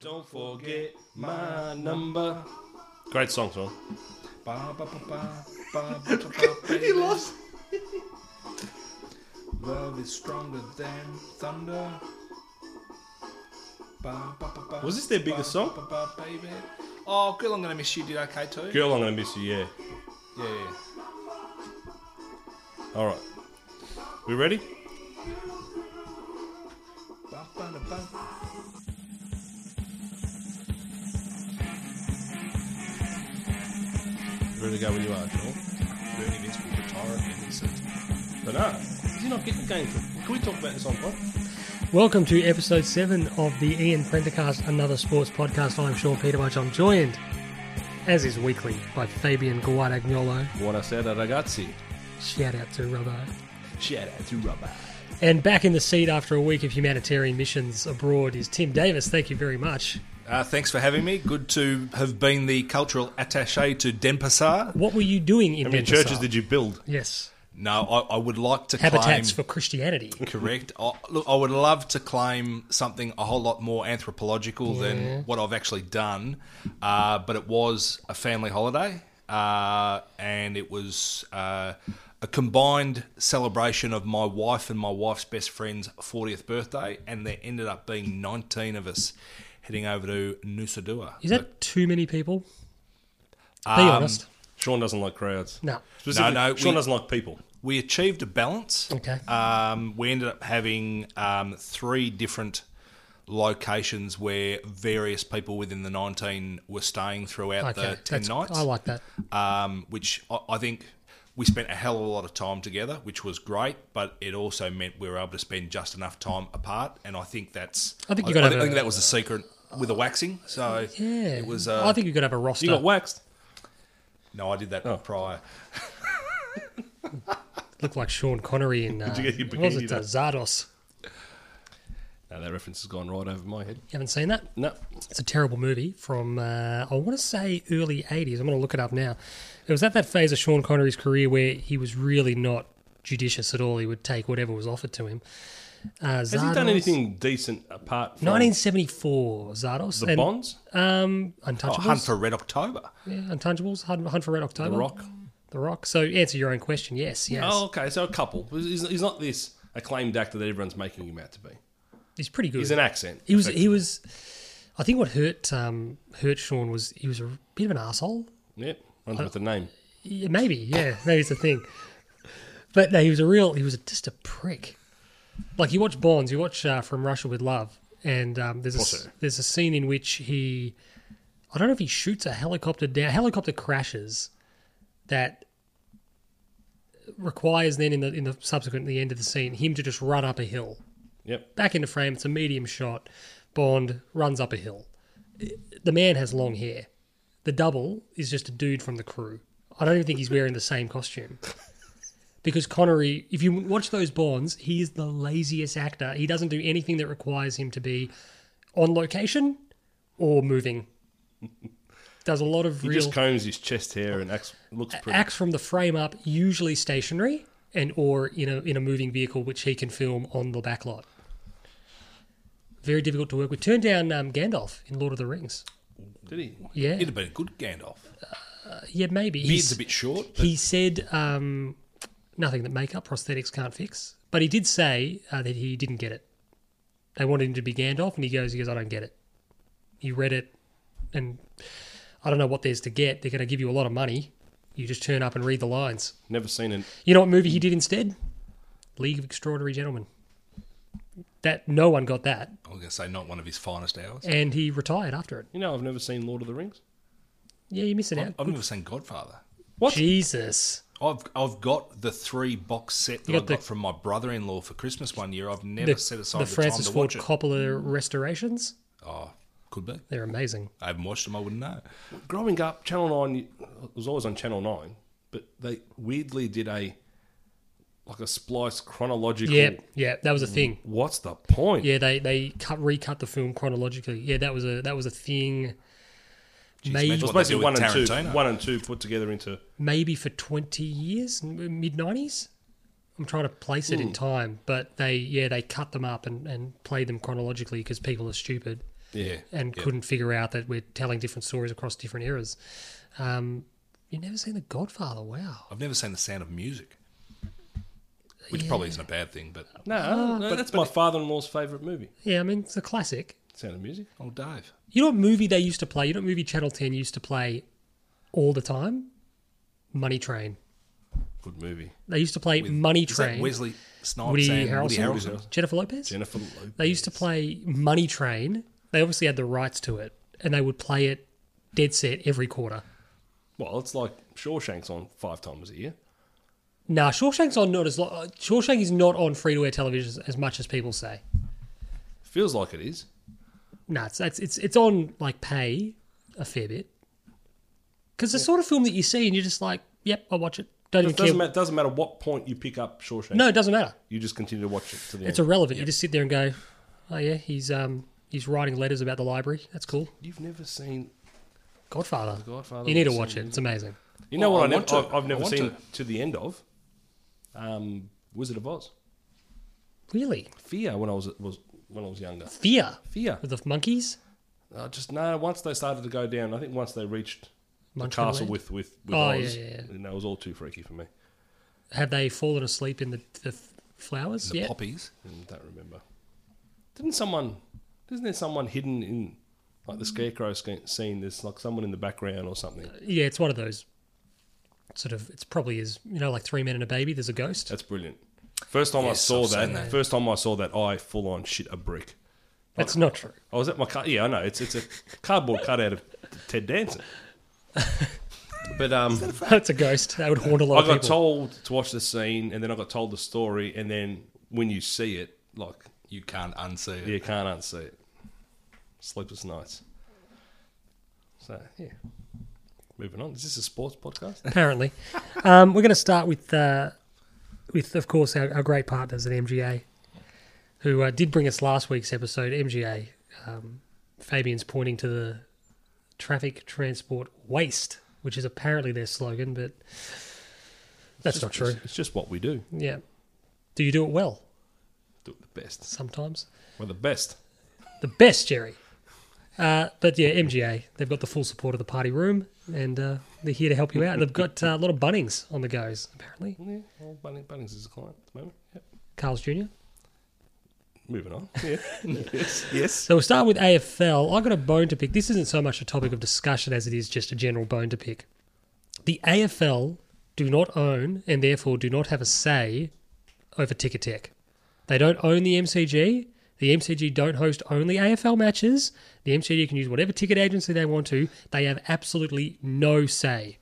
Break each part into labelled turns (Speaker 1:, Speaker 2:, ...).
Speaker 1: Don't forget my number. Great song, Swan.
Speaker 2: Ba, ba, ba, ba, ba, ba, ba, baby. Love is stronger than thunder. Ba, ba, ba, ba,
Speaker 1: Was this their biggest
Speaker 2: ba,
Speaker 1: song?
Speaker 2: Ba, ba, baby. Oh, Girl, I'm Gonna Miss You did okay too.
Speaker 1: Girl, I'm gonna miss you. Yeah.
Speaker 2: Yeah, yeah.
Speaker 1: All right. We ready?
Speaker 2: Ba, ba, da, ba.
Speaker 1: Ready to go when you are, Joel.
Speaker 2: Bernie Vince will retire at the end of the season.
Speaker 1: But no, you're not getting game. Can we talk about this on pod?
Speaker 3: Welcome to episode seven of the Ian Prendercast, another sports podcast. I'm Sean Peterwich. I'm joined, as is weekly, by Fabian Guadagnolo.
Speaker 1: Buonasera, ragazzi.
Speaker 3: Shout out to Robbo.
Speaker 1: Shout out to Rubber.
Speaker 3: And back in the seat after a week of humanitarian missions abroad is Tim Davis. Thank you very much.
Speaker 2: Uh, thanks for having me. Good to have been the cultural attaché to Denpasar.
Speaker 3: What were you doing in
Speaker 1: How many
Speaker 3: Denpasar?
Speaker 1: churches did you build?
Speaker 3: Yes,
Speaker 2: No, I, I would like to claim...
Speaker 3: habitats for Christianity.
Speaker 2: Correct. I, look, I would love to claim something a whole lot more anthropological than what I've actually done, uh, but it was a family holiday, uh, and it was uh, a combined celebration of my wife and my wife's best friend's 40th birthday, and there ended up being 19 of us heading over to Noosa Dua.
Speaker 3: Is that too many people?
Speaker 2: um,
Speaker 3: Be honest.
Speaker 1: Sean doesn't like crowds.
Speaker 3: No.
Speaker 1: Specifically,
Speaker 2: No, no,
Speaker 1: Sean
Speaker 2: we-
Speaker 1: doesn't like people.
Speaker 2: we achieved a balance.
Speaker 3: Okay.
Speaker 2: Um, we ended up having um, three different locations where various people within the 19 were staying throughout
Speaker 3: Okay,
Speaker 2: the 10
Speaker 3: that's-
Speaker 2: nights.
Speaker 3: I like that.
Speaker 2: Um, which I, I think we spent a hell of a lot of time together, which was great, but it also meant we were able to spend just enough time apart. And I think that's.
Speaker 3: I think you
Speaker 2: I,
Speaker 3: gotta
Speaker 2: I
Speaker 3: have
Speaker 2: think
Speaker 3: a-
Speaker 2: that was the secret with the waxing. So
Speaker 3: Yeah,
Speaker 2: it was. Uh,
Speaker 3: I think you've got to have a roster.
Speaker 1: You got waxed.
Speaker 2: no, I did that prior.
Speaker 3: Look like Sean Connery in uh,
Speaker 1: you get your
Speaker 3: what was
Speaker 1: bikini
Speaker 3: it? Uh,
Speaker 1: done?
Speaker 3: Zardos.
Speaker 1: No, that reference has gone right over my head.
Speaker 3: You haven't seen that?
Speaker 1: No.
Speaker 3: It's a terrible movie from uh, I want to say early '80s. I'm going to look it up now. It was at that phase of Sean Connery's career where he was really not judicious at all. He would take whatever was offered to him. Uh,
Speaker 1: Has he done anything decent apart from
Speaker 3: 1974 Zardos.
Speaker 1: the
Speaker 3: and,
Speaker 1: Bonds?
Speaker 3: Um,
Speaker 2: Oh,
Speaker 3: Untouchables.
Speaker 2: Hunt for Red October.
Speaker 3: yeah, Untouchables. Hunt, Hunt for Red October.
Speaker 1: The Rock?
Speaker 3: The Rock. So answer your own question. Yes. Yes.
Speaker 1: Oh, okay. So a couple. He's, he's not this acclaimed actor that everyone's making him out to be.
Speaker 3: He's pretty good.
Speaker 1: He's an accent.
Speaker 3: He was. He was. I think what hurt um, hurt Sean was he was a bit of an asshole.
Speaker 1: Yep. Runs with the name.
Speaker 3: Yeah, maybe, yeah, maybe it's a thing. But no, he was a real, he was just a prick. Like you watch Bonds, you watch uh, From Russia with Love, and um, there's a, s-
Speaker 1: Also.
Speaker 3: there's a scene in which he, I don't know if he shoots a helicopter down, helicopter crashes, that requires then in the in the subsequent the end of the scene him to just run up a hill
Speaker 1: Yep.
Speaker 3: back into frame. It's a medium shot. Bond runs up a hill. The man has long hair. The double is just a dude from the crew. I don't even think he's wearing the same costume. Because Connery, if you watch those Bonds, he is the laziest actor. He doesn't do anything that requires him to be on location or moving. Does a lot of
Speaker 1: He
Speaker 3: real
Speaker 1: just combs his chest hair and acts, looks pretty.
Speaker 3: acts from the frame up, usually stationary and or in a in a moving vehicle which he can film on the back lot. Very difficult to work with. Turned down um, Gandalf in Lord of the Rings.
Speaker 1: Did he?
Speaker 3: Yeah,
Speaker 2: It'd have been a good Gandalf.
Speaker 3: yeah, maybe.
Speaker 2: Beard's
Speaker 3: He's,
Speaker 2: a bit short. but-
Speaker 3: he said um, nothing that makeup prosthetics can't fix, but he did say uh, that he didn't get it. They wanted him to be Gandalf, and he goes, he goes, I don't get it. He read it, and I don't know what there's to get. They're going to give you a lot of money. You just turn up and read the lines.
Speaker 1: Never seen an
Speaker 3: You know what movie he did instead? League of Extraordinary Gentlemen. That no one got that,
Speaker 2: I was going to say not one of his finest hours.
Speaker 3: and he retired after it.
Speaker 1: You know, I've never seen Lord of the Rings.
Speaker 3: Yeah, you're missing out.
Speaker 2: I've never seen Godfather.
Speaker 1: What?
Speaker 3: Jesus,
Speaker 2: I've I've got the three box set that I
Speaker 3: You got
Speaker 2: got
Speaker 3: the-
Speaker 2: from my brother-in-law for Christmas one year. I've never
Speaker 3: the,
Speaker 2: set aside
Speaker 3: the
Speaker 2: the,
Speaker 3: Francis
Speaker 2: time to
Speaker 3: Ford
Speaker 2: watch it.
Speaker 3: Coppola restorations.
Speaker 2: oh, could be.
Speaker 3: They're amazing.
Speaker 2: I haven't watched them. I wouldn't know.
Speaker 1: Growing up, Channel Nine it was always on Channel Nine, but they weirdly did a like a splice chronological.
Speaker 3: Yeah, yeah, that
Speaker 2: Mm.
Speaker 3: was a thing.
Speaker 1: What's the point?
Speaker 3: Yeah, they they cut recut the film chronologically. Yeah, that was a that was a thing.
Speaker 2: Jeez,
Speaker 3: Maybe-
Speaker 2: imagine
Speaker 1: It was
Speaker 2: what they do
Speaker 1: basically
Speaker 2: with
Speaker 1: one and
Speaker 2: Tarantino.
Speaker 1: two, one and two put together into.
Speaker 3: Maybe for twenty years, mid nineties. I'm trying to place
Speaker 2: Hmm.
Speaker 3: it in time, but they yeah they cut them up and and played them chronologically because people are stupid.
Speaker 2: Yeah.
Speaker 3: and couldn't figure out that we're telling different stories across different eras. Um, you've never seen The Godfather? Wow.
Speaker 2: I've never seen The Sound of Music, which probably isn't a bad thing, but
Speaker 3: Uh,
Speaker 1: No, no that's my father-in-law's favourite movie,
Speaker 3: Yeah, I mean, it's a classic.
Speaker 1: Sound of Music.
Speaker 2: oh, Dave.
Speaker 3: You know what movie they used to play? You know what movie Channel 10 used to play all the time? Money Train.
Speaker 1: Good movie.
Speaker 3: They used to play Money
Speaker 2: Is that
Speaker 3: Train.
Speaker 2: Wesley Snipes
Speaker 3: Woody
Speaker 2: and Woody
Speaker 3: Harrelson?
Speaker 2: Harrelson?
Speaker 3: Jennifer Lopez?
Speaker 1: Jennifer Lopez.
Speaker 3: They used to play Money Train. They obviously had the rights to it, and they would play it dead set every quarter.
Speaker 1: Well, it's like Shawshank's on five times a year.
Speaker 3: Nah, Shawshank's on not as lo- uh, Shawshank is not on free to air television as, as much as people say.
Speaker 1: Feels like it is.
Speaker 3: Nah, it's it's it's, it's on like pay a fair bit because the sort of film that you see and you're just like, yep, I'll watch it. Don't even
Speaker 1: It
Speaker 3: care.
Speaker 1: doesn't matter, doesn't matter what point you pick up Shawshank.
Speaker 3: No, it doesn't matter.
Speaker 1: You just continue to watch it to the
Speaker 3: It's
Speaker 1: end.
Speaker 3: irrelevant. You just sit there and go, oh yeah, he's um he's writing letters about the library. That's cool.
Speaker 1: You've never seen.
Speaker 3: Godfather.
Speaker 1: Godfather
Speaker 3: You need to
Speaker 1: was
Speaker 3: watch it. It's amazing.
Speaker 1: You know
Speaker 2: Oh, I
Speaker 1: what? I
Speaker 2: want
Speaker 1: never,
Speaker 2: to.
Speaker 1: I've, I've
Speaker 2: I
Speaker 1: never
Speaker 2: want
Speaker 1: seen
Speaker 2: to.
Speaker 1: to. the end of. Um, Wizard of Oz.
Speaker 3: Really,
Speaker 1: Fear when I was, was when I was younger.
Speaker 3: fear
Speaker 1: Fear.
Speaker 3: with the monkeys.
Speaker 1: I just no. Once they started to go down, I think once they reached the
Speaker 3: Munchkin
Speaker 1: castle
Speaker 3: Land?
Speaker 1: with with, with
Speaker 3: Oh, yeah,
Speaker 1: Oz,
Speaker 3: yeah, yeah.
Speaker 1: you know, it was all too freaky for me.
Speaker 3: Have they fallen asleep in the, the f- flowers
Speaker 2: The
Speaker 3: yet?
Speaker 2: poppies.
Speaker 1: Mm, don't remember. Didn't someone? Isn't there someone hidden in like
Speaker 2: Mm.
Speaker 1: the scarecrow sca- scene? There's like someone in the background or something.
Speaker 2: Uh,
Speaker 3: Yeah, it's one of those sort of. It's probably is you know like three men and a baby. There's a ghost.
Speaker 1: That's brilliant. First time
Speaker 2: Yes,
Speaker 1: I saw
Speaker 2: I've
Speaker 1: that,
Speaker 2: seen that.
Speaker 1: First time I saw that, I full on shit a brick.
Speaker 3: That's not true.
Speaker 1: I was at my car. Yeah, I know. It's it's a cardboard cutout of Ted Danson. But um,
Speaker 3: That's a ghost. That would haunt a lot
Speaker 1: I
Speaker 3: of
Speaker 1: got
Speaker 3: people.
Speaker 1: told to watch the scene, and then I got told the story, and then when you see it, like
Speaker 2: You can't unsee it.
Speaker 1: you can't unsee it. Sleepless nights. So yeah, moving on. Is this a sports podcast?
Speaker 3: Apparently, um, we're going to start with uh, with of course our, our great partners at MGA, who uh, did bring us last week's episode. MGA. Um, Fabian's pointing to the traffic transport waste, which is apparently their slogan, but that's not true.
Speaker 1: It's, it's just what we do.
Speaker 3: Yeah. Do you do it well?
Speaker 1: Do it the best.
Speaker 3: Sometimes.
Speaker 1: We're the best.
Speaker 3: the best Jerry. Uh, but yeah, MGA, they've got the full support of the party room, and uh, they're here to help you out. They've got uh, a lot of Bunnings on the goes, apparently.
Speaker 1: Yeah. Well, Bunnings, Bunnings is a client at the moment. Yep.
Speaker 3: Carl's Jr.
Speaker 1: Moving on. Yeah. yes. Yes.
Speaker 3: So we'll start with AFL. I've got a bone to pick. This isn't so much a topic of discussion as it is just a general bone to pick. The AFL do not own and therefore do not have a say over Ticketek. They don't own the MCG. The MCG don't host only AFL matches. The MCG can use whatever ticket agency they want to. They have absolutely no say.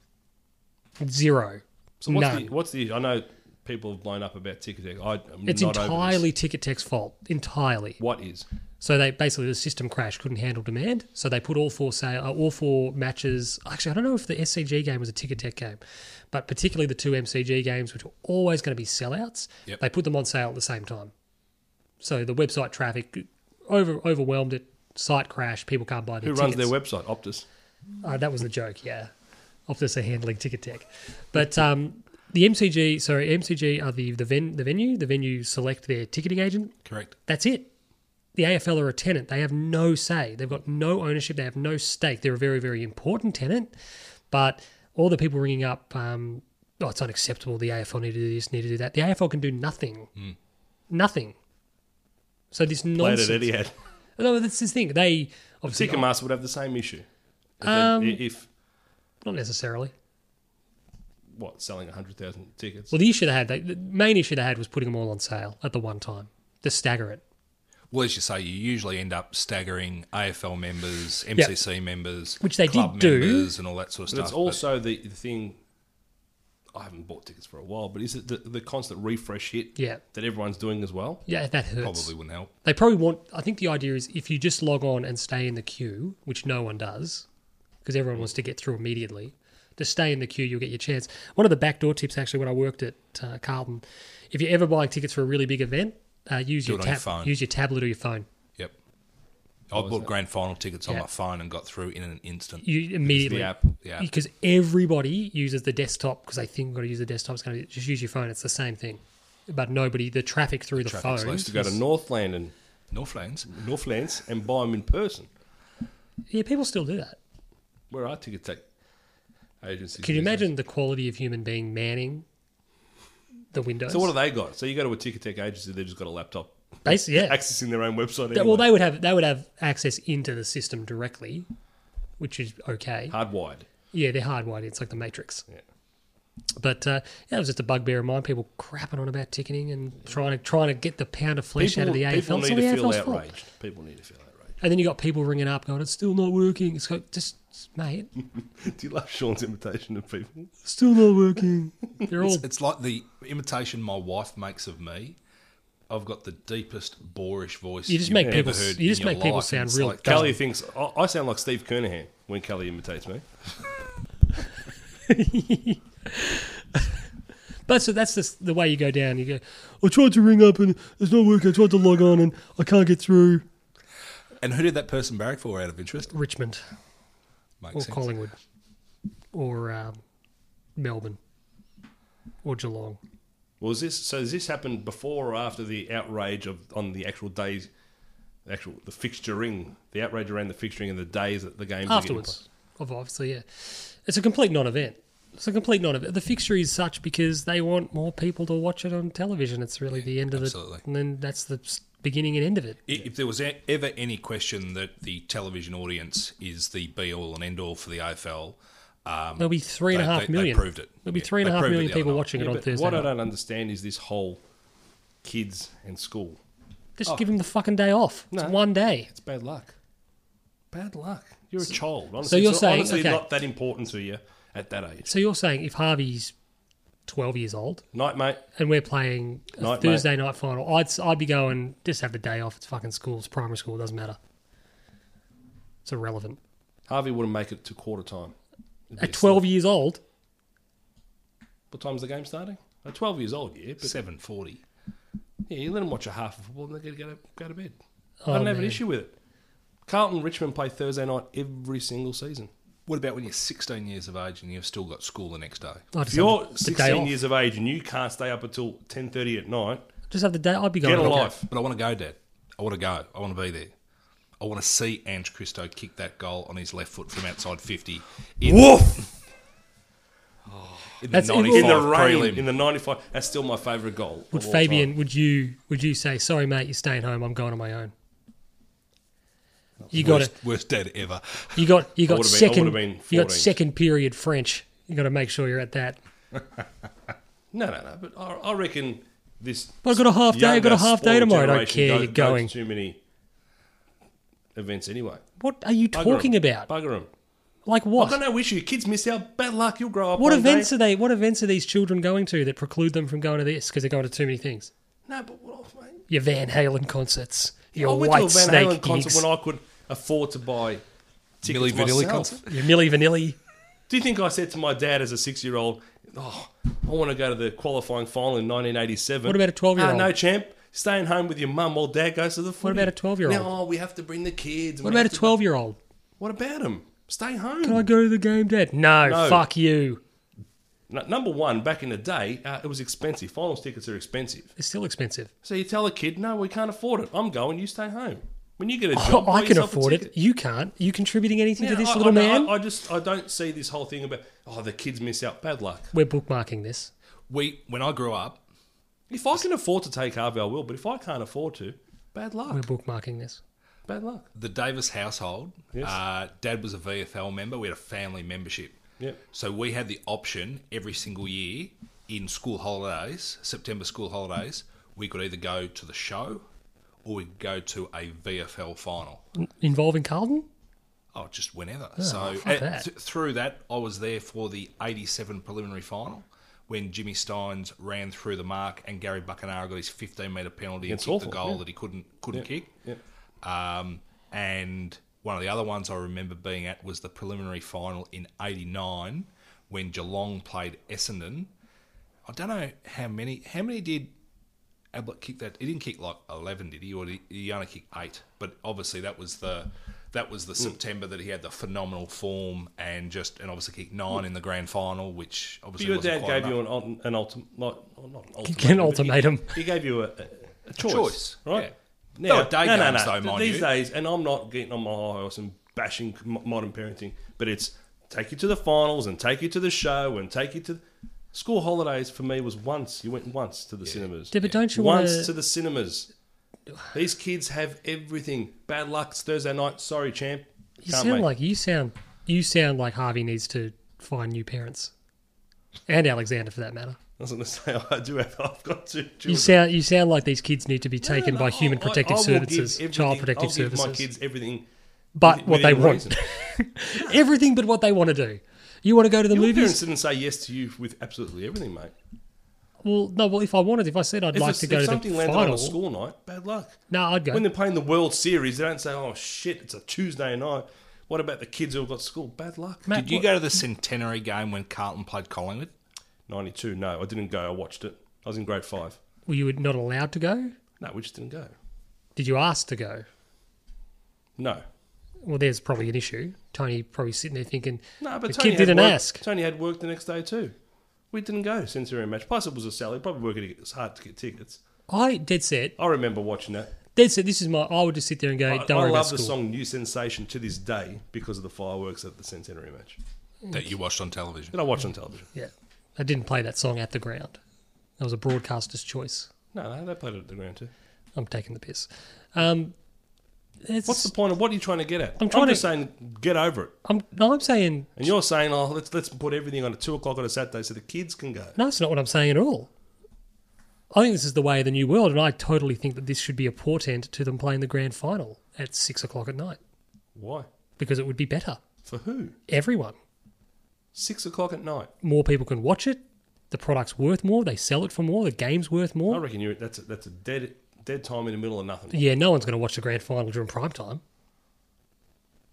Speaker 3: Zero.
Speaker 1: So what's
Speaker 3: None.
Speaker 1: the what's the? I know people have blown up about Ticket Tech. I am
Speaker 3: it's
Speaker 1: not Over this.
Speaker 3: entirely Ticketek's fault. Entirely.
Speaker 1: What is?
Speaker 3: So they basically the system crash couldn't handle demand. So they put all four say uh, all four matches. Actually, I don't know if the SCG game was a ticket tech game, but particularly the two MCG games, which were always going to be sellouts,
Speaker 2: Yep.
Speaker 3: they put them on sale at the same time. So the website traffic over overwhelmed it. Site crash. People can't buy their
Speaker 1: Who runs
Speaker 3: tickets.
Speaker 1: their website? Optus.
Speaker 3: Uh, that was the joke, yeah. Optus are handling ticket tech, but um, the MCG, sorry, MCG are the the, ven- the venue. The venue select their ticketing agent.
Speaker 2: Correct.
Speaker 3: That's it. The AFL are a tenant. They have no say. They've got no ownership. They have no stake. They're a very, very important tenant. But all the people ringing up, um, oh, it's unacceptable. The AFL need to do this, need to do that. The AFL can do nothing. Nothing. So this
Speaker 1: Played
Speaker 3: nonsense.
Speaker 1: at Etihad.
Speaker 3: No, that's this thing. They obviously
Speaker 1: Ticketmaster would have the same issue. If, they-
Speaker 3: Um,
Speaker 1: if
Speaker 3: not necessarily.
Speaker 1: what selling hundred thousand tickets?
Speaker 3: Well, the issue they had, they, the main issue they had was putting them all on sale at the one time to stagger it.
Speaker 2: Well, as you say, you usually end up staggering AFL members, MCC members,
Speaker 3: Which they
Speaker 2: club
Speaker 3: did do.
Speaker 2: members, and all that sort of
Speaker 1: But
Speaker 2: stuff.
Speaker 1: it's also the, the thing. I haven't bought tickets for a while, but is it the, the constant refresh hit
Speaker 3: Yeah.
Speaker 1: that everyone's doing as well?
Speaker 3: Yeah, that hurts.
Speaker 2: probably wouldn't help.
Speaker 3: They probably want. I think the idea is if you just log on and stay in the queue, which no one does, because everyone wants to get through immediately. To stay in the queue, you'll get your chance. One of the backdoor tips, actually, when I worked at uh, Carlton, if you're ever buying tickets for a really big event, uh, use
Speaker 2: Do
Speaker 3: your,
Speaker 2: it on your
Speaker 3: tab-
Speaker 2: phone.
Speaker 3: use your tablet or your phone.
Speaker 2: Yep. I bought grand final tickets on
Speaker 3: Yeah.
Speaker 2: my phone and got through in an instant.
Speaker 3: You immediately
Speaker 2: app, the app.
Speaker 3: because everybody uses the desktop because they think we've got to use the desktop. It's going to just use your phone. It's the same thing, but nobody the traffic through the,
Speaker 2: traffic's
Speaker 3: phone.
Speaker 2: less
Speaker 1: To go to Northland and
Speaker 2: Northlands.
Speaker 1: Northlands and buy them in person.
Speaker 3: Yeah, people still do that.
Speaker 1: Where are ticket tech agencies?
Speaker 3: Can you
Speaker 1: these days?
Speaker 3: imagine the quality of human being manning the windows?
Speaker 1: So what have they got? So you go to a ticket tech agency, they've just got a laptop
Speaker 3: Basically, yeah.
Speaker 1: accessing their own website.
Speaker 3: That-
Speaker 1: Anyway.
Speaker 3: well, they would have they would have access into the system directly, which is okay.
Speaker 1: hardwired.
Speaker 3: Yeah, they're hardwired. It's like the Matrix.
Speaker 1: Yeah.
Speaker 3: But uh, yeah, it was just a bugbear of mine. People crapping on about ticketing and trying to trying to get the pound of flesh out of the AFL.
Speaker 1: people
Speaker 3: It's
Speaker 1: need
Speaker 3: all the
Speaker 1: to feel
Speaker 3: AFL's fault.
Speaker 1: outraged. People need to feel outraged.
Speaker 3: And then you got people ringing up going, "It's still not working." It's like, just mate,
Speaker 1: Do you love Sean's imitation of people?
Speaker 3: still not working. They're all
Speaker 2: It's, it's like the imitation my wife makes of me. I've got the deepest boorish voice
Speaker 3: You just
Speaker 2: you've
Speaker 3: make
Speaker 2: ever
Speaker 3: people-
Speaker 2: heard
Speaker 3: you just
Speaker 2: in your
Speaker 3: make people
Speaker 2: life.
Speaker 3: sound
Speaker 2: It's
Speaker 3: real
Speaker 2: like,
Speaker 3: dumb.
Speaker 1: Kelly thinks I, I sound like Steve Kernahan when Kelly imitates me.
Speaker 3: But so that's just the way you go down. You go, I tried to ring up and it's not working. I tried to log on and I can't get through.
Speaker 2: and who did that person barrack for out of interest?
Speaker 3: Richmond
Speaker 2: Makes
Speaker 3: or
Speaker 2: sense.
Speaker 3: Collingwood or um, Melbourne or Geelong.
Speaker 1: Was this so? Has this happened before or after the outrage of on the actual days, the actual the fixturing, the outrage around the fixturing and the days that the games are getting played?
Speaker 3: Afterwards, of obviously, yeah. It's a complete non event. It's a complete non event. The fixture is such because they want more people to watch it on television. It's really the end of
Speaker 2: absolutely.
Speaker 3: it. And then that's the s- beginning and end of it.
Speaker 2: I- If there was e- ever any question that the television audience is the be all and end all for the AFL, um,
Speaker 3: There'll be three and a
Speaker 2: They-
Speaker 3: half
Speaker 2: they- they
Speaker 3: million.
Speaker 2: proved it.
Speaker 3: There'll be
Speaker 2: Yeah,
Speaker 3: three and a
Speaker 2: they
Speaker 3: half
Speaker 2: proved it
Speaker 3: million
Speaker 2: the other
Speaker 3: people
Speaker 2: night.
Speaker 3: watching
Speaker 1: Yeah,
Speaker 3: it on
Speaker 1: but
Speaker 3: Thursday.
Speaker 1: what I
Speaker 3: night.
Speaker 1: don't understand is this whole kids and school.
Speaker 3: Just give them the fucking day off. It's
Speaker 1: No.
Speaker 3: one day.
Speaker 1: It's bad luck. Bad luck. You're a child. Honestly,
Speaker 3: you're
Speaker 1: it's
Speaker 3: saying-
Speaker 1: honestly
Speaker 3: okay.
Speaker 1: not that important to you at that age.
Speaker 3: So you're saying if Harvey's 12 years old
Speaker 1: Night, mate.
Speaker 3: and we're playing a
Speaker 1: Night,
Speaker 3: Thursday night final, I'd, I'd be going, just have the day off. It's fucking school. It's primary school. It doesn't matter. It's irrelevant.
Speaker 1: Harvey wouldn't make it to quarter time. It'd be
Speaker 3: At
Speaker 1: a
Speaker 3: 12 years old,
Speaker 1: What time's the game starting? At 12 years old, yeah. But
Speaker 2: seven forty.
Speaker 1: yeah, you let them watch a half of football and they get to go to, go to bed.
Speaker 3: Oh,
Speaker 1: I don't have
Speaker 3: man.
Speaker 1: an issue with it. Carlton Richmond play Thursday night every single season.
Speaker 2: What about when you're 16 years of age and you've still got school the next day?
Speaker 3: I'd
Speaker 1: If
Speaker 3: just
Speaker 1: you're
Speaker 3: have the, the day
Speaker 1: 16
Speaker 3: off.
Speaker 1: years of age and you can't stay up until 10:30 at night,
Speaker 3: Just have the day. I'd be going.
Speaker 1: get a
Speaker 3: okay.
Speaker 1: life.
Speaker 2: But I want to go, Dad. I want to go. I want to be there. I want to see Ange Christo kick that goal on his left foot from outside 50 in,
Speaker 1: Woof!
Speaker 2: in the
Speaker 3: That's-
Speaker 2: 95
Speaker 1: In the rain,
Speaker 2: prelim.
Speaker 1: in the 95. That's still my favourite goal.
Speaker 3: Would
Speaker 1: of all
Speaker 3: Fabian?
Speaker 1: time.
Speaker 3: Would you? Would you say, "Sorry, mate, you're staying home. I'm going on my own." You got
Speaker 2: worst,
Speaker 3: it.
Speaker 2: worst dad ever.
Speaker 3: You got. You got
Speaker 1: would've been- I
Speaker 3: second.
Speaker 1: would've been
Speaker 3: you
Speaker 1: 14.
Speaker 3: got second period French. You got to make sure you're at that.
Speaker 1: No, no, no. But I, I reckon this.
Speaker 3: But I've got a half day, I've got a
Speaker 1: younger,
Speaker 3: half day
Speaker 1: spoiled
Speaker 3: tomorrow. I don't
Speaker 1: generation
Speaker 3: care,
Speaker 1: go-
Speaker 3: you're
Speaker 1: goes
Speaker 3: going.
Speaker 1: to Too many events anyway.
Speaker 3: What are you
Speaker 1: Bugger 'em.
Speaker 3: talking about?
Speaker 1: Bugger 'em.
Speaker 3: Like
Speaker 1: I've
Speaker 3: what?
Speaker 1: got no issue. Kids miss out. Bad luck. You'll grow up.
Speaker 3: What
Speaker 1: one
Speaker 3: events
Speaker 1: Day.
Speaker 3: are they? What events are these children going to that preclude them from going to this because they're going to too many things?
Speaker 1: No, but what off, mate?
Speaker 3: Your Van Halen concerts, your
Speaker 1: I went
Speaker 3: White
Speaker 1: to a Van
Speaker 3: Snake
Speaker 1: Halen concert
Speaker 3: gigs,
Speaker 1: when I could afford to buy tickets
Speaker 2: Milli Vanilli
Speaker 1: myself.
Speaker 2: concert?
Speaker 3: your Milli Vanilli.
Speaker 1: Do you think I said to my dad as a six-year-old, "Oh, I want to go to the qualifying final in 1987"?
Speaker 3: What about a 12-year-old?
Speaker 1: No, no, champ. Staying home with your mum while dad goes to the. Footy.
Speaker 3: about a 12-year-old?
Speaker 1: Now, oh, we have to bring the kids.
Speaker 3: What about a twelve-year-old?
Speaker 1: What about him? Stay home.
Speaker 3: Can I go to the game, Dad? No,
Speaker 1: No.
Speaker 3: fuck you.
Speaker 1: N- number one, back in the day, uh, it was expensive. Finals tickets are expensive.
Speaker 3: It's still expensive.
Speaker 1: So you tell a kid, no, we can't afford it. I'm going, you stay home. When you get a
Speaker 3: Oh,
Speaker 1: job, buy
Speaker 3: I can
Speaker 1: yourself a
Speaker 3: afford it.
Speaker 1: ticket.
Speaker 3: You can't. Are you contributing anything
Speaker 1: Yeah,
Speaker 3: to this
Speaker 1: I,
Speaker 3: little
Speaker 1: I, know,
Speaker 3: man?
Speaker 1: I, I just I don't see this whole thing about oh the kids miss out. Bad luck.
Speaker 3: We're bookmarking this.
Speaker 2: We, when I grew up,
Speaker 1: If I can afford to take Harvey, I will. But if I can't afford to, bad
Speaker 3: We're
Speaker 1: luck.
Speaker 3: bookmarking this.
Speaker 1: Bad luck.
Speaker 2: the Davis household,
Speaker 1: Yes.
Speaker 2: uh, Dad was a VFL member. We had a family membership.
Speaker 1: Yep.
Speaker 2: So we had the option every single year in school holidays, September school holidays, we could either go to the show or we could go to a VFL final.
Speaker 3: Involving Carlton?
Speaker 2: Oh, just whenever. so
Speaker 3: fuck
Speaker 2: uh,
Speaker 3: that.
Speaker 2: th- through that, I was there for the 87 preliminary final when Jimmy Steins ran through the mark and Gary Buchanara got his 15 metre penalty
Speaker 1: It's
Speaker 2: and kicked
Speaker 1: awful,
Speaker 2: the goal
Speaker 1: yeah.
Speaker 2: that he couldn't couldn't kick.
Speaker 1: Yep.
Speaker 2: Um, and one of the other ones I remember being at was the preliminary final in '89 when Geelong played Essendon. I don't know how many. How many did Ablett kick that? He didn't kick like eleven, did he? Or did he he only kicked eight? But obviously that was the that was the September that he had the phenomenal form and just and obviously kicked nine in the grand final, which
Speaker 1: But
Speaker 2: obviously
Speaker 1: your
Speaker 2: wasn't
Speaker 1: dad
Speaker 2: quite
Speaker 1: gave
Speaker 2: enough.
Speaker 1: you an ultim- an ultimate not, well, not an ultimatum.
Speaker 3: An
Speaker 1: but he-
Speaker 3: ultimatum.
Speaker 1: He, gave you a, a, a choice,
Speaker 2: choice,
Speaker 1: right?
Speaker 2: yeah. They were day games, though, mind
Speaker 1: these
Speaker 2: you.
Speaker 1: days, and I'm not getting on my high horse and bashing m- modern parenting, but it's take you to the finals and take you to the show and take you to school holidays. For me, was once you went once to the cinemas,
Speaker 3: Yeah, but don't you
Speaker 1: once
Speaker 3: wanna-
Speaker 1: to the cinemas? These kids have everything. Bad luck. It's Thursday night. Sorry, champ.
Speaker 3: You
Speaker 1: Can't
Speaker 3: sound
Speaker 1: wait.
Speaker 3: like you sound you sound like Harvey needs to find new parents, and Alexander for that matter.
Speaker 1: Doesn't this say I do have? I've got two children.
Speaker 3: You sound you sound like these kids need to be taken
Speaker 1: No, no,
Speaker 3: by
Speaker 1: no,
Speaker 3: human
Speaker 1: I- I-
Speaker 3: protective
Speaker 1: I will give
Speaker 3: services, child
Speaker 1: everything-
Speaker 3: protective
Speaker 1: I'll give
Speaker 3: services.
Speaker 1: My kids everything,
Speaker 3: but what they
Speaker 1: within
Speaker 3: want,
Speaker 1: reason.
Speaker 3: everything but what they want to do. You want to go to the
Speaker 1: Your
Speaker 3: movies?
Speaker 1: parents didn't say yes to you with absolutely everything, mate.
Speaker 3: Well, no. Well, if I wanted, if I said I'd
Speaker 1: If,
Speaker 3: like
Speaker 1: it's-
Speaker 3: to go
Speaker 1: if
Speaker 3: to
Speaker 1: something
Speaker 3: the
Speaker 1: landed on
Speaker 3: final,
Speaker 1: a school night, bad luck.
Speaker 3: no, I'd go.
Speaker 1: When they're playing the World Series, they don't say, "Oh shit, it's a Tuesday night." What about the kids who've got school? Bad luck.
Speaker 3: Matt,
Speaker 2: Did you
Speaker 3: what-
Speaker 2: go to the centenary game when Carlton played Collingwood?
Speaker 1: Ninety-two. No, I didn't go. I watched it. I was in grade five.
Speaker 3: Were you not allowed to go?
Speaker 1: No, we just didn't go.
Speaker 3: Did you ask to go?
Speaker 1: No.
Speaker 3: Well, there's probably an issue. Tony probably sitting there thinking,
Speaker 1: No, but
Speaker 3: the
Speaker 1: Tony
Speaker 3: kid
Speaker 1: had
Speaker 3: didn't
Speaker 1: work-
Speaker 3: ask.
Speaker 1: Tony had work the next day too. We didn't go since we were in a match. Plus, it was a Sally. Probably working. It was hard to get tickets.
Speaker 3: I dead set,
Speaker 1: I remember watching that.
Speaker 3: dead set. This is my. I would just sit there and go,
Speaker 1: I,
Speaker 3: don't
Speaker 1: I
Speaker 3: worry about
Speaker 1: love the
Speaker 3: school.
Speaker 1: song "New Sensation" to this day because of the fireworks at the centenary match
Speaker 2: That you watched on television.
Speaker 1: that I watched on television.
Speaker 3: Yeah, I didn't play that song at the ground. That was a broadcaster's choice.
Speaker 1: No, no, they played it at the ground too.
Speaker 3: I'm taking the piss. Um, it's,
Speaker 1: What's the point of what are you trying to get at?
Speaker 3: I'm trying
Speaker 1: just saying get over it.
Speaker 3: I'm no, I'm saying
Speaker 1: And you're saying, oh, let's let's put everything on at two o'clock on a Saturday so the kids can go.
Speaker 3: no. That's not what I'm saying at all. I think this is the way of the new world, and I totally think that this should be a portent to them playing the grand final at six o'clock at night
Speaker 1: Why?
Speaker 3: because it would be better.
Speaker 1: For who?
Speaker 3: Everyone,
Speaker 1: Six o'clock at night.
Speaker 3: more people can watch it. The product's worth more. They sell it for more. The game's worth
Speaker 1: I
Speaker 3: more.
Speaker 1: reckon you that's a, that's a dead dead time in the middle of nothing.
Speaker 3: Yeah, no one's going to watch the grand final during prime time.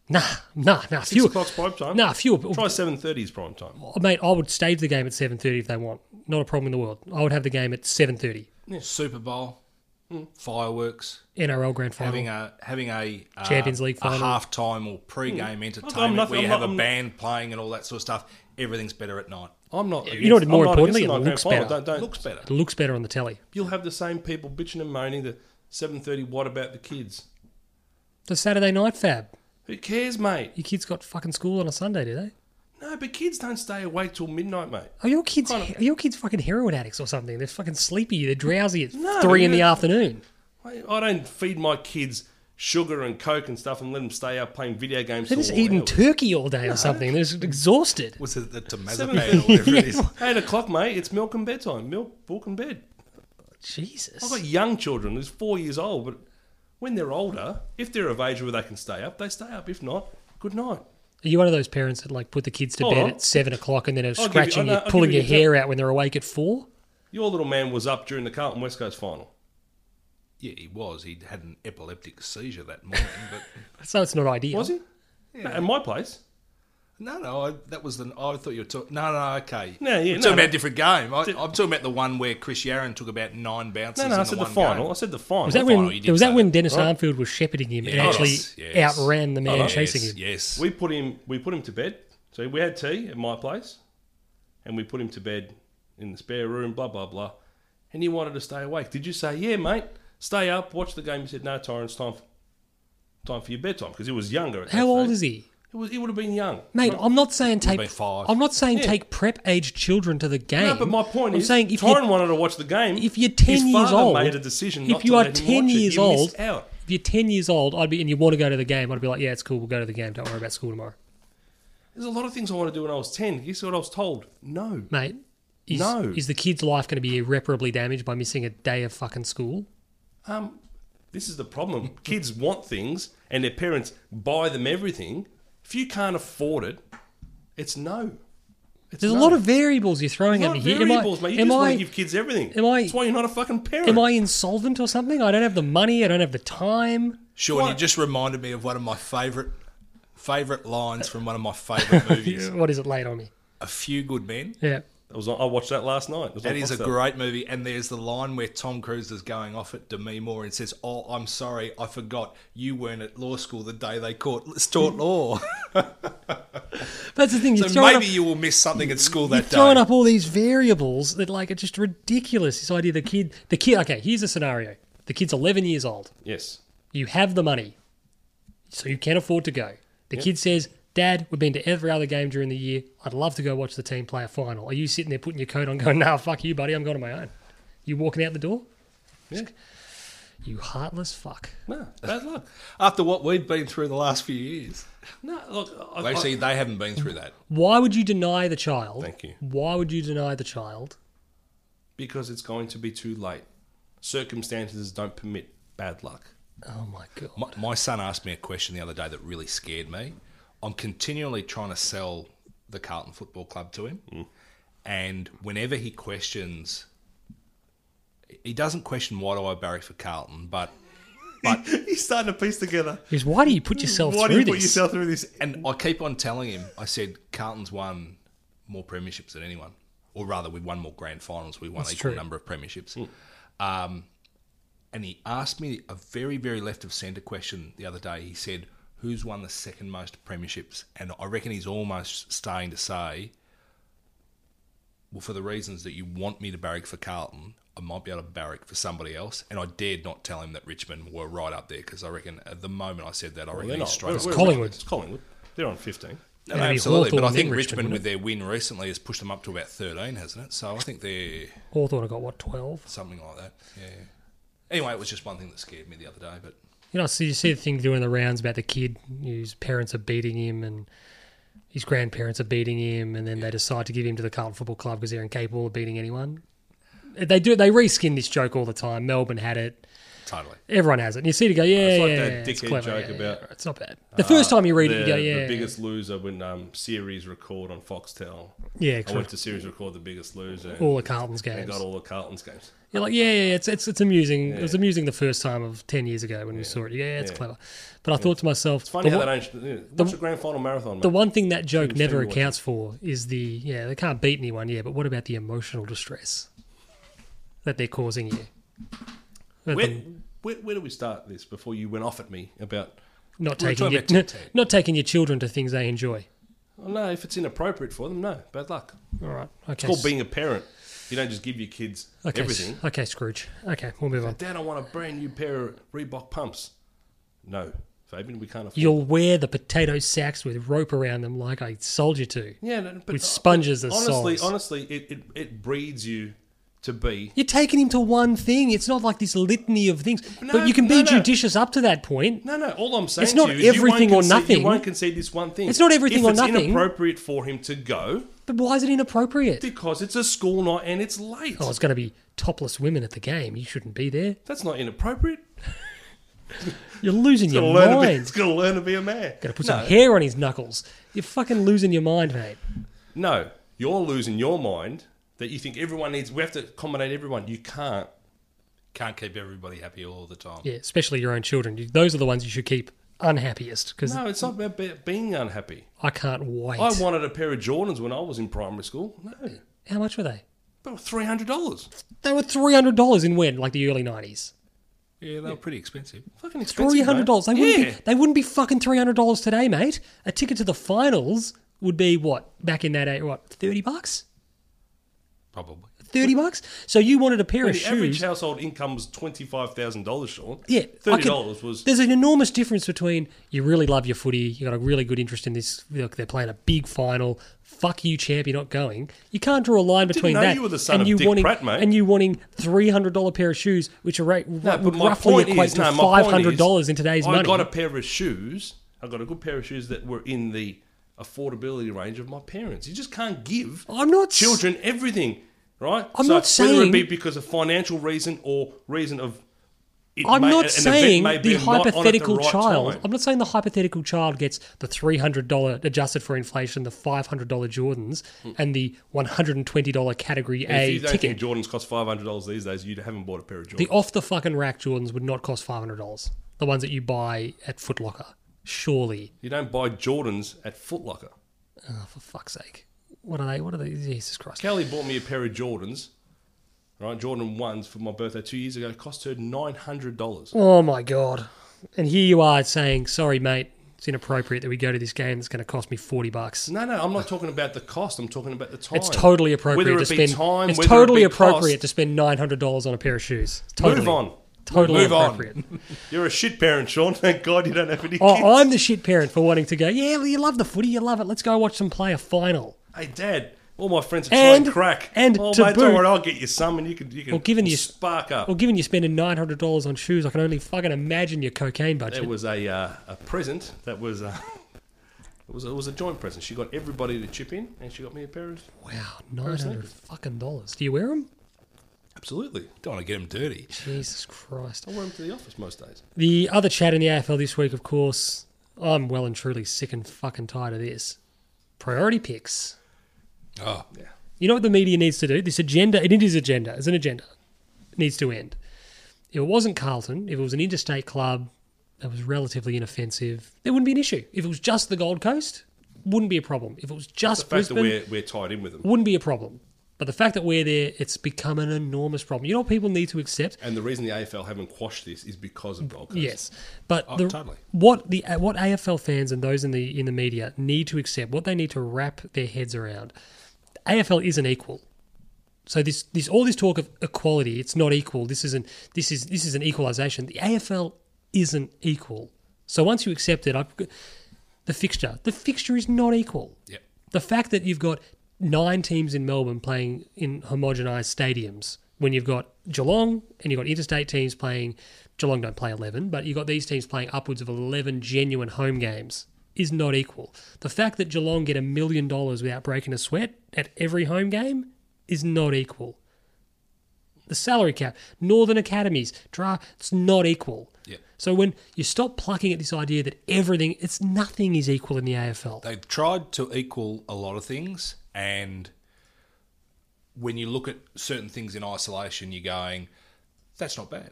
Speaker 3: Nah, nah, nah.
Speaker 1: Six
Speaker 3: Fewer,
Speaker 1: o'clock's prime time.
Speaker 3: nah, fewer.
Speaker 1: Try seven thirty is prime time.
Speaker 3: Oh, mate, I would stage the game at seven thirty if they want. Not a problem in the world. I would have the game at seven thirty.
Speaker 2: Super Bowl,
Speaker 1: Hmm.
Speaker 2: fireworks,
Speaker 3: NRL Grand Final.
Speaker 2: having a having a uh,
Speaker 3: Champions League final.
Speaker 2: a halftime or pre-game entertainment
Speaker 1: nothing-
Speaker 2: where you
Speaker 1: Hmm. I'm
Speaker 2: have
Speaker 1: not- I'm not-
Speaker 2: a band playing and all that sort of stuff. Everything's better at night.
Speaker 1: I'm not.
Speaker 3: you know what,
Speaker 1: against-
Speaker 3: more
Speaker 1: I'm not against
Speaker 3: importantly, it
Speaker 1: the night
Speaker 3: looks
Speaker 1: grand
Speaker 3: better.
Speaker 1: final. Don't, don't,
Speaker 2: Looks better.
Speaker 3: it looks better on the telly.
Speaker 1: You'll have the same people bitching and moaning the seven thirty. What about the kids?
Speaker 3: The Saturday night fab.
Speaker 1: Who cares, mate?
Speaker 3: Your kids got fucking school on a Sunday, do they?
Speaker 1: No, but kids don't stay awake till midnight, mate.
Speaker 3: Are your kids are your kids fucking heroin addicts or something? They're fucking sleepy. They're drowsy at
Speaker 1: No,
Speaker 3: three in the
Speaker 1: you-
Speaker 3: afternoon.
Speaker 1: I, I don't feed my kids sugar and coke and stuff and let them stay up playing video games.
Speaker 3: They're
Speaker 1: till
Speaker 3: just
Speaker 1: all
Speaker 3: eating
Speaker 1: hours.
Speaker 3: turkey all day or something. They're just exhausted.
Speaker 2: Was it the Tamazepam
Speaker 1: Seven-
Speaker 2: or whatever it is?
Speaker 1: Eight o'clock, mate. It's milk and bedtime. Milk, book, and bed. I've
Speaker 3: Jesus.
Speaker 1: got young children who's four years old, but when they're older, if they're of age where they can stay up, they stay up. If not, good night.
Speaker 3: Are you one of those parents that like put the kids to
Speaker 1: Hold
Speaker 3: bed
Speaker 1: on.
Speaker 3: at seven o'clock and then are
Speaker 1: you-
Speaker 3: scratching
Speaker 1: I'll-
Speaker 3: your
Speaker 1: I'll give
Speaker 3: pulling
Speaker 1: you
Speaker 3: your
Speaker 1: an
Speaker 3: hair out when they're awake at four?
Speaker 1: Your little man was up during the Carlton West Coast final.
Speaker 2: Yeah, he was. He had an epileptic seizure that morning. But
Speaker 3: So it's not ideal.
Speaker 1: Was he? No, at my place.
Speaker 2: no, no, I, that was the. I thought you were talking. No, no, okay.
Speaker 1: No, yeah, no,
Speaker 2: I'm talking
Speaker 1: no.
Speaker 2: about a different game. I, I'm talking about the one where Chris Yaron took about nine bounces.
Speaker 1: No,
Speaker 2: in
Speaker 1: no, I
Speaker 2: the
Speaker 1: said the
Speaker 2: one
Speaker 1: final.
Speaker 2: game.
Speaker 1: I said the final.
Speaker 3: Was that
Speaker 2: final,
Speaker 3: when
Speaker 2: you
Speaker 3: it was
Speaker 2: did
Speaker 3: that
Speaker 2: say
Speaker 3: when
Speaker 2: that.
Speaker 3: Dennis
Speaker 1: Right.
Speaker 3: Armfield was shepherding him and
Speaker 2: Yes,
Speaker 3: actually
Speaker 2: yes. Oh,
Speaker 3: outran the man
Speaker 1: Oh,
Speaker 2: Yes,
Speaker 3: chasing him?
Speaker 2: Yes.
Speaker 1: We put him. We put him to bed. So we had tea at my place, and we put him to bed in the spare room. Blah blah blah. And he wanted to stay awake. Did you say, "Yeah, mate, stay up, watch the game"? He said, "No, Tyron, it's time, for, time for your bedtime." Because he was younger. At
Speaker 3: How old is he?
Speaker 1: He, was, he would have been young.
Speaker 3: Mate, I'm not saying
Speaker 2: been
Speaker 3: take.
Speaker 2: five.
Speaker 3: I'm not saying take prep age children to the game.
Speaker 1: No, but my point
Speaker 3: I'm
Speaker 1: is,
Speaker 3: saying if
Speaker 1: Tyron
Speaker 3: you
Speaker 1: wanted to watch the game.
Speaker 3: if you're 10
Speaker 1: his
Speaker 3: years
Speaker 1: father
Speaker 3: old-
Speaker 1: made a decision.
Speaker 3: if
Speaker 1: not
Speaker 3: you
Speaker 1: to
Speaker 3: are
Speaker 1: let him
Speaker 3: 10
Speaker 1: watch it.
Speaker 3: years
Speaker 1: He missed
Speaker 3: old-
Speaker 1: out.
Speaker 3: if you're 10 years old, I'd be and you want to go to the game, I'd be like, yeah, it's cool. We'll go to the game. Don't worry about school tomorrow,
Speaker 1: There's a lot of things I want to do when I was ten. Guess what I was told? No.
Speaker 3: mate. Is,
Speaker 1: No.
Speaker 3: is the kid's life going to be irreparably damaged by missing a day of fucking school?
Speaker 1: Um, this is the problem. Kids want things, and their parents buy them everything. If you can't afford it, it's no. It's
Speaker 3: There's
Speaker 1: no.
Speaker 3: a lot of variables you're throwing
Speaker 1: Not
Speaker 3: at me here. Am I-
Speaker 1: variables, mate. You
Speaker 3: am
Speaker 1: just want
Speaker 3: I
Speaker 1: to give kids everything.
Speaker 3: am I-
Speaker 1: That's why you're not a fucking parent.
Speaker 3: am I insolvent or something? I don't have the money. I don't have the time.
Speaker 2: Sean, you just reminded me of one of my favourite favourite lines from one of my favourite movies,
Speaker 3: What is it laid on me?
Speaker 2: A Few Good Men.
Speaker 3: Yeah.
Speaker 1: I, was on, I watched that last night. It was
Speaker 2: That
Speaker 1: on
Speaker 2: is a
Speaker 1: Foxtel.
Speaker 2: great movie, and there's the line where Tom Cruise is going off at Demi Moore and says, "Oh, I'm sorry, I forgot you weren't at law school the day they caught taught law.
Speaker 3: That's the thing. You're
Speaker 2: so
Speaker 3: throwing
Speaker 2: maybe you will miss something at school
Speaker 3: up,
Speaker 2: that day."
Speaker 3: throwing up all these variables that like are just ridiculous. This idea the kid, the kid. Okay, here's a scenario: the kid's 11 years old.
Speaker 1: Yes.
Speaker 3: You have the money, so you can afford to go. The The kid says, Dad, we've been to every other game during the year. I'd love to go watch the team play a final. Are you sitting there putting your coat on going, nah, fuck you, buddy, I'm going on my own? You walking out the door?
Speaker 1: Yeah.
Speaker 3: You heartless fuck.
Speaker 1: No, bad luck.
Speaker 2: After what we've been through the last few years.
Speaker 1: No, look, I,
Speaker 2: Well,
Speaker 1: I,
Speaker 2: actually, they haven't been through that.
Speaker 3: Why would you deny the child?
Speaker 1: Thank you.
Speaker 3: Why would you deny the child?
Speaker 1: because it's going to be too late. Circumstances don't permit bad luck.
Speaker 3: Oh my god.
Speaker 2: My, my son asked me a question the other day that really scared me. I'm continually trying to sell the Carlton Football Club to him, and whenever he questions, he doesn't question why do I barrack for Carlton, but
Speaker 1: He's starting to piece together.
Speaker 3: Because why do you put yourself
Speaker 1: Why
Speaker 3: through
Speaker 1: do you
Speaker 3: this?
Speaker 1: put yourself through this?
Speaker 2: and I keep on telling him. I said Carlton's won more premierships than anyone, or rather, we've won more grand finals. We won equal
Speaker 3: true.
Speaker 2: number of premierships.
Speaker 1: Hmm.
Speaker 2: Um, and he asked me a very, very left of centre question the other day. He said, "Who's won the second most premierships?" And I reckon he's almost starting to say, "Well, for the reasons that you want me to barrack for Carlton." I might be able to barrack for somebody else, and I dared not tell him that Richmond were right up there because I reckon at the moment I said that, I reckon
Speaker 1: They're
Speaker 2: he's
Speaker 1: not.
Speaker 2: straight.
Speaker 1: We're- we're-
Speaker 3: Collingwood.
Speaker 1: It's Collingwood. They're on 15.
Speaker 2: No,
Speaker 3: It'd
Speaker 2: no,
Speaker 3: be
Speaker 2: absolutely.
Speaker 3: Hawthorn
Speaker 2: But I
Speaker 3: and
Speaker 2: think
Speaker 3: then
Speaker 2: Richmond,
Speaker 3: Richmond,
Speaker 2: with their win recently, has pushed them up to about 13, hasn't it? So I think they're
Speaker 3: Hawthorne have got what, twelve?
Speaker 2: something like that. Yeah. Anyway, it was just one thing that scared me the other day. But
Speaker 3: You know, so you see the thing doing the rounds about the kid whose parents are beating him and his grandparents are beating him, and then they decide to give him to the Carlton Football Club because they're incapable of beating anyone. They do. They reskin this joke all the time. Melbourne had it.
Speaker 2: totally.
Speaker 3: Everyone has it. And you see it, you go, yeah,
Speaker 1: It's like
Speaker 3: yeah,
Speaker 1: that
Speaker 3: yeah, it's
Speaker 1: dickhead
Speaker 3: clever,
Speaker 1: joke
Speaker 3: yeah,
Speaker 1: about,
Speaker 3: yeah, it's not bad. The first time you read
Speaker 1: Uh, the,
Speaker 3: it, you go, yeah,
Speaker 1: the biggest loser when um, series record on Foxtel.
Speaker 3: yeah,
Speaker 1: I
Speaker 3: correct.
Speaker 1: went to series record the biggest loser. And,
Speaker 3: all the Carlton's
Speaker 1: and
Speaker 3: games.
Speaker 1: got all the Carlton's games.
Speaker 3: You're like, yeah, yeah, yeah, it's it's it's amusing. It was amusing the first time of ten years ago when we saw it. Yeah, yeah, it's clever. But I thought to myself,
Speaker 1: It's funny
Speaker 3: the,
Speaker 1: how
Speaker 3: one-
Speaker 1: that ancient. yeah, Watch the, grand final marathon, mate.
Speaker 3: the one thing that joke never
Speaker 1: February.
Speaker 3: accounts for is the yeah they can't beat anyone. Yeah, but what about the emotional distress that they're causing you? That
Speaker 1: where,
Speaker 3: the-
Speaker 1: where, where do we start this before you went off at me about,
Speaker 3: not
Speaker 2: we're
Speaker 3: taking
Speaker 2: talking
Speaker 3: your,
Speaker 2: about
Speaker 3: n-
Speaker 2: TikTok.
Speaker 3: not taking your children to things they enjoy.
Speaker 1: oh, no, if it's inappropriate for them, no, bad luck.
Speaker 3: All right, okay,
Speaker 1: It's called
Speaker 3: s-
Speaker 1: being a parent. You don't just give your kids
Speaker 3: okay, s-
Speaker 1: everything. "Oh,
Speaker 3: okay, Scrooge. Okay, we'll move on.
Speaker 1: Dad, I want a brand new pair of Reebok pumps. No, Fabian, we can't afford.
Speaker 3: You'll wear the potato sacks with rope around them like I sold you to.
Speaker 1: yeah, no, but
Speaker 3: with sponges as
Speaker 1: honestly,
Speaker 3: soles.
Speaker 1: honestly, it, it it breeds you to be.
Speaker 3: You're taking him to one thing. It's not like this litany of things.
Speaker 1: No,
Speaker 3: but you can
Speaker 1: no,
Speaker 3: be
Speaker 1: no.
Speaker 3: judicious up to that point.
Speaker 1: No, no. All I'm saying
Speaker 3: It's not
Speaker 1: to you is
Speaker 3: everything
Speaker 1: you
Speaker 3: or
Speaker 1: won't concede,
Speaker 3: nothing.
Speaker 1: You won't concede this one thing.
Speaker 3: It's not everything
Speaker 1: if
Speaker 3: or
Speaker 1: it's
Speaker 3: nothing.
Speaker 1: inappropriate for him to go
Speaker 3: But why is it inappropriate?
Speaker 1: because it's a school night and it's late.
Speaker 3: oh, it's going to be topless women at the game. You shouldn't be there.
Speaker 1: That's not inappropriate.
Speaker 3: You're losing
Speaker 1: It's
Speaker 3: your
Speaker 1: gonna learn to be.
Speaker 3: mind.
Speaker 1: It's gonna learn to be a man.
Speaker 3: Got to put
Speaker 1: no,
Speaker 3: some hair on his knuckles. You're fucking losing your mind, mate.
Speaker 1: no. You're losing your mind that you think everyone needs. We have to accommodate everyone. You can't.
Speaker 2: Can't keep everybody happy all the time.
Speaker 3: Yeah, especially your own children. You- Those are the ones you should keep unhappiest because
Speaker 1: No, it's not about being unhappy.
Speaker 3: I can't wait.
Speaker 1: I wanted a pair of Jordans when I was in primary school. No,
Speaker 3: How much were they?
Speaker 1: about three hundred dollars.
Speaker 3: They were three hundred dollars in when, like the early nineties.
Speaker 2: Yeah, they were pretty expensive.
Speaker 1: Fucking expensive.
Speaker 3: Three hundred dollars. They
Speaker 1: mate.
Speaker 3: wouldn't
Speaker 1: Yeah.
Speaker 3: be. They wouldn't be fucking three hundred dollars today, mate. A ticket to the finals would be what back in that day? What thirty bucks?
Speaker 2: Probably.
Speaker 3: Thirty bucks. So you wanted a pair of
Speaker 1: The average
Speaker 3: shoes?
Speaker 1: household income was twenty five thousand dollars, Sean.
Speaker 3: Yeah, I
Speaker 1: thirty
Speaker 3: can-
Speaker 1: dollars was.
Speaker 3: There's an enormous difference between you really love your footy, you got a really good interest in this. Look, they're playing a big final. Fuck you, champ. You're not going. You can't draw a line between
Speaker 1: know
Speaker 3: that
Speaker 1: you were the son
Speaker 3: and
Speaker 1: of
Speaker 3: you
Speaker 1: Dick
Speaker 3: wanting
Speaker 1: Pratt, mate.
Speaker 3: and you wanting three hundred dollar pair of shoes, which are rate
Speaker 1: No,
Speaker 3: would
Speaker 1: but my
Speaker 3: roughly
Speaker 1: point
Speaker 3: equate
Speaker 1: is,
Speaker 3: to
Speaker 1: no, my
Speaker 3: five
Speaker 1: point
Speaker 3: hundred dollars
Speaker 1: is,
Speaker 3: in today's
Speaker 1: I
Speaker 3: money.
Speaker 1: got a pair of shoes. I got a good pair of shoes that were in the affordability range of my parents. You just can't give
Speaker 3: I'm not s-
Speaker 1: children everything, right?
Speaker 3: Oh, I'm not
Speaker 1: whether
Speaker 3: saying-
Speaker 1: it be because of financial reason or reason of. it
Speaker 3: I'm
Speaker 1: may- an
Speaker 3: not
Speaker 1: event
Speaker 3: saying
Speaker 1: may be
Speaker 3: the
Speaker 1: not on at the
Speaker 3: hypothetical
Speaker 1: right
Speaker 3: child.
Speaker 1: time.
Speaker 3: I'm not saying the hypothetical child gets the three hundred dollar adjusted for inflation, the five hundred dollar Jordans, and the one hundred and twenty dollar category
Speaker 1: Hmm. If
Speaker 3: A
Speaker 1: you don't think
Speaker 3: ticket.
Speaker 1: Jordans cost five hundred dollars these days, you haven't bought a pair of Jordans.
Speaker 3: the off the fucking rack Jordans would not cost five hundred dollars. The ones that you buy at Foot Locker, surely.
Speaker 1: you don't buy Jordans at Foot Locker.
Speaker 3: Oh, for fuck's sake, what are they? What are they? Jesus Christ!
Speaker 1: Kelly bought me a pair of Jordans, right? Jordan ones for my birthday two years ago. Cost her nine hundred dollars.
Speaker 3: Oh my god! And here you are saying, "Sorry, mate, it's inappropriate that we go to this game. That's going to cost me forty bucks."
Speaker 1: No, no, I'm not talking about the cost. I'm talking about the time.
Speaker 3: It's totally appropriate
Speaker 1: Whether it
Speaker 3: to
Speaker 1: be
Speaker 3: spend.
Speaker 1: time,
Speaker 3: it's
Speaker 1: whether it
Speaker 3: totally
Speaker 1: be
Speaker 3: appropriate
Speaker 1: cost.
Speaker 3: to spend nine hundred dollars on a pair of shoes. Totally.
Speaker 1: Move on.
Speaker 3: Totally
Speaker 2: Move on.
Speaker 3: appropriate.
Speaker 1: You're a shit parent, Sean. Thank God you don't have any kids.
Speaker 3: Oh, I'm the shit parent for wanting to go. Yeah, well, you love the footy, you love it. Let's go watch them play a final.
Speaker 1: Hey, Dad, all my friends are
Speaker 3: oh. And-
Speaker 1: trying crack.
Speaker 3: and
Speaker 1: oh,
Speaker 3: to
Speaker 1: mate,
Speaker 3: boot-
Speaker 1: don't worry, I'll get you some, and you can you can
Speaker 3: Well, given you-
Speaker 1: spark up.
Speaker 3: Well, given you're spending nine hundred dollars on shoes, I can only fucking imagine your cocaine budget.
Speaker 1: It was a uh, a present that was uh, it was it was a joint present. She got everybody to chip in, and she got me a pair of
Speaker 3: wow, nine hundred fucking dollars. Do you wear them?
Speaker 1: absolutely.
Speaker 2: Don't want to get them dirty.
Speaker 3: Jesus Christ.
Speaker 1: I wear them to the office most days.
Speaker 3: The other chat in the AFL this week, of course, I'm well and truly sick and fucking tired of this. Priority picks.
Speaker 2: Oh,
Speaker 1: Yeah,
Speaker 3: You know what the media needs to do? This agenda, it is agenda, it's an agenda, It needs to end. If it wasn't Carlton, if it was an interstate club that was relatively inoffensive, there wouldn't be an issue. If it was just the Gold Coast, wouldn't be a problem. If it was just
Speaker 1: the fact that
Speaker 3: Brisbane,
Speaker 1: we're we're tied in with them,
Speaker 3: wouldn't be a problem. But the fact that we're there, it's become an enormous problem. You know what people need to accept?
Speaker 1: and the reason the AFL haven't quashed this is because of Gold Coast.
Speaker 3: Yes, but the,
Speaker 2: totally.
Speaker 3: what the uh, what AFL fans and those in the in the media need to accept, what they need to wrap their heads around, AFL isn't equal. So this this all this talk of equality, it's not equal. This isn't this is this is an equalisation. The AFL isn't equal. So once you accept it, I, the fixture the fixture is not equal.
Speaker 2: Yep.
Speaker 3: The fact that you've got nine teams in Melbourne playing in homogenised stadiums when you've got Geelong and you've got interstate teams playing, Geelong don't play 11, but you've got these teams playing upwards of 11 genuine home games is not equal. The fact that Geelong get a million dollars without breaking a sweat at every home game is not equal. The salary cap, Northern Academies, draft, it's not equal.
Speaker 2: Yeah.
Speaker 3: So when you stop plucking at this idea that everything, it's nothing is equal in the AFL.
Speaker 2: they've tried to equal a lot of things, and when you look at certain things in isolation, you're going, "That's not bad."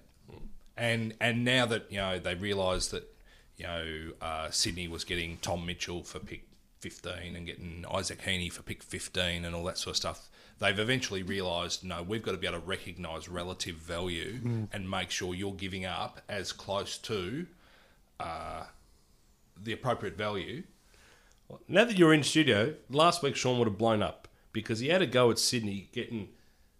Speaker 2: And and now that you know they realise that you know uh, Sydney was getting Tom Mitchell for pick 15 and getting Isaac Heaney for pick 15 and all that sort of stuff, they've eventually realised, no, we've got to be able to recognise relative value and make sure you're giving up as close to. Uh, the appropriate value
Speaker 1: Now that you're in studio, last week Sean would have blown up because he had a go at Sydney getting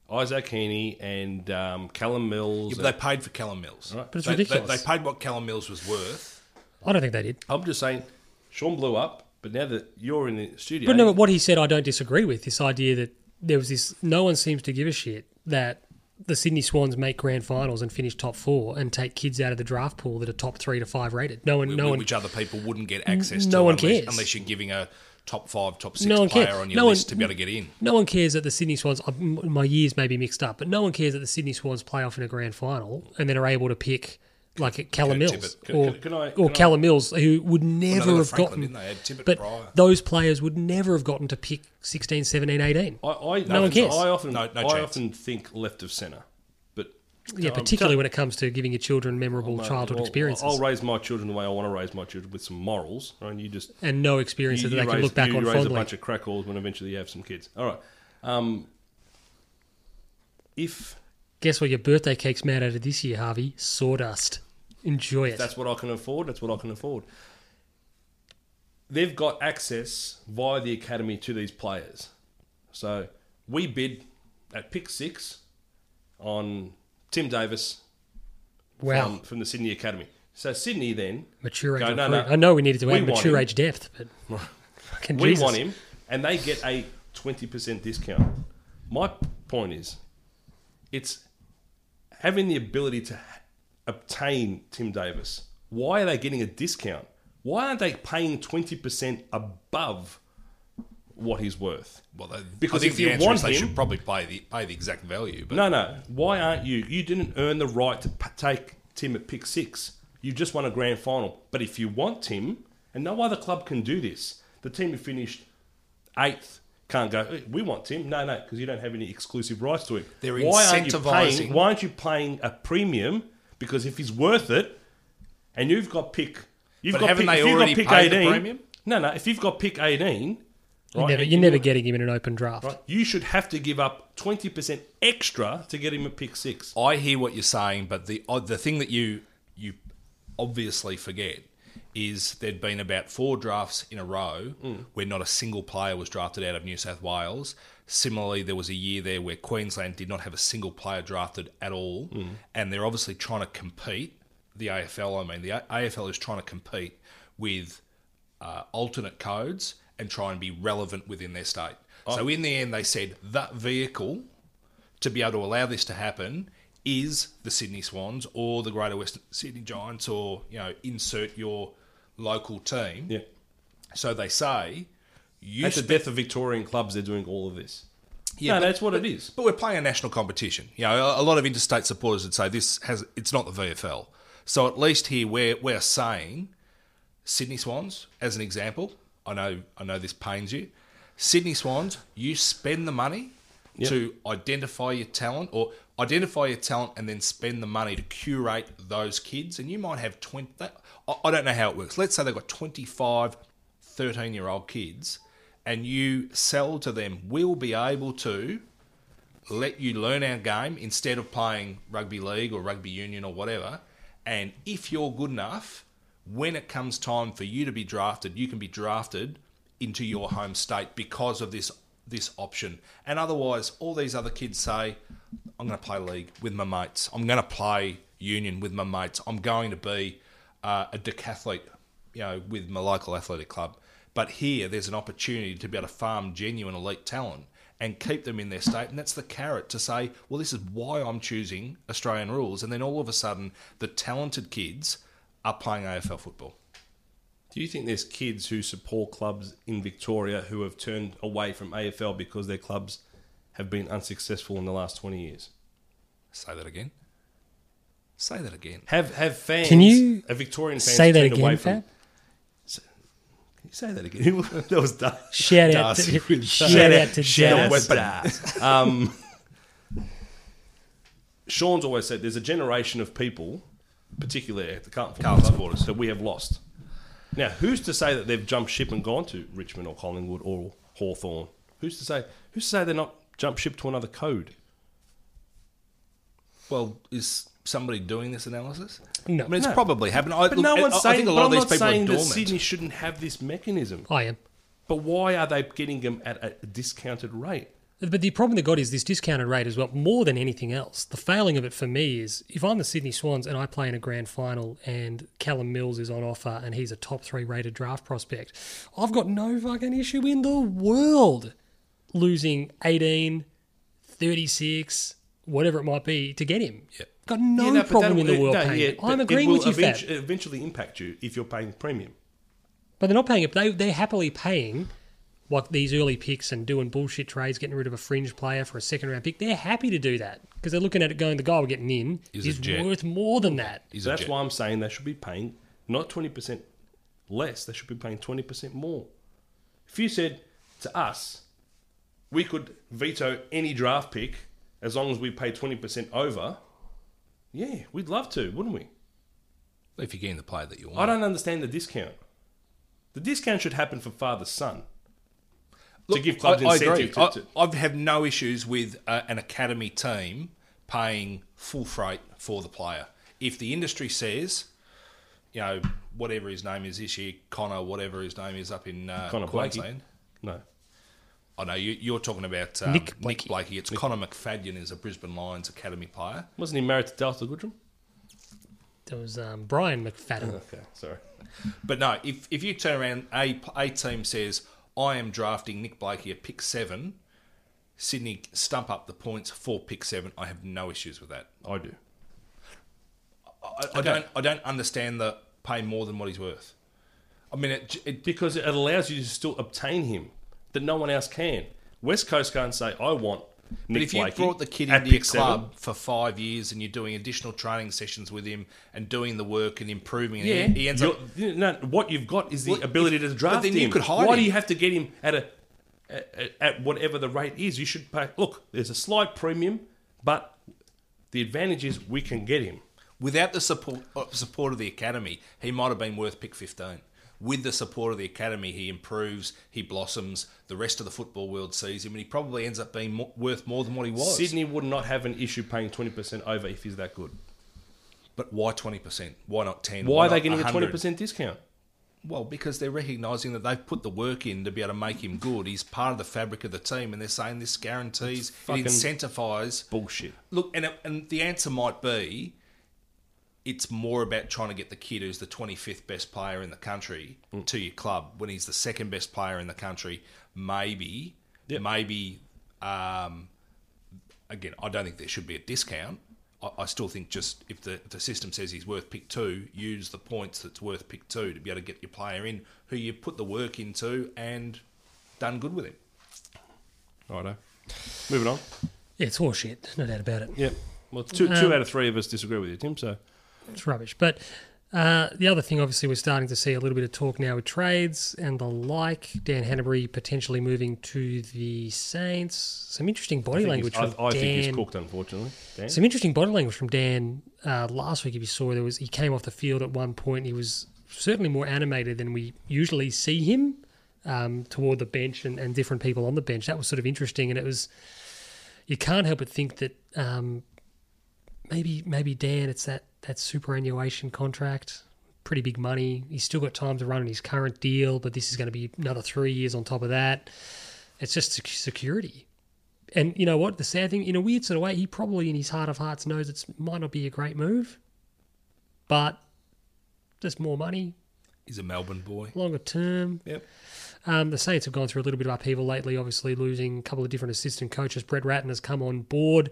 Speaker 1: Isaac Heaney and um, Callum Mills.
Speaker 2: Yeah, but they paid for Callum Mills.
Speaker 3: But it's
Speaker 2: They- they-
Speaker 3: ridiculous.
Speaker 2: They, paid what Callum Mills was worth.
Speaker 3: I don't think they did.
Speaker 1: I'm just saying, Sean blew up, but now that you're in the studio,
Speaker 3: But no, what he said, I don't disagree with this idea that there was this. No one seems to give a shit that the Sydney Swans make grand finals and finish top four and take kids out of the draft pool that are top three to five rated. No one, no
Speaker 2: wh-
Speaker 3: one,
Speaker 2: which other people wouldn't get access to.
Speaker 3: no one
Speaker 2: unless,
Speaker 3: cares.
Speaker 2: unless you're giving a top five, top six
Speaker 3: No one
Speaker 2: player
Speaker 3: cares.
Speaker 2: on your
Speaker 3: No one-
Speaker 2: list to be able to get in.
Speaker 3: no one cares that the Sydney Swans. uh, m- My years may be mixed up, but no one cares that the Sydney Swans play off in a grand final and then are able to pick like
Speaker 2: Kurt
Speaker 3: Callum Mills
Speaker 2: Tippett. Can-
Speaker 3: or,
Speaker 1: can- can I-
Speaker 3: or
Speaker 1: can I-
Speaker 3: Callum Mills, who would
Speaker 2: No,
Speaker 3: never
Speaker 2: they got
Speaker 3: have
Speaker 2: Franklin,
Speaker 3: gotten.
Speaker 2: didn't they? They had Tippett
Speaker 3: but
Speaker 2: Pryor.
Speaker 3: those players would never have gotten to pick 16, 17, 18.
Speaker 1: I, I,
Speaker 3: No one cares.
Speaker 1: I often,
Speaker 2: No- no
Speaker 1: I
Speaker 2: chance.
Speaker 1: often think left of centre, but
Speaker 3: yeah,
Speaker 1: I'm
Speaker 3: particularly
Speaker 1: tell-
Speaker 3: when it comes to giving your children memorable
Speaker 1: Um,
Speaker 3: childhood
Speaker 1: I'll-
Speaker 3: experiences.
Speaker 1: I'll raise my children the way I want to raise my children with some morals, right? and you just
Speaker 3: and no
Speaker 1: you,
Speaker 3: experiences
Speaker 1: you
Speaker 3: that they
Speaker 1: raise,
Speaker 3: can look back
Speaker 1: you
Speaker 3: on
Speaker 1: raise a
Speaker 3: fondly.
Speaker 1: bunch of crackles when eventually you have some kids. All right, um, if
Speaker 3: Guess what your birthday cake's made out of this year, Harvey? Sawdust. Enjoy it.
Speaker 1: That's what I can afford. That's what I can afford. They've got access via the academy to these players. So we bid at pick six on Tim Davis
Speaker 3: wow.
Speaker 1: from, from the Sydney Academy. So Sydney then
Speaker 3: mature age.
Speaker 1: Go, no,
Speaker 3: recruit.
Speaker 1: no.
Speaker 3: I know we needed to
Speaker 1: We
Speaker 3: add
Speaker 1: want
Speaker 3: mature
Speaker 1: him.
Speaker 3: age depth, but fucking
Speaker 1: we
Speaker 3: Jesus.
Speaker 1: want him and they get a 20% discount. My point is it's having the ability to ha- obtain Tim Davis. Why are they getting a discount? Why aren't they paying 20% above what he's worth?
Speaker 2: Well, they,
Speaker 1: Because
Speaker 2: I think
Speaker 1: if
Speaker 2: the
Speaker 1: you
Speaker 2: answer
Speaker 1: want
Speaker 2: is they
Speaker 1: him-
Speaker 2: should probably pay the pay the exact value. But
Speaker 1: No, no. Why aren't you? You didn't earn the right to p- take Tim at pick six. You just won a grand final. But if you want Tim, and no other club can do this, the team who finished eighth can't go. "Hey, We want Tim. No, no, because you don't have any exclusive rights to him.
Speaker 2: They're
Speaker 1: you
Speaker 2: incentivising-
Speaker 1: paying? Why aren't you paying a premium? Because if he's worth it, and you've got pick, you've
Speaker 2: But
Speaker 1: got
Speaker 2: haven't
Speaker 1: pick,
Speaker 2: they
Speaker 1: if you've
Speaker 2: already
Speaker 1: got pick
Speaker 2: paid the
Speaker 1: eighteen.
Speaker 2: premium?
Speaker 1: No, no. If you've got pick eighteen,
Speaker 3: You're
Speaker 1: right,
Speaker 3: never,
Speaker 1: and
Speaker 3: you're
Speaker 1: you-
Speaker 3: never getting him in an open draft.
Speaker 1: you should have to give up twenty percent extra to get him at pick six.
Speaker 2: I hear what you're saying, but the uh, the thing that you you obviously forget is there'd been about four drafts in a row where not a single player was drafted out of New South Wales. Similarly, there was a year there where Queensland did not have a single player drafted at all, and they're obviously trying to compete. The AFL, I mean, the A- AFL is trying to compete with uh, alternate codes and try and be relevant within their state. So in the end, they said that vehicle to be able to allow this to happen is the Sydney Swans or the Greater Western Sydney Giants or you know insert your local team.
Speaker 1: Yeah.
Speaker 2: So they say you
Speaker 1: At the
Speaker 2: sp-
Speaker 1: death of Victorian clubs, they're doing all of this.
Speaker 2: Yeah,
Speaker 1: no,
Speaker 2: but-
Speaker 1: that's what it is.
Speaker 2: but we're playing a national competition. You know, a- a lot of interstate supporters would say this has it's not the VFL. So at least here we're we're saying Sydney Swans as an example. I know I know this pains you. Sydney Swans, you spend the money to identify your talent or identify your talent and then spend the money to curate those kids and you might have 20 that- I I don't know how it works. Let's say they've got 25 13 year old kids and you sell to them we'll be able to let you learn our game instead of playing rugby league or rugby union or whatever. And if you're good enough, when it comes time for you to be drafted, you can be drafted into your home state because of this this option. And otherwise, all these other kids say, "I'm going to play league with my mates. I'm going to play union with my mates. I'm going to be uh, a decathlete, you know, with my local athletic club." But here, there's an opportunity to be able to farm genuine elite talent and keep them in their state. And that's the carrot to say, well, this is why I'm choosing Australian rules. And then all of a sudden, the talented kids are playing AFL football.
Speaker 1: Do you think there's kids who support clubs in Victoria who have turned away from AFL because their clubs have been unsuccessful in the last 20 years?
Speaker 2: Say that again. Say that again.
Speaker 1: Have have fans
Speaker 3: Can you
Speaker 1: a Victorian fans
Speaker 3: Say that
Speaker 1: turned away
Speaker 3: again,
Speaker 1: from
Speaker 3: Fab.
Speaker 1: Can you say that again? that was done.
Speaker 3: Shout out
Speaker 2: Darcy
Speaker 3: to
Speaker 2: with
Speaker 3: shout out to
Speaker 1: Shout
Speaker 3: Darcy.
Speaker 1: out to Dar. Um, Sean's always said there's a generation of people, particularly at the Carlton, Football
Speaker 2: Carlton
Speaker 1: Club, that we have lost. Now, who's to say that they've jumped ship and gone to Richmond or Collingwood or Hawthorn? Who's to say? Who's to say they're not jumped ship to another code?
Speaker 2: Well, is somebody doing this analysis?
Speaker 3: No.
Speaker 2: I mean, it's
Speaker 1: No.
Speaker 2: probably happened. I,
Speaker 1: But no one's
Speaker 2: I,
Speaker 1: saying.
Speaker 2: I think a
Speaker 1: but
Speaker 2: lot
Speaker 1: I'm
Speaker 2: of these
Speaker 1: not
Speaker 2: people
Speaker 1: saying
Speaker 2: are
Speaker 1: that
Speaker 2: dormant.
Speaker 1: Sydney shouldn't have this mechanism.
Speaker 3: I am.
Speaker 1: But why are they getting them at a discounted rate?
Speaker 3: But the problem they got is this discounted rate as well, more than anything else. The failing of it for me is if I'm the Sydney Swans and I play in a grand final and Callum Mills is on offer and he's a top three rated draft prospect, I've got no fucking issue in the world losing 18, 36, whatever it might be to get him.
Speaker 2: Yep.
Speaker 3: Got no
Speaker 1: Yeah, no, but
Speaker 3: problem
Speaker 1: that'll-
Speaker 3: in the world
Speaker 1: no,
Speaker 3: paying
Speaker 1: yeah,
Speaker 3: it. I'm
Speaker 1: but
Speaker 3: agreeing
Speaker 1: it will
Speaker 3: with you, Fab.
Speaker 1: eventu- eventually impact you if you're paying premium.
Speaker 3: But they're not paying it. They, they're happily paying like these early picks and doing bullshit trades, getting rid of a fringe player for a second round pick. They're happy to do that because they're looking at it going, the guy we're getting in
Speaker 2: Is
Speaker 3: is,
Speaker 2: a jet.
Speaker 3: worth more than that.
Speaker 2: He's
Speaker 1: So
Speaker 2: a
Speaker 1: that's
Speaker 2: jet.
Speaker 1: why I'm saying they should be paying not 20% less, they should be paying 20% more. If you said to us, we could veto any draft pick as long as we pay 20% over, yeah, we'd love to, wouldn't we?
Speaker 2: If you're getting the player that you
Speaker 1: I
Speaker 2: want.
Speaker 1: don't understand the discount. The discount should happen for father son. to give clubs incentive
Speaker 2: I,
Speaker 1: to, to,
Speaker 2: I, I have no issues with uh, an academy team paying full freight for the player. If the industry says, you know, whatever his name is this year, Connor, whatever his name is up in uh,
Speaker 1: Connor Blakey.
Speaker 2: Queensland.
Speaker 1: No.
Speaker 2: I know you, you're talking about um,
Speaker 3: Nick
Speaker 2: Nick,
Speaker 3: Blakey.
Speaker 2: Blakey. It's Connor McFadden is a Brisbane Lions academy player.
Speaker 1: Wasn't he married to Delta Goodrum?
Speaker 3: There was um, Brian McFadden.
Speaker 1: Okay, sorry.
Speaker 2: But no, if if you turn around, a a team says I am drafting Nick Blakey at pick seven. Sydney stump up the points for pick seven. I have no issues with that.
Speaker 1: I do.
Speaker 2: I, I don't. I don't understand the pay more than what he's worth. I mean, it, it,
Speaker 1: because it allows you to still obtain him that no one else can. West Coast can't say, "I want." Nick
Speaker 2: but if you
Speaker 1: Blakey
Speaker 2: brought the kid
Speaker 1: at
Speaker 2: into your
Speaker 1: pick seven."
Speaker 2: club for five years and you're doing additional training sessions with him and doing the work and improving, and
Speaker 1: yeah,
Speaker 2: he, he ends up.
Speaker 1: you're- no, what you've got is the
Speaker 2: Well,
Speaker 1: ability
Speaker 2: if-
Speaker 1: to
Speaker 2: but
Speaker 1: draft
Speaker 2: then you
Speaker 1: him.
Speaker 2: could hide
Speaker 1: Why do
Speaker 2: him.
Speaker 1: you have to get him at a at, at whatever the rate is? You should pay. Look, there's a slight premium, but the advantage is we can get him.
Speaker 2: Without the support uh, support of the academy, he might have been worth pick fifteen. With the support of the academy, he improves, he blossoms. The rest of the football world sees him, and he probably ends up being mo worth more than what he was.
Speaker 1: Sydney would not have an issue paying twenty percent over if he's that good.
Speaker 2: But why twenty percent? Why not ten?
Speaker 1: Why are they
Speaker 2: not
Speaker 1: getting a
Speaker 2: 100?
Speaker 1: twenty percent discount?
Speaker 2: Well, because they're recognising that they've put the work in to be able to make him good. He's part of the fabric of the team, and they're saying this guarantees,
Speaker 1: fucking-
Speaker 2: it incentivises.
Speaker 1: Bullshit.
Speaker 2: Look, and, it, and the answer might be it's more about trying to get the kid who's the 25th best player in the country
Speaker 1: Mm.
Speaker 2: to your club when he's the second best player in the country. Maybe, maybe, um, again, I don't think there should be a discount. I, I still think just if the, if the system says he's worth pick two, use the points that's worth pick two to be able to get your player in who you put the work into and done good with him.
Speaker 1: Righto. Moving on.
Speaker 3: Yeah, it's horseshit, no doubt about it.
Speaker 1: Yep. Well, two
Speaker 3: Um,
Speaker 1: two out of three of us disagree with you, Tim. So
Speaker 3: It's rubbish. But uh, the other thing, obviously, we're starting to see a little bit of talk now with trades and the like. Dan Hanbury potentially moving to the Saints. Some interesting body language
Speaker 1: I,
Speaker 3: from
Speaker 1: think he's- I, I
Speaker 3: Dan.
Speaker 1: think he's cooked, unfortunately. Dan?
Speaker 3: Some interesting body language from Dan uh, last week. If you saw, there was he came off the field at one point. He was certainly more animated than we usually see him um, toward the bench and, and different people on the bench. That was sort of interesting, and it was you can't help but think that um, maybe maybe Dan, it's that that superannuation contract, pretty big money. He's still got time to run on his current deal, but this is going to be another three years on top of that. It's just sec- security. And you know what? The sad thing, in a weird sort of way, he probably in his heart of hearts knows it might not be a great move, but just more money,
Speaker 2: He's a Melbourne boy.
Speaker 3: longer term.
Speaker 2: Yep.
Speaker 3: Um, the Saints have gone through a little bit of upheaval lately, obviously losing a couple of different assistant coaches. Brett Ratton has come on board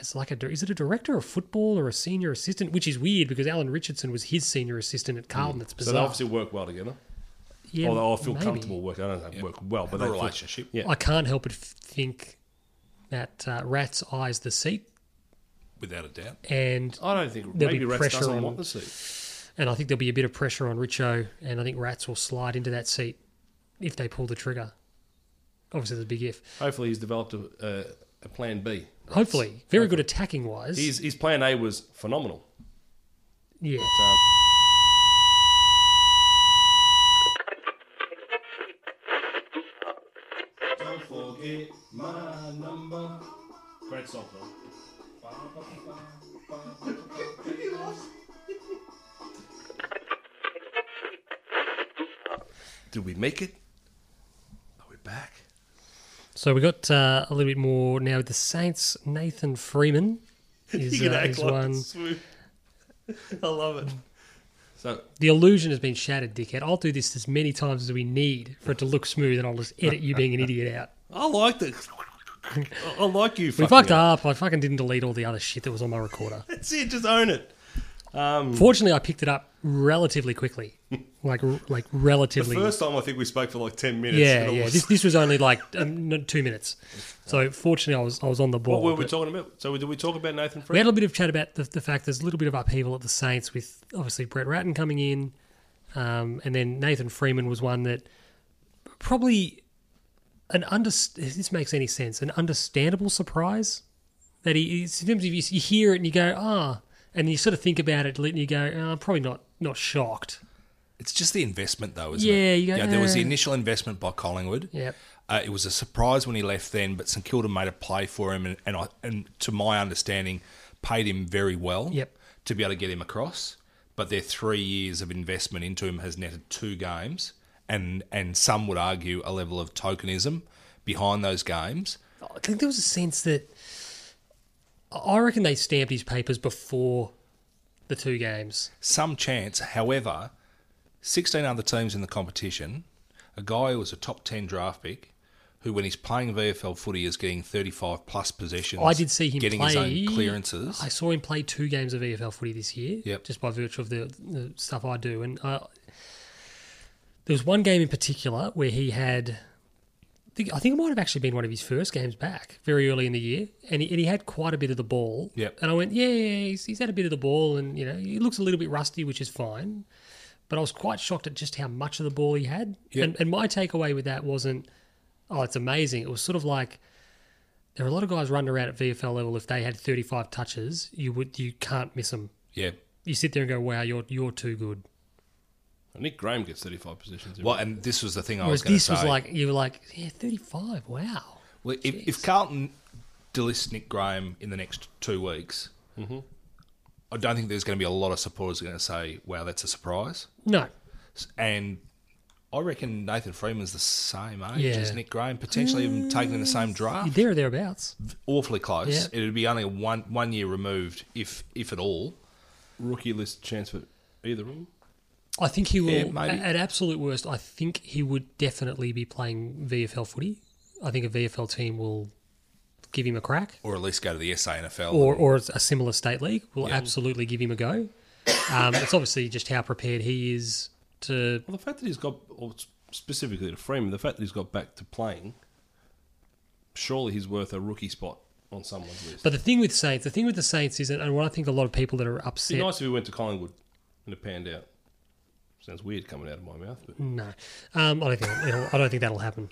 Speaker 3: as like a dir- is it a director of football or a senior assistant, which is weird because Alan Richardson was his senior assistant at Carlton. That's
Speaker 1: Mm. So they
Speaker 3: bizarre.
Speaker 1: obviously work well together.
Speaker 3: yeah,
Speaker 1: Although I feel
Speaker 3: maybe.
Speaker 1: comfortable working. I don't know if they work well, but
Speaker 2: The
Speaker 1: they feel-
Speaker 2: relationship.
Speaker 1: yeah.
Speaker 3: I can't help but f- think that uh, Rat's eyes the seat,
Speaker 2: Without a doubt.
Speaker 3: and
Speaker 1: I don't think
Speaker 3: There'll
Speaker 1: maybe
Speaker 3: be
Speaker 1: Rex
Speaker 3: pressure
Speaker 1: doesn't
Speaker 3: on-
Speaker 1: want the seat.
Speaker 3: And I think there'll be a bit of pressure on Richo, and I think Rats will slide into that seat if they pull the trigger. Obviously, there's a big if.
Speaker 1: Hopefully, he's developed a, a, a plan B.
Speaker 3: Hopefully, very good attacking wise.
Speaker 1: His, his plan A was phenomenal.
Speaker 3: yeah.
Speaker 1: um,
Speaker 4: Don't forget my number.
Speaker 1: Great song, though. Did we make it? Are we back?
Speaker 3: So we got uh, a little bit more now with the Saints. Nathan Freeman is, uh, is one.
Speaker 1: I love it. So
Speaker 3: The illusion has been shattered, dickhead. I'll do this as many times as we need for it to look smooth, and I'll just edit you being an idiot out.
Speaker 1: I like the. I- I like you.
Speaker 3: We
Speaker 1: fucking
Speaker 3: fucked
Speaker 1: up.
Speaker 3: up. I fucking didn't delete all the other shit that was on my recorder.
Speaker 1: That's it. Just own it.
Speaker 3: Fortunately, I picked it up relatively quickly, like like relatively.
Speaker 4: First time I think we spoke for like 10 minutes.
Speaker 3: Yeah,
Speaker 4: and all
Speaker 3: yeah.
Speaker 4: of a
Speaker 3: This, this was only like um, n- two minutes, so fortunately I was I was on the ball.
Speaker 1: What were we
Speaker 3: but
Speaker 1: talking about? So did we talk about Nathan
Speaker 3: we
Speaker 1: Freeman?
Speaker 3: had a little bit of chat about the, the fact there's a little bit of upheaval at the Saints with obviously Brett Ratton coming in, um, and then Nathan Freeman was one that probably an under if this makes any sense an understandable surprise that he he- sometimes if you, you hear it and you go ah and you sort of think about it and you go oh, I'm probably not not shocked
Speaker 2: It's just the investment, though, isn't
Speaker 3: Yeah,
Speaker 2: it?
Speaker 3: you go,
Speaker 2: know, there was the
Speaker 3: "Eh."
Speaker 2: initial investment by Collingwood.
Speaker 3: Yep.
Speaker 2: Uh, it was a surprise when he left then, but St Kilda made a play for him, and, and, I, and to my understanding, paid him very well
Speaker 3: Yep.
Speaker 2: to be able to get him across. But their three years of investment into him has netted two games, and, and some would argue a level of tokenism behind those games.
Speaker 3: I think there was a sense that I reckon they stamped his papers before the two games.
Speaker 2: some chance. However, 16 other teams in the competition, a guy who was a top 10 draft pick, who when he's playing VFL footy is getting 35 plus possessions.
Speaker 3: I did see him
Speaker 2: getting
Speaker 3: play
Speaker 2: his own clearances.
Speaker 3: I saw him play two games of EFL footy this year,
Speaker 2: Yep.
Speaker 3: just by virtue of the, the stuff I do. And I, there was one game in particular where he had, I think, I think it might have actually been one of his first games back, very early in the year, and he, and he had quite a bit of the ball.
Speaker 2: Yep.
Speaker 3: And I went, yeah, yeah, yeah, he's, he's had a bit of the ball, and you know, he looks a little bit rusty, which is fine. But I was quite shocked at just how much of the ball he had.
Speaker 2: Yep.
Speaker 3: And, and my takeaway with that wasn't, oh, it's amazing. It was sort of like there are a lot of guys running around at VFL level. If they had 35 touches, you would you can't miss them.
Speaker 2: yeah.
Speaker 3: You sit there and go, "Wow, you're you're too good."
Speaker 1: Nick Graham gets thirty-five positions.
Speaker 2: Well, and this was the thing I was
Speaker 3: Whereas
Speaker 2: going to
Speaker 3: this
Speaker 2: say.
Speaker 3: was like you were like, "Yeah, 35. Wow."
Speaker 2: Well, if, if Carlton delists Nick Graham in the next two weeks, I don't think there's going to be a lot of supporters who are going to say, wow, that's a surprise.
Speaker 3: No,
Speaker 2: And I reckon Nathan Freeman's the same age
Speaker 3: Yeah.
Speaker 2: as Nick Graham, potentially even taking the same draft.
Speaker 3: There or thereabouts.
Speaker 2: Awfully close.
Speaker 3: Yeah.
Speaker 2: It would be only one one year removed, if if at all.
Speaker 1: Rookie list chance for either of them.
Speaker 3: I think he will.
Speaker 2: Yeah, maybe.
Speaker 3: a- At absolute worst, I think he would definitely be playing VFL footy. I think a VFL team will give him a crack,
Speaker 2: Or at least go to the SANFL.
Speaker 3: or or a similar state league will absolutely give him a go. Um, it's obviously just how prepared he is to.
Speaker 1: Well, the fact that he's got, or s- specifically to Freeman, the fact that he's got back to playing, surely he's worth a rookie spot on someone's list.
Speaker 3: But the thing with Saints, the thing with the Saints is, and what I think a lot of people that are
Speaker 1: It'd
Speaker 3: upset.
Speaker 1: be nice if he went to Collingwood and it panned out. Sounds weird coming out of my mouth, but
Speaker 3: No, um, I don't think it'll, I don't think that'll happen.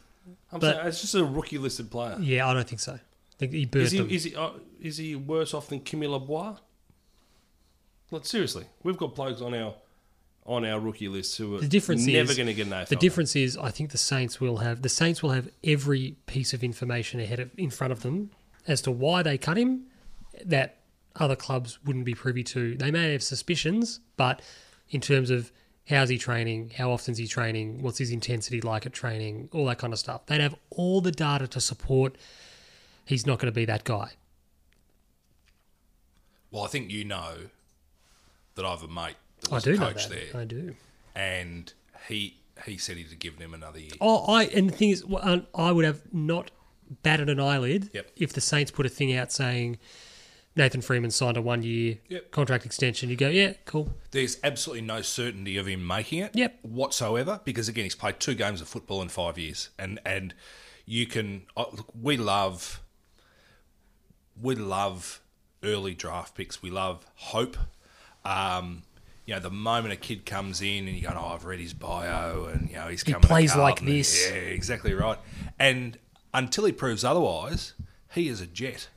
Speaker 1: I'm
Speaker 3: But-
Speaker 1: saying it's just a rookie listed player.
Speaker 3: Yeah, I don't think so. I think he burst
Speaker 1: Is he
Speaker 3: them.
Speaker 1: is he uh, is he worse off than Kimi Labois? Like seriously, we've got blokes on our on our rookie list who are
Speaker 3: The difference
Speaker 1: never
Speaker 3: is-
Speaker 1: going to get an AFL.
Speaker 3: The difference is, I think the Saints will have the Saints will have every piece of information ahead of, in front of them as to why they cut him that other clubs wouldn't be privy to. They may have suspicions, but in terms of how's he training, how often's he training, what's his intensity like at training, all that kind of stuff, they'd have all the data to support. He's not going to be that guy.
Speaker 2: Well, I think you know that I have a mate that
Speaker 3: I
Speaker 2: was
Speaker 3: do
Speaker 2: a
Speaker 3: know
Speaker 2: coach
Speaker 3: that.
Speaker 2: there,
Speaker 3: I do.
Speaker 2: and he he said he'd given him another year.
Speaker 3: Oh, I and the thing is, well, um, I would have not batted an eyelid
Speaker 2: Yep.
Speaker 3: if the Saints put a thing out saying Nathan Freeman signed a one-year
Speaker 2: Yep.
Speaker 3: contract extension. You go, yeah, cool.
Speaker 2: There's absolutely no certainty of him making it.
Speaker 3: Yep.
Speaker 2: Whatsoever, because again, he's played two games of football in five years, and and you can I- look. We love, we love early draft picks. We love hope. Um, you know, the moment a kid comes in and you go, "Oh, I've read his bio," and you know he's coming. to
Speaker 3: plays like
Speaker 2: Carlton," and-
Speaker 3: this.
Speaker 2: Yeah, exactly right. And until he proves otherwise, he is a jet.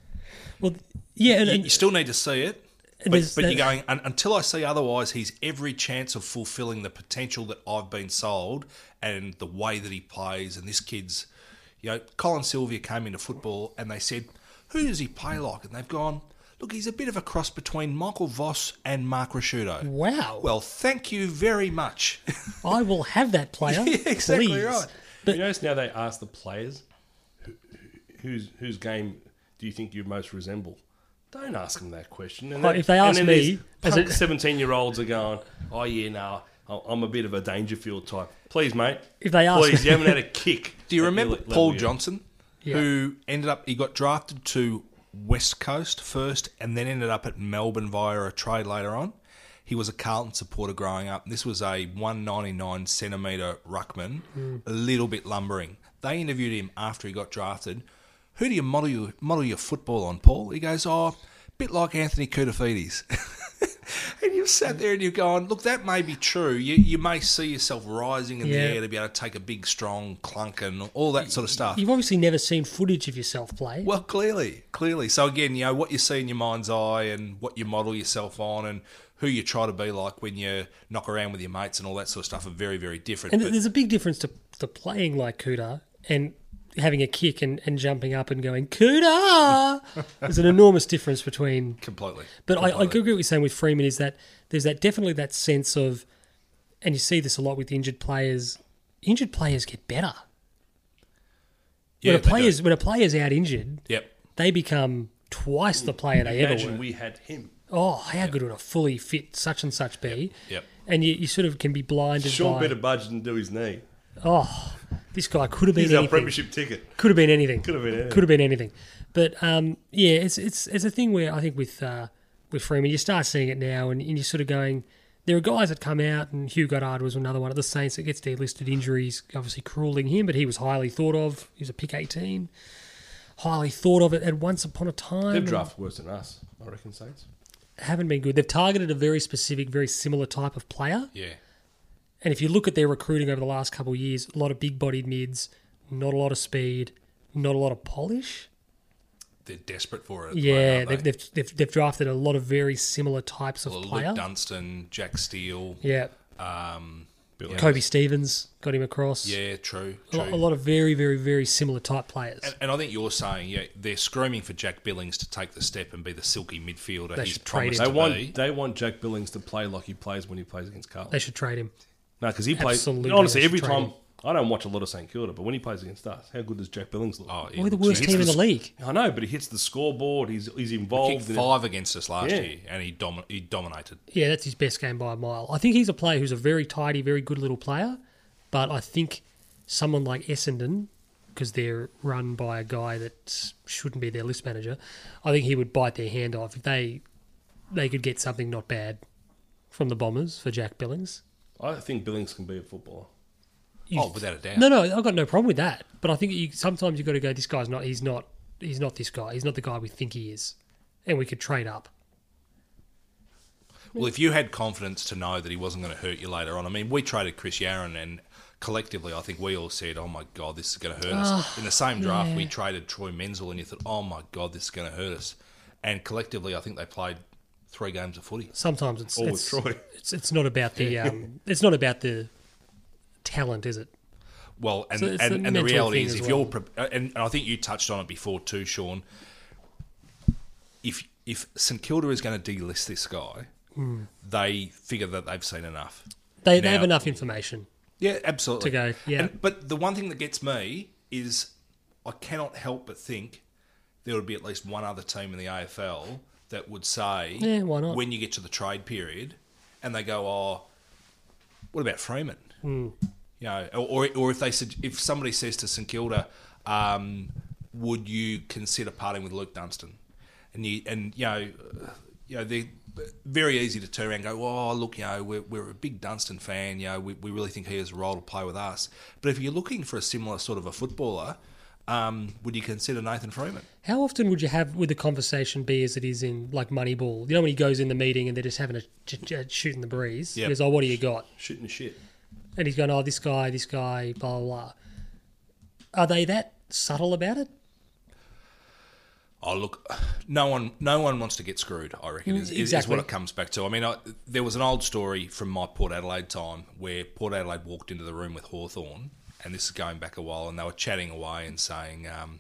Speaker 3: Well, yeah, and,
Speaker 2: You-
Speaker 3: and
Speaker 2: you still need to see it. But,
Speaker 3: there's
Speaker 2: but
Speaker 3: that-
Speaker 2: you're going, "Un- until I see otherwise, he's every chance of fulfilling the potential that I've been sold and the way that he plays. And this kid's, you know, Colin Sylvia came into football and they said, who does he play like? And they've gone, look, he's a bit of a cross between Michael Voss and Mark Rasciuto.
Speaker 3: wow,
Speaker 2: Well, thank you very much.
Speaker 3: I will have that player.
Speaker 2: Yeah, exactly
Speaker 3: please.
Speaker 2: right.
Speaker 1: you notice now they ask the players who- whose whose game do you think you most resemble? Don't ask them that question. And
Speaker 3: Oh,
Speaker 1: then-
Speaker 3: if they
Speaker 1: and
Speaker 3: ask
Speaker 1: then
Speaker 3: me,
Speaker 1: these
Speaker 3: as a-
Speaker 1: punk seventeen-year-olds are going, "Oh yeah, no, I- I'm a bit of a Dangerfield type." Please, mate.
Speaker 3: If they ask-
Speaker 1: please, you haven't had a kick.
Speaker 2: Do you
Speaker 1: at
Speaker 2: remember
Speaker 1: your le-
Speaker 2: Paul
Speaker 1: level yet.
Speaker 2: Johnson,
Speaker 3: Yeah.
Speaker 2: who ended up he got drafted to West Coast first, and then ended up at Melbourne via a trade later on. He was a Carlton supporter growing up. This was a 199 centimetre ruckman,
Speaker 3: Hmm.
Speaker 2: a little bit lumbering. They interviewed him after he got drafted. Who do you model your, model your football on, Paul? He goes, oh, bit like Anthony Koutafidis. and you've sat there and you've gone, look, that may be true. You, you may see yourself rising in the
Speaker 3: Yeah.
Speaker 2: air to be able to take a big, strong clunk and all that sort of stuff.
Speaker 3: You've obviously never seen footage of yourself play.
Speaker 2: Well, clearly, clearly. So again, you know what you see in your mind's eye and what you model yourself on and who you try to be like when you knock around with your mates and all that sort of stuff are very, very different.
Speaker 3: and
Speaker 2: But-
Speaker 3: there's a big difference to, to playing like Kuda and having a kick and, and jumping up and going Kuda. there's an enormous difference between
Speaker 2: completely.
Speaker 3: But I, I
Speaker 2: Completely.
Speaker 3: agree with what you're saying with Freeman is that there's that definitely that sense of, and you see this a lot with injured players. Injured players get better.
Speaker 2: Yeah,
Speaker 3: when a
Speaker 2: they do.
Speaker 3: player's when a player's out injured,
Speaker 2: Yep.
Speaker 3: they become twice the player they ever
Speaker 1: Imagine
Speaker 3: were.
Speaker 1: we had him.
Speaker 3: Oh, how good would a fully fit such and such be?
Speaker 2: Yep.
Speaker 3: And you, you sort of can be blinded
Speaker 1: Sean
Speaker 3: by
Speaker 1: better budge than do his knee.
Speaker 3: oh, this guy could have been
Speaker 1: He's our
Speaker 3: anything.
Speaker 1: premiership ticket.
Speaker 3: Could have been anything.
Speaker 1: Could have been anything.
Speaker 3: Could have been anything. But um, yeah, it's it's it's a thing where I think with uh, with Freeman, you start seeing it now, and, and you're sort of going. There are guys that come out, and Hugh Goddard was another one at the Saints that gets delisted injuries, obviously crueling him, but he was highly thought of. He was a pick 18, highly thought of it, and once upon a time,
Speaker 1: They've drafted worse than us, I reckon, Saints.
Speaker 3: haven't been good. They've targeted a very specific, very similar type of player.
Speaker 2: Yeah.
Speaker 3: And if you look at their recruiting over the last couple of years, a lot of big bodied mids, not a lot of speed, not a lot of polish.
Speaker 2: They're desperate for it. at the
Speaker 3: Yeah,
Speaker 2: moment, aren't
Speaker 3: they've,
Speaker 2: they?
Speaker 3: they've, they've, they've drafted a lot of very similar types of
Speaker 2: Well,
Speaker 3: player.
Speaker 2: Luke Dunstan, Jack Steele.
Speaker 3: yeah,
Speaker 2: Um, yeah.
Speaker 3: Kobe Stevens got him across.
Speaker 2: Yeah, true.
Speaker 3: a,
Speaker 2: true.
Speaker 3: lot, a lot of very, very, very similar type players.
Speaker 2: And, and I think you're saying, yeah, they're screaming for Jack Billings to take the step and be the silky midfielder
Speaker 3: They
Speaker 2: he's
Speaker 3: should trade
Speaker 2: promised
Speaker 3: him.
Speaker 1: They
Speaker 2: to
Speaker 1: want
Speaker 2: be.
Speaker 1: they want Jack Billings to play like he plays when he plays against Carlton.
Speaker 3: they should trade him.
Speaker 1: No, because he plays.
Speaker 3: Absolutely
Speaker 1: Honestly, every
Speaker 3: training.
Speaker 1: time I don't watch a lot of St Kilda, but when he plays against us, how good does Jack Billings look?
Speaker 2: Oh, yeah,
Speaker 3: We're the
Speaker 2: looks
Speaker 3: worst
Speaker 2: good.
Speaker 3: team in
Speaker 2: Hits
Speaker 3: the league.
Speaker 1: I know, but he hits the scoreboard. He's he's
Speaker 2: He
Speaker 1: involved.
Speaker 2: kicked
Speaker 1: In it.
Speaker 2: five against us last
Speaker 1: Yeah.
Speaker 2: year, and he domi- he dominated.
Speaker 3: Yeah, that's his best game by a mile. I think he's a player who's a very tidy, very good little player, but I think someone like Essendon, because they're run by a guy that shouldn't be their list manager, I think he would bite their hand off if they they could get something not bad from the Bombers for Jack Billings.
Speaker 1: I think Billings can be a footballer.
Speaker 3: You-
Speaker 2: oh, without a doubt.
Speaker 3: No, no, I've got no problem with that. But I think you, sometimes you've got to go. This guy's not. He's not. He's not this guy. He's not the guy we think he is, and we could trade up.
Speaker 2: Well, if you had confidence to know that he wasn't going to hurt you later on, I mean, we traded Chris Yaron, and collectively, I think we all said, "Oh my god, this is going to hurt us." In the same draft, we traded Troy Menzel, and you thought, "Oh my god, this is going to hurt us." And collectively, I think they played three games of footy.
Speaker 3: Sometimes it's
Speaker 2: Oh,
Speaker 1: Or
Speaker 3: it's,
Speaker 1: with Troy.
Speaker 3: it's it's not about the um, it's not about the talent, is it?
Speaker 2: Well, and
Speaker 3: So it's
Speaker 2: and,
Speaker 3: a
Speaker 2: and the
Speaker 3: mental
Speaker 2: reality
Speaker 3: thing
Speaker 2: is,
Speaker 3: as
Speaker 2: if
Speaker 3: well.
Speaker 2: you're, pre- uh, and, and I think you touched on it before too, Sean. If if St Kilda is going to delist this guy,
Speaker 3: Hmm.
Speaker 2: they figure that they've seen enough.
Speaker 3: They they
Speaker 2: Now-
Speaker 3: have enough information.
Speaker 2: Yeah, absolutely.
Speaker 3: to go, yeah.
Speaker 2: And- but the one thing that gets me is I cannot help but think there would be at least one other team in the AFL that would say,
Speaker 3: Yeah, why not?
Speaker 2: When you get to the trade period, and they go, "Oh, what about Freeman?" You know, or, or if they said, if somebody says to St Kilda, um, "Would you consider parting with Luke Dunstan?" And you and you know, uh, you know, they're very easy to turn around and go, "Oh, look, you know, we're, we're a big Dunstan fan. You know, we, we really think he has a role to play with us." But if you're looking for a similar sort of a footballer, um, would you consider Nathan Freeman?
Speaker 3: How often would you have would the conversation be as it is in like Moneyball? You know when he goes in the meeting and they're just having a ch- ch- shooting the breeze.
Speaker 2: Yep.
Speaker 3: He goes, "Oh, what do you got?"
Speaker 1: Shooting the shit.
Speaker 3: And he's going, "Oh, this guy, this guy, blah blah." blah. Are they that subtle about it?
Speaker 2: Oh look, no one, no one wants to get screwed. I reckon is, is- is
Speaker 3: exactly.
Speaker 2: what it comes back to. I mean, I, there was an old story from my Port Adelaide time where Port Adelaide walked into the room with Hawthorn, and this is going back a while, and they were chatting away and saying, um,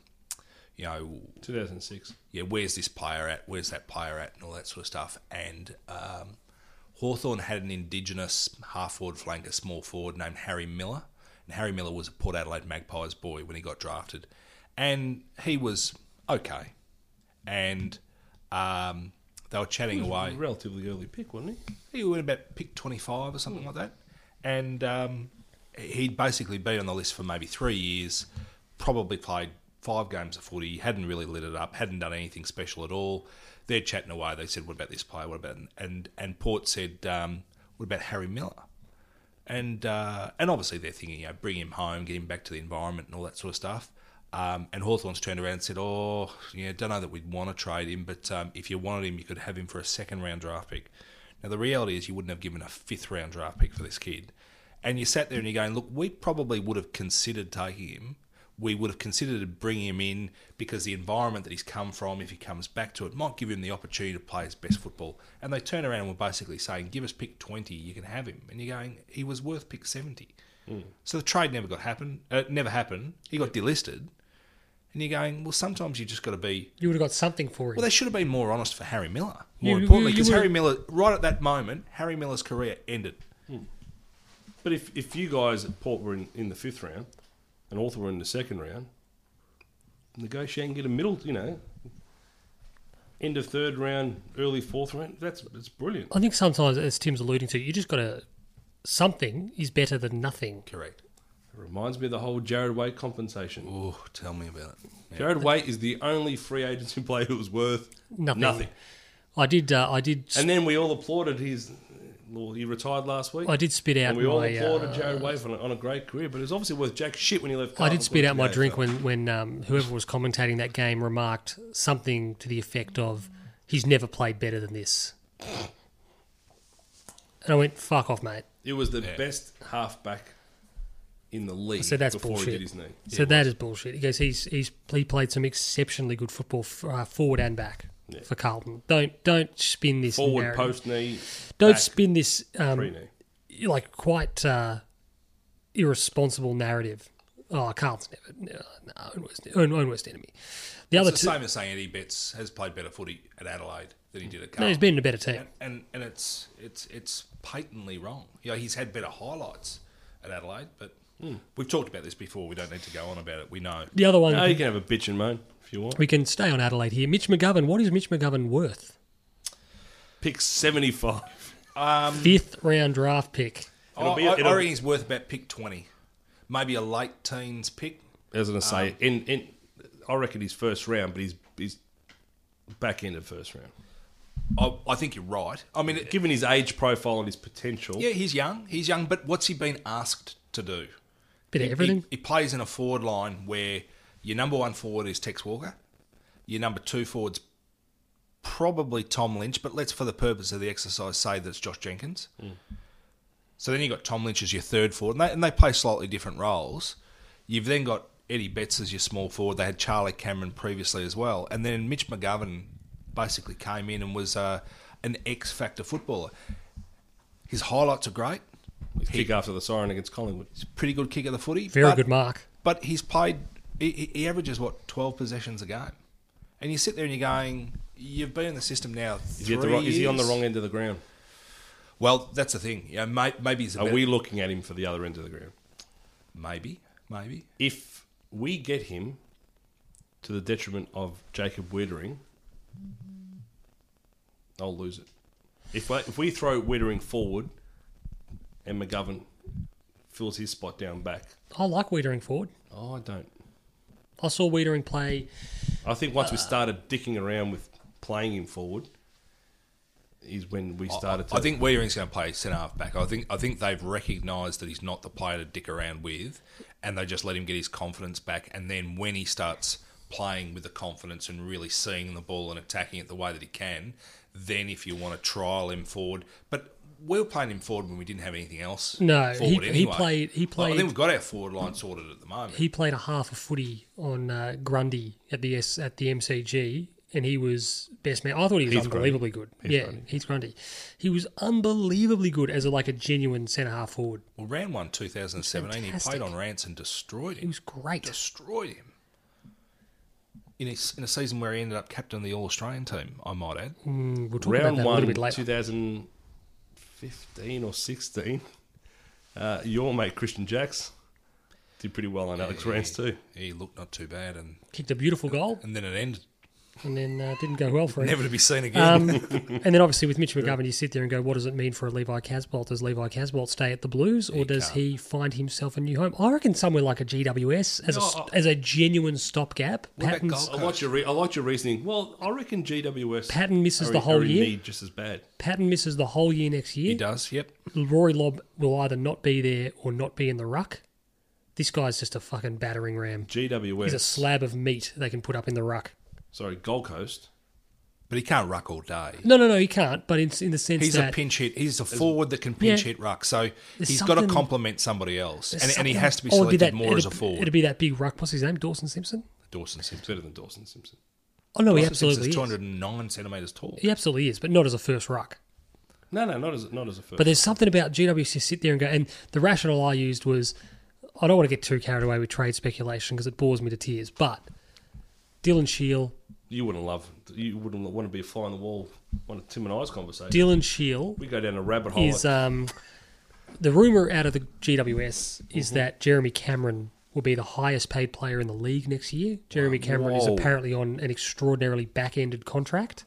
Speaker 2: you know,
Speaker 1: 2006.
Speaker 2: yeah, where's this player at? Where's that player at? And all that sort of stuff. And um, Hawthorn had an indigenous half forward flanker, small forward named Harry Miller. And Harry Miller was a Port Adelaide Magpies boy when he got drafted. And he was okay. And um, they were chatting away
Speaker 1: Relatively early pick, wasn't he?
Speaker 2: he went about pick 25 or something like that. And um, he'd basically been on the list for maybe three years, probably played five games of footy, hadn't really lit it up, hadn't done anything special at all. They're chatting away. They said, What about this player? What about. And, and Port said, um, What about Harry Miller? And uh, and obviously they're thinking, you know, bring him home, get him back to the environment and all that sort of stuff. Um, and Hawthorne's turned around and said, oh, yeah, don't know that we'd want to trade him, but um, if you wanted him, you could have him for a second round draft pick. Now, the reality is you wouldn't have given a fifth round draft pick for this kid. And you sat there and you're going, look, we probably would have considered taking him. We would have considered bringing him in because the environment that he's come from, if he comes back to it, might give him the opportunity to play his best football. And they turn around and were basically saying, give us pick 20, you can have him. And you're going, he was worth pick 70. So the trade never got happen, uh, never happened. He got delisted. And you're going, well, sometimes you just got to be
Speaker 3: You would have got something for him.
Speaker 2: well, they should have been more honest for Harry Miller.
Speaker 3: You-
Speaker 2: More
Speaker 3: you-
Speaker 2: importantly,
Speaker 3: you
Speaker 2: because
Speaker 3: would've-
Speaker 2: Harry Miller, right at that moment, Harry Miller's career ended.
Speaker 1: But if, if you guys at Port were in, in the fifth round and Hawthorn were in the second round, negotiate and get a middle, you know, end of third round, early fourth round. That's it's brilliant.
Speaker 3: I think sometimes, as Tim's alluding to, you just got to something is better than nothing.
Speaker 2: Correct.
Speaker 1: It reminds me of the whole Jared Waite compensation.
Speaker 2: Oh, tell me about it.
Speaker 1: Jared Waite is the only free agency player who was worth
Speaker 3: Nothing.
Speaker 1: nothing.
Speaker 3: I did. Uh, I did.
Speaker 1: And then we all applauded his. Well, he retired last week.
Speaker 3: I did spit out
Speaker 1: and we all
Speaker 3: my.
Speaker 1: applauded
Speaker 3: uh,
Speaker 1: Jared Waite on a, on a great career, but it was obviously worth jack shit when he left.
Speaker 3: I did
Speaker 1: Carlton.
Speaker 3: spit out my drink when when um, whoever was commentating that game remarked something to the effect of, "He's never played better than this." And I went, "Fuck off, mate."
Speaker 1: It was the best halfback in the league
Speaker 3: So that's
Speaker 1: before
Speaker 3: bullshit.
Speaker 1: he did his knee.
Speaker 3: so that is bullshit. He goes, he's he's he played some exceptionally good football f- uh, forward and back for Carlton. Don't don't spin this
Speaker 1: Forward
Speaker 3: narrative.
Speaker 1: post knee.
Speaker 3: Don't
Speaker 1: back,
Speaker 3: spin this um,
Speaker 1: free knee.
Speaker 3: like quite uh, irresponsible narrative Oh, Carl's never. No, no own, worst, own, own worst enemy. The other
Speaker 2: It's
Speaker 3: two.
Speaker 2: the same as saying Eddie Betts has played better footy at Adelaide than he did at
Speaker 3: No,
Speaker 2: Carlton.
Speaker 3: he's been in a better team.
Speaker 2: and and it's it's it's patently wrong. You know, he's had better highlights at Adelaide, but
Speaker 3: Hmm.
Speaker 2: we've talked about this before. We don't need to go on about it. We know.
Speaker 3: The other one.
Speaker 1: No, you can have a bitch and moan if you want.
Speaker 3: We can stay on Adelaide here. Mitch McGovern. What is Mitch McGovern worth?
Speaker 1: Pick 75.
Speaker 2: Um,
Speaker 3: Fifth round draft pick.
Speaker 2: I,
Speaker 1: be-
Speaker 2: I-
Speaker 1: it'll-
Speaker 2: I reckon he's worth about pick twenty, maybe a late teens pick.
Speaker 1: I was going to
Speaker 2: Um,
Speaker 1: say, in, in, I reckon he's first round, but he's, he's back end of first round.
Speaker 2: I, I think you're right. I mean, it-
Speaker 1: Given his age profile and his potential,
Speaker 2: yeah, he's young. He's young, but what's he been asked to do?
Speaker 3: Bit of everything.
Speaker 2: He, he plays in a forward line where your number one forward is Tex Walker, your number two forward's probably Tom Lynch, but let's, for the purpose of the exercise, say that's Josh Jenkins.
Speaker 3: Hmm.
Speaker 2: So then you've got Tom Lynch as your third forward, and they, and they play slightly different roles. You've then got Eddie Betts as your small forward. They had Charlie Cameron previously as well. And then Mitch McGovern basically came in and was uh, an X factor footballer. His highlights are great.
Speaker 1: he's kick after the siren against Collingwood.
Speaker 2: He's a pretty good kick of the footy.
Speaker 3: Very
Speaker 2: but-
Speaker 3: good mark.
Speaker 2: but he's played. He, he- he averages what twelve possessions a game, and you sit there and you're going, "You've been in the system now three
Speaker 1: Is he, at the wrong, is he on the
Speaker 2: years."
Speaker 1: wrong end of the ground?
Speaker 2: Well, that's the thing. Yeah, may, maybe he's a
Speaker 1: Are
Speaker 2: better-
Speaker 1: we looking at him for the other end of the ground?
Speaker 2: Maybe, maybe.
Speaker 1: If we get him to the detriment of Jacob Wittering, I'll lose it. If, I, if we throw Wittering forward and McGovern fills his spot down back,
Speaker 3: I like Wiedering forward.
Speaker 1: oh, I don't.
Speaker 3: I saw Wiedering play.
Speaker 1: I think once
Speaker 2: Uh,
Speaker 1: we started dicking around with playing him forward, is when we started to.
Speaker 2: I think Wiedering's going to play centre half back. I think I think they've recognised that he's not the player to dick around with, and they just let him get his confidence back. And then when he starts playing with the confidence and really seeing the ball and attacking it the way that he can, then if you want to trial him forward, but we were playing him forward when we didn't have anything else.
Speaker 3: No, he-
Speaker 2: forward
Speaker 3: he played- he
Speaker 2: Well, I
Speaker 3: played-
Speaker 2: think we've got our forward line sorted at the moment.
Speaker 3: He played a half a footy on uh, Grundy at the S, at the MCG, and he was best man. I thought he was unbelievably good. yeah, Heath Grundy. He was unbelievably good as a, like a genuine centre half forward.
Speaker 2: well, round one, 2017, he
Speaker 3: Fantastic.
Speaker 2: played on Rance and destroyed
Speaker 3: He
Speaker 2: him.
Speaker 3: was great.
Speaker 2: destroyed him in a, in a season where he ended up captain of the All Australian team. I might add.
Speaker 3: Mm, We'll talk about
Speaker 1: round
Speaker 3: that a
Speaker 1: one,
Speaker 3: little bit later.
Speaker 1: 2015 or 16, uh, your mate Christian Jacks did pretty well on Alex Rance too.
Speaker 2: He looked not too bad, and
Speaker 3: Kicked a beautiful goal,
Speaker 2: and then it ended,
Speaker 3: and then uh, didn't go well for him.
Speaker 2: never to be seen again.
Speaker 3: Um, and then obviously with Mitch McGovern, you sit there and go, what does it mean for a Levi Casbolt? Does Levi Casbolt stay at the Blues, or does he find himself a new home? I reckon somewhere like a GWS as a
Speaker 2: No,
Speaker 3: as a genuine stopgap.
Speaker 2: about
Speaker 3: Patton's,
Speaker 2: Gold
Speaker 1: I like your re- I like your reasoning. Well, I reckon GWS
Speaker 3: Patton misses
Speaker 1: are,
Speaker 3: the
Speaker 1: in-
Speaker 3: whole
Speaker 1: are in
Speaker 3: year.
Speaker 1: need just as bad.
Speaker 3: Patton misses the whole year next
Speaker 2: he
Speaker 3: year.
Speaker 2: does. Yep.
Speaker 3: Rory Lobb will either not be there or not be in the ruck. This guy's just a fucking battering ram. He's a
Speaker 1: GWS,
Speaker 3: slab of meat they can put up in the ruck.
Speaker 1: sorry, Gold Coast.
Speaker 2: But he can't ruck all day.
Speaker 3: No, no, no, he can't. But in, in the sense
Speaker 2: He's a
Speaker 3: that
Speaker 2: pinch hit. He's a forward that can pinch
Speaker 3: Yeah.
Speaker 2: hit ruck. So
Speaker 3: There's
Speaker 2: he's got to
Speaker 3: something-
Speaker 2: complement somebody else, and, and he
Speaker 3: something-
Speaker 2: has to be
Speaker 3: Oh,
Speaker 2: selected
Speaker 3: it'd that-
Speaker 2: more as a
Speaker 3: it'd-
Speaker 2: forward.
Speaker 3: It'd be that big ruck. What's his name? Dawson Simpson.
Speaker 2: Dawson Simpson.
Speaker 1: It's better than Dawson Simpson.
Speaker 3: Oh no, he
Speaker 2: Dawson
Speaker 3: absolutely
Speaker 2: Simpson's
Speaker 3: is.
Speaker 2: two hundred and nine centimeters tall.
Speaker 3: He absolutely is, but not as a first ruck.
Speaker 1: No, no, not as not as a first.
Speaker 3: But there's something about GWC sit there and go. And the rationale I used was, I don't want to get too carried away with trade speculation because it bores me to tears. But Dylan Shield,
Speaker 1: you wouldn't love. You wouldn't want to be a fly on the wall on a Tim and I's conversation.
Speaker 3: Dylan Shield
Speaker 1: we go down a rabbit hole.
Speaker 3: is um, the rumor out of the GWS is that Jeremy Cameron will be the highest paid player in the league next year. Jeremy Cameron is
Speaker 1: Whoa.
Speaker 3: apparently on an extraordinarily back ended contract.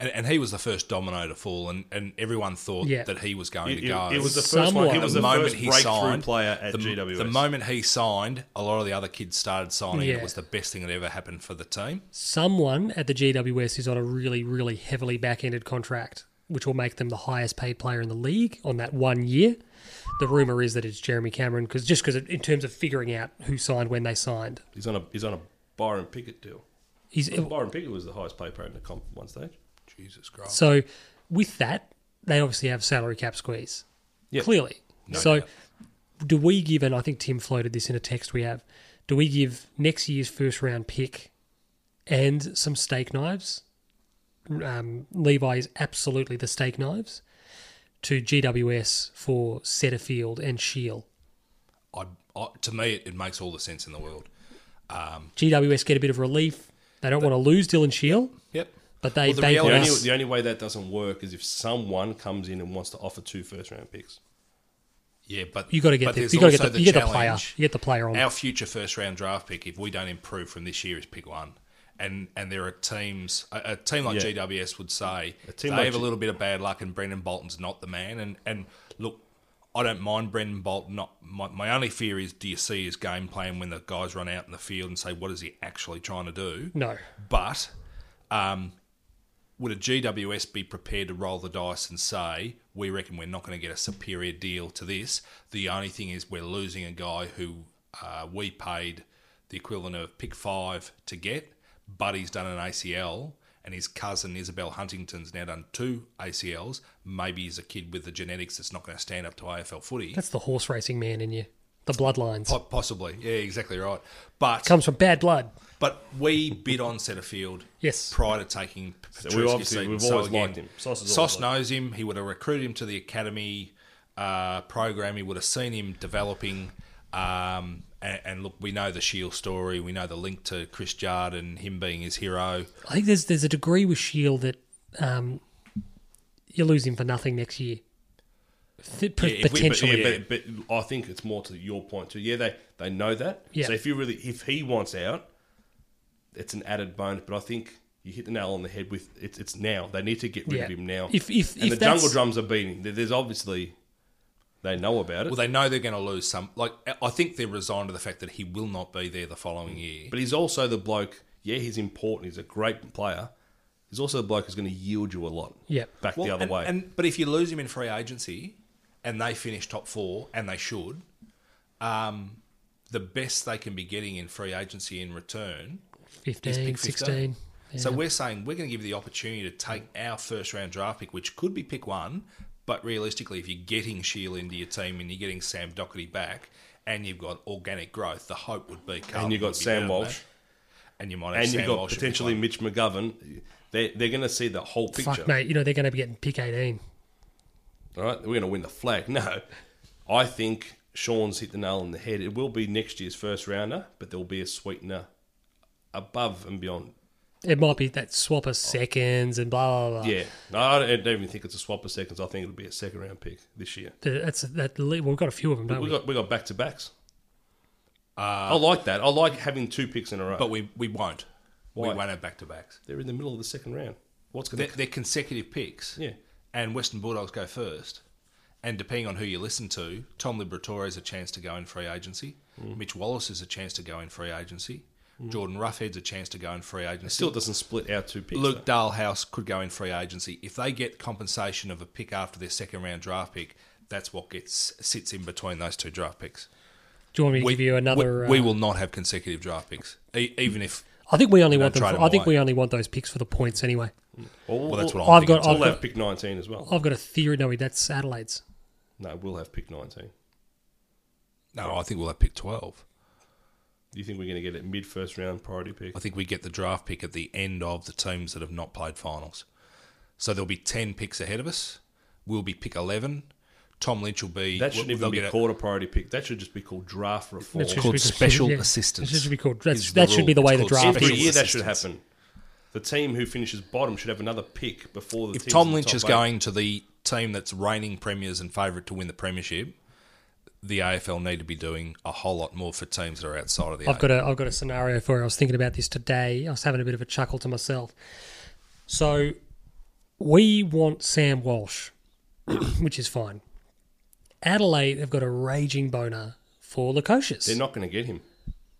Speaker 2: And, and he was the first domino to fall, and, and everyone thought
Speaker 3: Yeah.
Speaker 2: that he was going
Speaker 1: it,
Speaker 2: to go.
Speaker 1: it, it was the first
Speaker 3: Somewhat.
Speaker 1: one. It was
Speaker 2: the,
Speaker 1: the,
Speaker 2: moment
Speaker 1: first
Speaker 2: he
Speaker 1: breakthrough
Speaker 2: signed
Speaker 1: player at
Speaker 2: the,
Speaker 1: GWS.
Speaker 2: the moment he signed, a lot of the other kids started signing. and
Speaker 3: Yeah.
Speaker 2: It was the best thing that ever happened for the team.
Speaker 3: someone at the GWS is on a really, really heavily back-ended contract, which will make them the highest-paid player in the league on that one year. The rumor is that it's Jeremy Cameron because just because in terms of figuring out who signed when they signed,
Speaker 1: he's on a he's on a Byron Pickett deal.
Speaker 3: he's
Speaker 1: Byron Pickett was the highest paid player in the comp at one stage.
Speaker 2: Jesus Christ.
Speaker 3: so with that they obviously have salary cap squeeze
Speaker 1: Yeah.
Speaker 3: clearly. so
Speaker 2: doubt.
Speaker 3: do we give? And I think Tim floated this in a text we have. Do we give next year's first-round pick and some steak knives? um, Levi is absolutely the steak knives to GWS for Setterfield and Shield.
Speaker 2: I, I to me, it, it makes all the sense in the world.
Speaker 3: GWS get a bit of relief. They don't want to lose Dylan Shield,
Speaker 2: Yep.
Speaker 3: but they
Speaker 2: Well, the
Speaker 3: bank on
Speaker 2: reality-
Speaker 1: The only,
Speaker 3: us.
Speaker 1: the only way that doesn't work is if someone comes in and wants to offer two first round picks.
Speaker 2: Yeah, but
Speaker 3: you got to get
Speaker 2: but
Speaker 3: the,
Speaker 2: there's
Speaker 3: you got to
Speaker 2: also
Speaker 3: get the, you get the player,
Speaker 2: challenge.
Speaker 3: you get the player on.
Speaker 2: Our future first round draft pick, if we don't improve from this year, is pick one. And and there are teams, a, a team like
Speaker 1: Yeah.
Speaker 2: GWS would say
Speaker 1: team
Speaker 2: they
Speaker 1: like
Speaker 2: have a
Speaker 1: G-
Speaker 2: little bit of bad luck, and Brendan Bolton's not the man. And and look, I don't mind Brendan Bolton. Not my, my only fear is, do you see his game plan when the guys run out in the field and say, what is he actually trying to do?
Speaker 3: No,
Speaker 2: But um, would a GWS be prepared to roll the dice and say, we reckon we're not going to get a superior deal to this? The only thing is we're losing a guy who uh, we paid the equivalent of pick five to get, but he's done an ACL. And his cousin Isabel Huntington's now done two ACLs. Maybe he's a kid with the genetics that's not going to stand up to AFL footy.
Speaker 3: that's the horse racing man in you. The bloodlines
Speaker 2: Po- Possibly, yeah, exactly right. But
Speaker 3: comes from bad blood.
Speaker 2: but we bid on centre field.
Speaker 3: Yes.
Speaker 2: Prior to taking
Speaker 1: we
Speaker 2: Petruski's
Speaker 1: obviously-
Speaker 2: seat.
Speaker 1: we've
Speaker 2: So
Speaker 1: always
Speaker 2: again,
Speaker 1: liked him. Sauce has always
Speaker 2: Sauce knows him. He would have recruited him to the academy uh, program. He would have seen him developing. Um, and, and look, we know the Shield story. We know the link to Chris Jard and him being his hero.
Speaker 3: I think there's there's a degree with Shield that um, you lose him for nothing next year. Th- p-
Speaker 2: if we- but-
Speaker 3: potentially,
Speaker 1: But, yeah, but, but I think it's more to your point too. Yeah, they they know that.
Speaker 3: Yeah.
Speaker 1: So if you really, if he wants out, it's an added bonus. But I think you hit the nail on the head with it's it's now. They need to get rid of
Speaker 3: Yeah.
Speaker 1: him now.
Speaker 3: If- if-
Speaker 1: and
Speaker 3: if
Speaker 1: the
Speaker 3: that's-
Speaker 1: jungle drums are beating, there- there's obviously they know about it.
Speaker 2: Well, they know they're going to lose some. Like I- I think they're resigned to the fact that he will not be there the following year.
Speaker 1: but he's also the bloke. Yeah, he's important. He's a great player. He's also the bloke who's going to yield you a lot.
Speaker 3: Yeah.
Speaker 1: back
Speaker 2: Well,
Speaker 1: the other
Speaker 2: and,
Speaker 1: way.
Speaker 2: And but if you lose him in free agency, and they finish top four, and they should, um, the best they can be getting in free agency in return is
Speaker 3: 15,
Speaker 2: pick
Speaker 3: 16.
Speaker 2: 16. So
Speaker 3: Yeah.
Speaker 2: we're saying we're going to give you the opportunity to take our first round draft pick, which could be pick one, but realistically, if you're getting Sheil into your team and you're getting Sam Doherty back, and you've got organic growth, the hope would be Carlton
Speaker 1: And you've
Speaker 2: would
Speaker 1: got
Speaker 2: be
Speaker 1: Sam
Speaker 2: better than
Speaker 1: Walsh.
Speaker 2: that. and you might have
Speaker 1: and
Speaker 2: Sam
Speaker 1: you've got
Speaker 2: Walsh at pick
Speaker 1: potentially
Speaker 2: one.
Speaker 1: Mitch McGovern. They're, they're going to see the whole picture.
Speaker 3: Fuck, mate. You know they're going to be getting pick 18.
Speaker 1: All right, we're going to win the flag. No, I think Sean's hit the nail on the head. It will be next year's first rounder, but there will be a sweetener above and beyond.
Speaker 3: It might be that
Speaker 2: Oh.
Speaker 3: swap of seconds and blah blah blah.
Speaker 1: Yeah, no, I don't I don't even think it's a swap of seconds. I think it'll be a second round pick this year.
Speaker 3: The- That's that. Well, we've got a few of them, don't we?
Speaker 1: We got we got back to backs. I like that. I like having two picks in a row.
Speaker 2: Uh, but
Speaker 1: But
Speaker 2: we we won't.
Speaker 1: Why?
Speaker 2: We won't have back to backs.
Speaker 1: they're in the middle of the second round. What's going
Speaker 2: They're,
Speaker 1: to
Speaker 2: they're consecutive picks.
Speaker 1: Yeah.
Speaker 2: And Western Bulldogs go first. And depending on who you listen to, Tom Liberatore is a chance to go in free agency.
Speaker 3: Mm.
Speaker 2: Mitch Wallace is a chance to go in free agency. Jordan Roughhead's a chance to go in free agency.
Speaker 1: still doesn't split our two picks?
Speaker 2: Luke Dalhouse could go in free agency. If they get compensation of a pick after their second round draft pick, that's what gets sits in between those two draft picks.
Speaker 3: Do you want me to give you another?
Speaker 2: we,
Speaker 3: uh,
Speaker 2: we will not have consecutive draft picks, e- even if.
Speaker 3: I think we only want them.
Speaker 2: trade
Speaker 3: For,
Speaker 2: them
Speaker 3: I think
Speaker 2: away.
Speaker 3: we only want those picks for the points anyway.
Speaker 1: Well,
Speaker 2: Well, that's what
Speaker 1: we'll-
Speaker 2: I'm
Speaker 3: I've
Speaker 2: thinking.
Speaker 3: got-
Speaker 2: too.
Speaker 3: I've
Speaker 1: We'll have pick nineteen as well.
Speaker 3: I've got a theory. No, that's Adelaide's.
Speaker 1: No, we'll have pick nineteen.
Speaker 2: no, I think we'll have pick twelve.
Speaker 1: Do you think we're going to get it mid first round priority pick?
Speaker 2: I think we get the draft pick at the end of the teams that have not played finals. So there'll be 10 picks ahead of us. We'll be pick 11. Tom Lynch will be.
Speaker 1: That shouldn't
Speaker 2: they'll
Speaker 1: even be
Speaker 2: get a-
Speaker 1: called a priority pick. That should just be called draft reform.
Speaker 3: It should
Speaker 2: called
Speaker 3: be-
Speaker 2: special
Speaker 3: yeah.
Speaker 2: assistance
Speaker 3: It should be called. That's,
Speaker 2: is the
Speaker 3: that should be
Speaker 2: rule.
Speaker 3: the way
Speaker 2: It's
Speaker 3: the
Speaker 2: called
Speaker 3: draft
Speaker 2: special
Speaker 1: Every
Speaker 3: is.
Speaker 1: year that should
Speaker 2: assistance.
Speaker 1: happen. The team who finishes bottom should have another pick before the
Speaker 2: If
Speaker 1: teams
Speaker 2: Tom
Speaker 1: in the
Speaker 2: Lynch
Speaker 1: top
Speaker 2: is
Speaker 1: eight.
Speaker 2: going to the team that's reigning premiers and favourite to win the premiership, the AFL need to be doing a whole lot more for teams that are outside of the
Speaker 3: I've
Speaker 2: eight.
Speaker 3: got a I've got a scenario for you. I was thinking about this today. I was having a bit of a chuckle to myself. So we want Sam Walsh, which is fine. Adelaide have got a raging boner for
Speaker 1: They're
Speaker 3: Lukosius.
Speaker 1: not going to get him.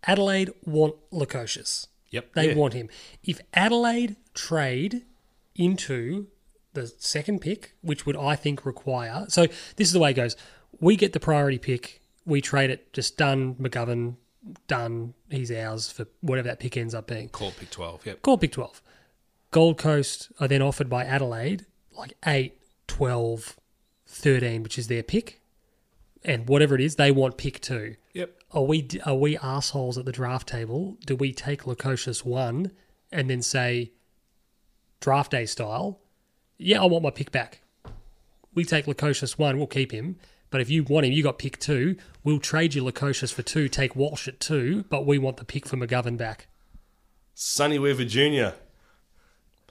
Speaker 3: Adelaide want Lukosius.
Speaker 2: Yep.
Speaker 3: They
Speaker 1: Yeah.
Speaker 3: want him. If Adelaide trade into the second pick, which would I think require so this is the way it goes. We get the priority pick, we trade it, just done, McGovern, done, he's ours for whatever that pick ends up being.
Speaker 2: Called pick 12. Yep.
Speaker 3: Call Big 12. Gold Coast are then offered by Adelaide like 8, 12, 13, which is their pick. And whatever it is, they want pick two.
Speaker 2: Yep.
Speaker 3: Are we are we assholes at the draft table? Do we take Lukosius one and then say draft day style? Yeah, I want my pick back. We take Lukosius one, we'll keep him. But if you want him, you got pick two. We'll trade you Lukosius for two, take Walsh at two, but we want the pick for McGovern back.
Speaker 1: Sonny Weaver Jr.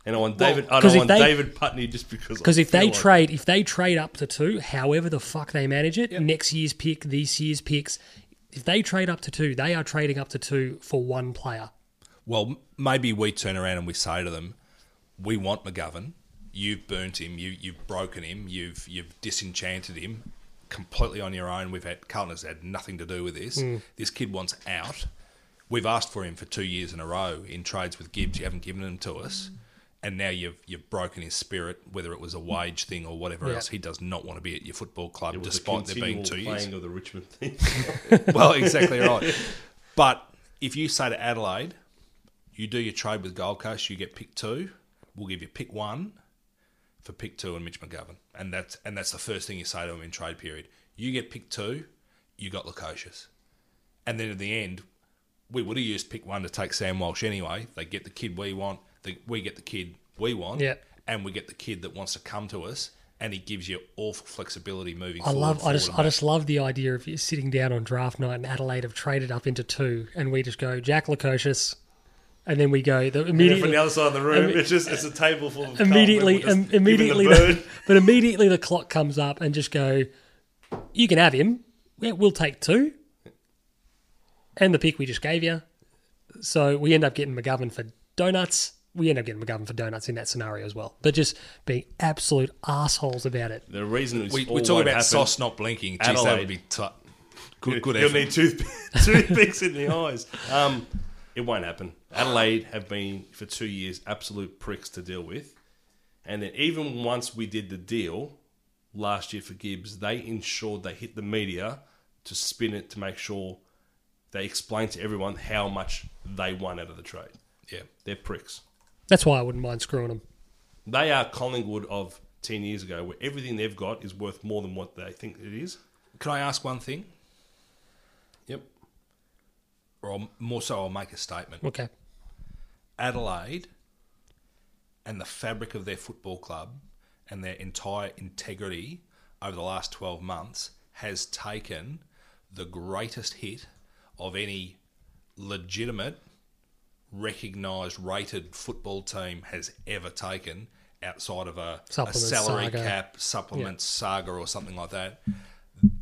Speaker 1: And I want David. I don't
Speaker 3: 'cause if
Speaker 1: want
Speaker 3: they-
Speaker 1: David Putney just because.
Speaker 3: Because
Speaker 1: I
Speaker 3: if they
Speaker 1: feel like-
Speaker 3: trade, if they trade up to two, however the fuck they manage it, next year's pick, this year's picks, if they trade up to two, they are trading up to two for one player.
Speaker 2: Well, m- maybe we turn around and we say to them, "We want McGovern. You've burnt him. You you've broken him. You've you've disenchanted him completely on your own. We've had Carlton has had nothing to do with this. This kid wants out. We've asked for him for two years in a row in trades with Gibbs. You haven't given them to us." And now you've you've broken his spirit, whether it was a wage thing or whatever
Speaker 3: Yeah.
Speaker 2: else. He does not want to be at your football club,
Speaker 1: It was a
Speaker 2: despite there being
Speaker 1: continual
Speaker 2: two years
Speaker 1: playing of the Richmond thing.
Speaker 2: well, exactly right. But if you say to Adelaide, you do your trade with Gold Coast, you get pick two. We'll give you pick one for pick two and Mitch McGovern, and that's and that's the first thing you say to them in trade period. You get pick two, you got Lukosius, and then at the end, we would have used pick one to take Sam Walsh anyway. They get the kid we want. The, we get the kid we want,
Speaker 3: Yeah.
Speaker 2: and we get the kid that wants to come to us. And he gives you awful flexibility moving.
Speaker 3: I
Speaker 2: forward,
Speaker 3: love, I
Speaker 2: forward
Speaker 3: just,
Speaker 2: and
Speaker 3: I just love the idea of you sitting down on draft night and Adelaide have traded up into two, and we just go Jack Lukosius, and then we go the
Speaker 1: Yeah, from
Speaker 3: immediately.
Speaker 1: the other side of the room,
Speaker 3: imme-
Speaker 1: it's just it's a table full of
Speaker 3: immediately,
Speaker 1: Cartwheel
Speaker 3: um,
Speaker 1: just giving
Speaker 3: immediately,
Speaker 1: the
Speaker 3: the
Speaker 1: bird.
Speaker 3: but immediately the clock comes up and just go, you can have him. Yeah, we'll take two, and the pick we just gave you. So we end up getting McGovern for donuts. We end up getting McGovern for donuts in that scenario as well. But just being absolute assholes about it.
Speaker 1: The reason it's
Speaker 2: We,
Speaker 1: all
Speaker 2: we talk
Speaker 1: won't
Speaker 2: about
Speaker 1: happen-
Speaker 2: sauce not blinking. Jeez, that
Speaker 1: Adelaide.
Speaker 2: would be t- good. Good
Speaker 1: You'll
Speaker 2: effort.
Speaker 1: need tooth toothpicks in the eyes. Um, it won't happen. Adelaide have been for two years absolute pricks to deal with, and then even once we did the deal last year for Gibbs, they ensured they hit the media to spin it to make sure they explain to everyone how much they won out of the trade.
Speaker 2: yeah,
Speaker 1: They're pricks.
Speaker 3: That's why I wouldn't mind screwing them.
Speaker 1: They are Collingwood of ten years ago, where everything they've got is worth more than what they think it is.
Speaker 2: Can I ask one thing,
Speaker 1: Yep.
Speaker 2: or I'll, more so, I'll make a statement.
Speaker 3: Okay.
Speaker 2: Adelaide and the fabric of their football club and their entire integrity over the last twelve months has taken the greatest hit of any legitimate, recognised, rated football team has ever taken outside of a, a
Speaker 3: Supplement
Speaker 2: salary
Speaker 3: saga.
Speaker 2: cap. app, supplement saga or something like that,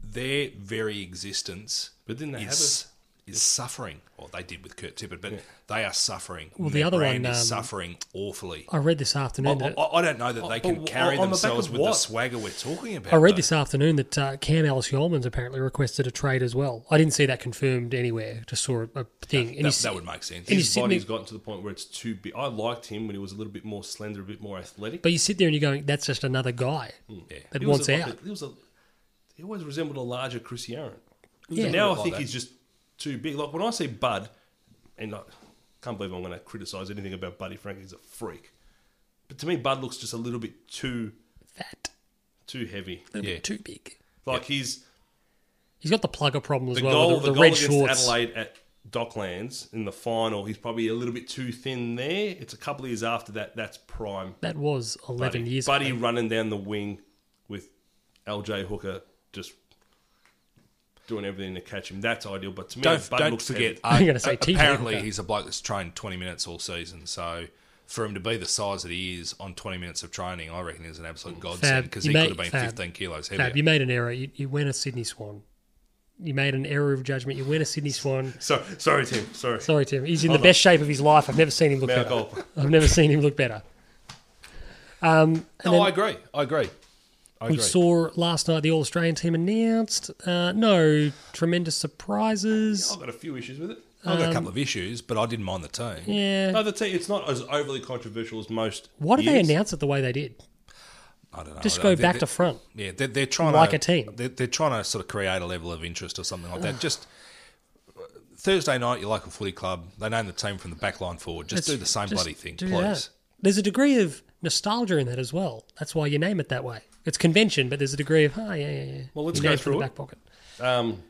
Speaker 2: their very existence
Speaker 1: But didn't they
Speaker 2: is, is suffering. Well, they did with Kurt Tippett, but they are suffering. Well,
Speaker 3: the other
Speaker 2: brand
Speaker 3: one,
Speaker 2: is
Speaker 3: um,
Speaker 2: suffering awfully.
Speaker 3: I uh, oh, read this afternoon
Speaker 2: I,
Speaker 3: that
Speaker 2: I- I don't know that they can
Speaker 1: but
Speaker 2: carry
Speaker 1: on the back
Speaker 2: themselves
Speaker 1: of
Speaker 2: with the
Speaker 1: what?
Speaker 2: swagger we're talking about.
Speaker 3: I read
Speaker 2: though.
Speaker 3: this afternoon that uh, Cam Ellis Yeomans apparently requested a trade as well. I didn't see that confirmed anywhere. Just saw a, a thing. and
Speaker 2: That,
Speaker 3: he's-
Speaker 2: that would make sense.
Speaker 3: and you
Speaker 1: his
Speaker 3: sit
Speaker 1: body's
Speaker 3: there-
Speaker 1: gotten to the point where it's too big. I liked him when he was a little bit more slender, a bit more athletic.
Speaker 3: But you sit there and you're going, that's just another guy
Speaker 1: Hmm.
Speaker 3: that
Speaker 1: he
Speaker 3: wants
Speaker 1: was a,
Speaker 3: out.
Speaker 1: Like a, he was a. He always resembled a larger Chris Aaron.
Speaker 3: Yeah.
Speaker 1: Now I
Speaker 2: Like
Speaker 1: think
Speaker 2: that.
Speaker 1: he's just too big. Like when I see Bud, and I can't believe I'm going to criticise anything about Buddy Frank. He's a freak. But to me, Bud looks just a little bit too
Speaker 3: Fat.
Speaker 1: too heavy.
Speaker 3: A little
Speaker 2: Yeah.
Speaker 3: bit too big.
Speaker 1: Like he's
Speaker 3: He's got the plugger problem as
Speaker 1: the
Speaker 3: well.
Speaker 1: goal.
Speaker 3: with
Speaker 1: The,
Speaker 3: the,
Speaker 1: goal
Speaker 3: red
Speaker 1: against
Speaker 3: shorts.
Speaker 1: Adelaide at Docklands in the final. He's probably a little bit too thin there. It's a couple of years after that. That's prime.
Speaker 3: That was 11
Speaker 1: Buddy,
Speaker 3: years
Speaker 1: Buddy
Speaker 3: ago.
Speaker 1: running down the wing with LJ Hooker just doing everything to catch him. That's ideal. But to me,
Speaker 2: don't
Speaker 1: Bud
Speaker 2: don't
Speaker 1: looks
Speaker 2: forget.
Speaker 1: heavy.
Speaker 2: uh,
Speaker 3: I'm gonna say TJ
Speaker 2: apparently
Speaker 3: Hooker.
Speaker 2: he's a bloke that's trained 20 minutes all season, so. For him to be the size that he is on 20 minutes of training, I reckon is an absolute godsend because
Speaker 3: you
Speaker 2: he
Speaker 3: may-
Speaker 2: could have been
Speaker 3: Fab.
Speaker 2: 15 kilos heavier.
Speaker 3: Fab, you made an error. You, you went a Sydney Swan. You made an error of judgment. You went a Sydney Swan.
Speaker 1: So, sorry, Tim. Sorry.
Speaker 3: Sorry, Tim. He's in the best shape of his life. I've never seen him look
Speaker 1: Mount
Speaker 3: better.
Speaker 1: Gold.
Speaker 3: I've never seen him look better.
Speaker 2: No, I agree. I agree. I
Speaker 3: We
Speaker 2: agree.
Speaker 3: saw last night the All Australian team announced. Uh, no tremendous surprises.
Speaker 2: Oh,
Speaker 1: I've got a few issues with it.
Speaker 2: I've got a couple of issues, but I didn't mind the team.
Speaker 3: um, Yeah.
Speaker 1: No, the team, it's not as overly controversial as most.
Speaker 3: Why did they
Speaker 1: years.
Speaker 3: announce it the way they did?
Speaker 2: I don't know.
Speaker 3: Just
Speaker 2: I-
Speaker 3: go
Speaker 2: they-
Speaker 3: back
Speaker 2: they-
Speaker 3: to front.
Speaker 2: Yeah, they're, they're trying
Speaker 3: Like
Speaker 2: to,
Speaker 3: a team.
Speaker 2: They're, they're trying to sort of create a level of interest or something like that. Just uh, Thursday night, your local footy club, they name the team from the back line forward. Just do the same
Speaker 3: Just
Speaker 2: bloody thing,
Speaker 3: do
Speaker 2: please.
Speaker 3: that. There's a degree of nostalgia in that as well. That's why you name it that way. It's convention, but there's a degree of, oh, yeah, yeah, yeah.
Speaker 1: Well, let's
Speaker 3: You
Speaker 1: go
Speaker 3: name it from
Speaker 1: through
Speaker 3: the
Speaker 1: it.
Speaker 3: back pocket.
Speaker 1: Um,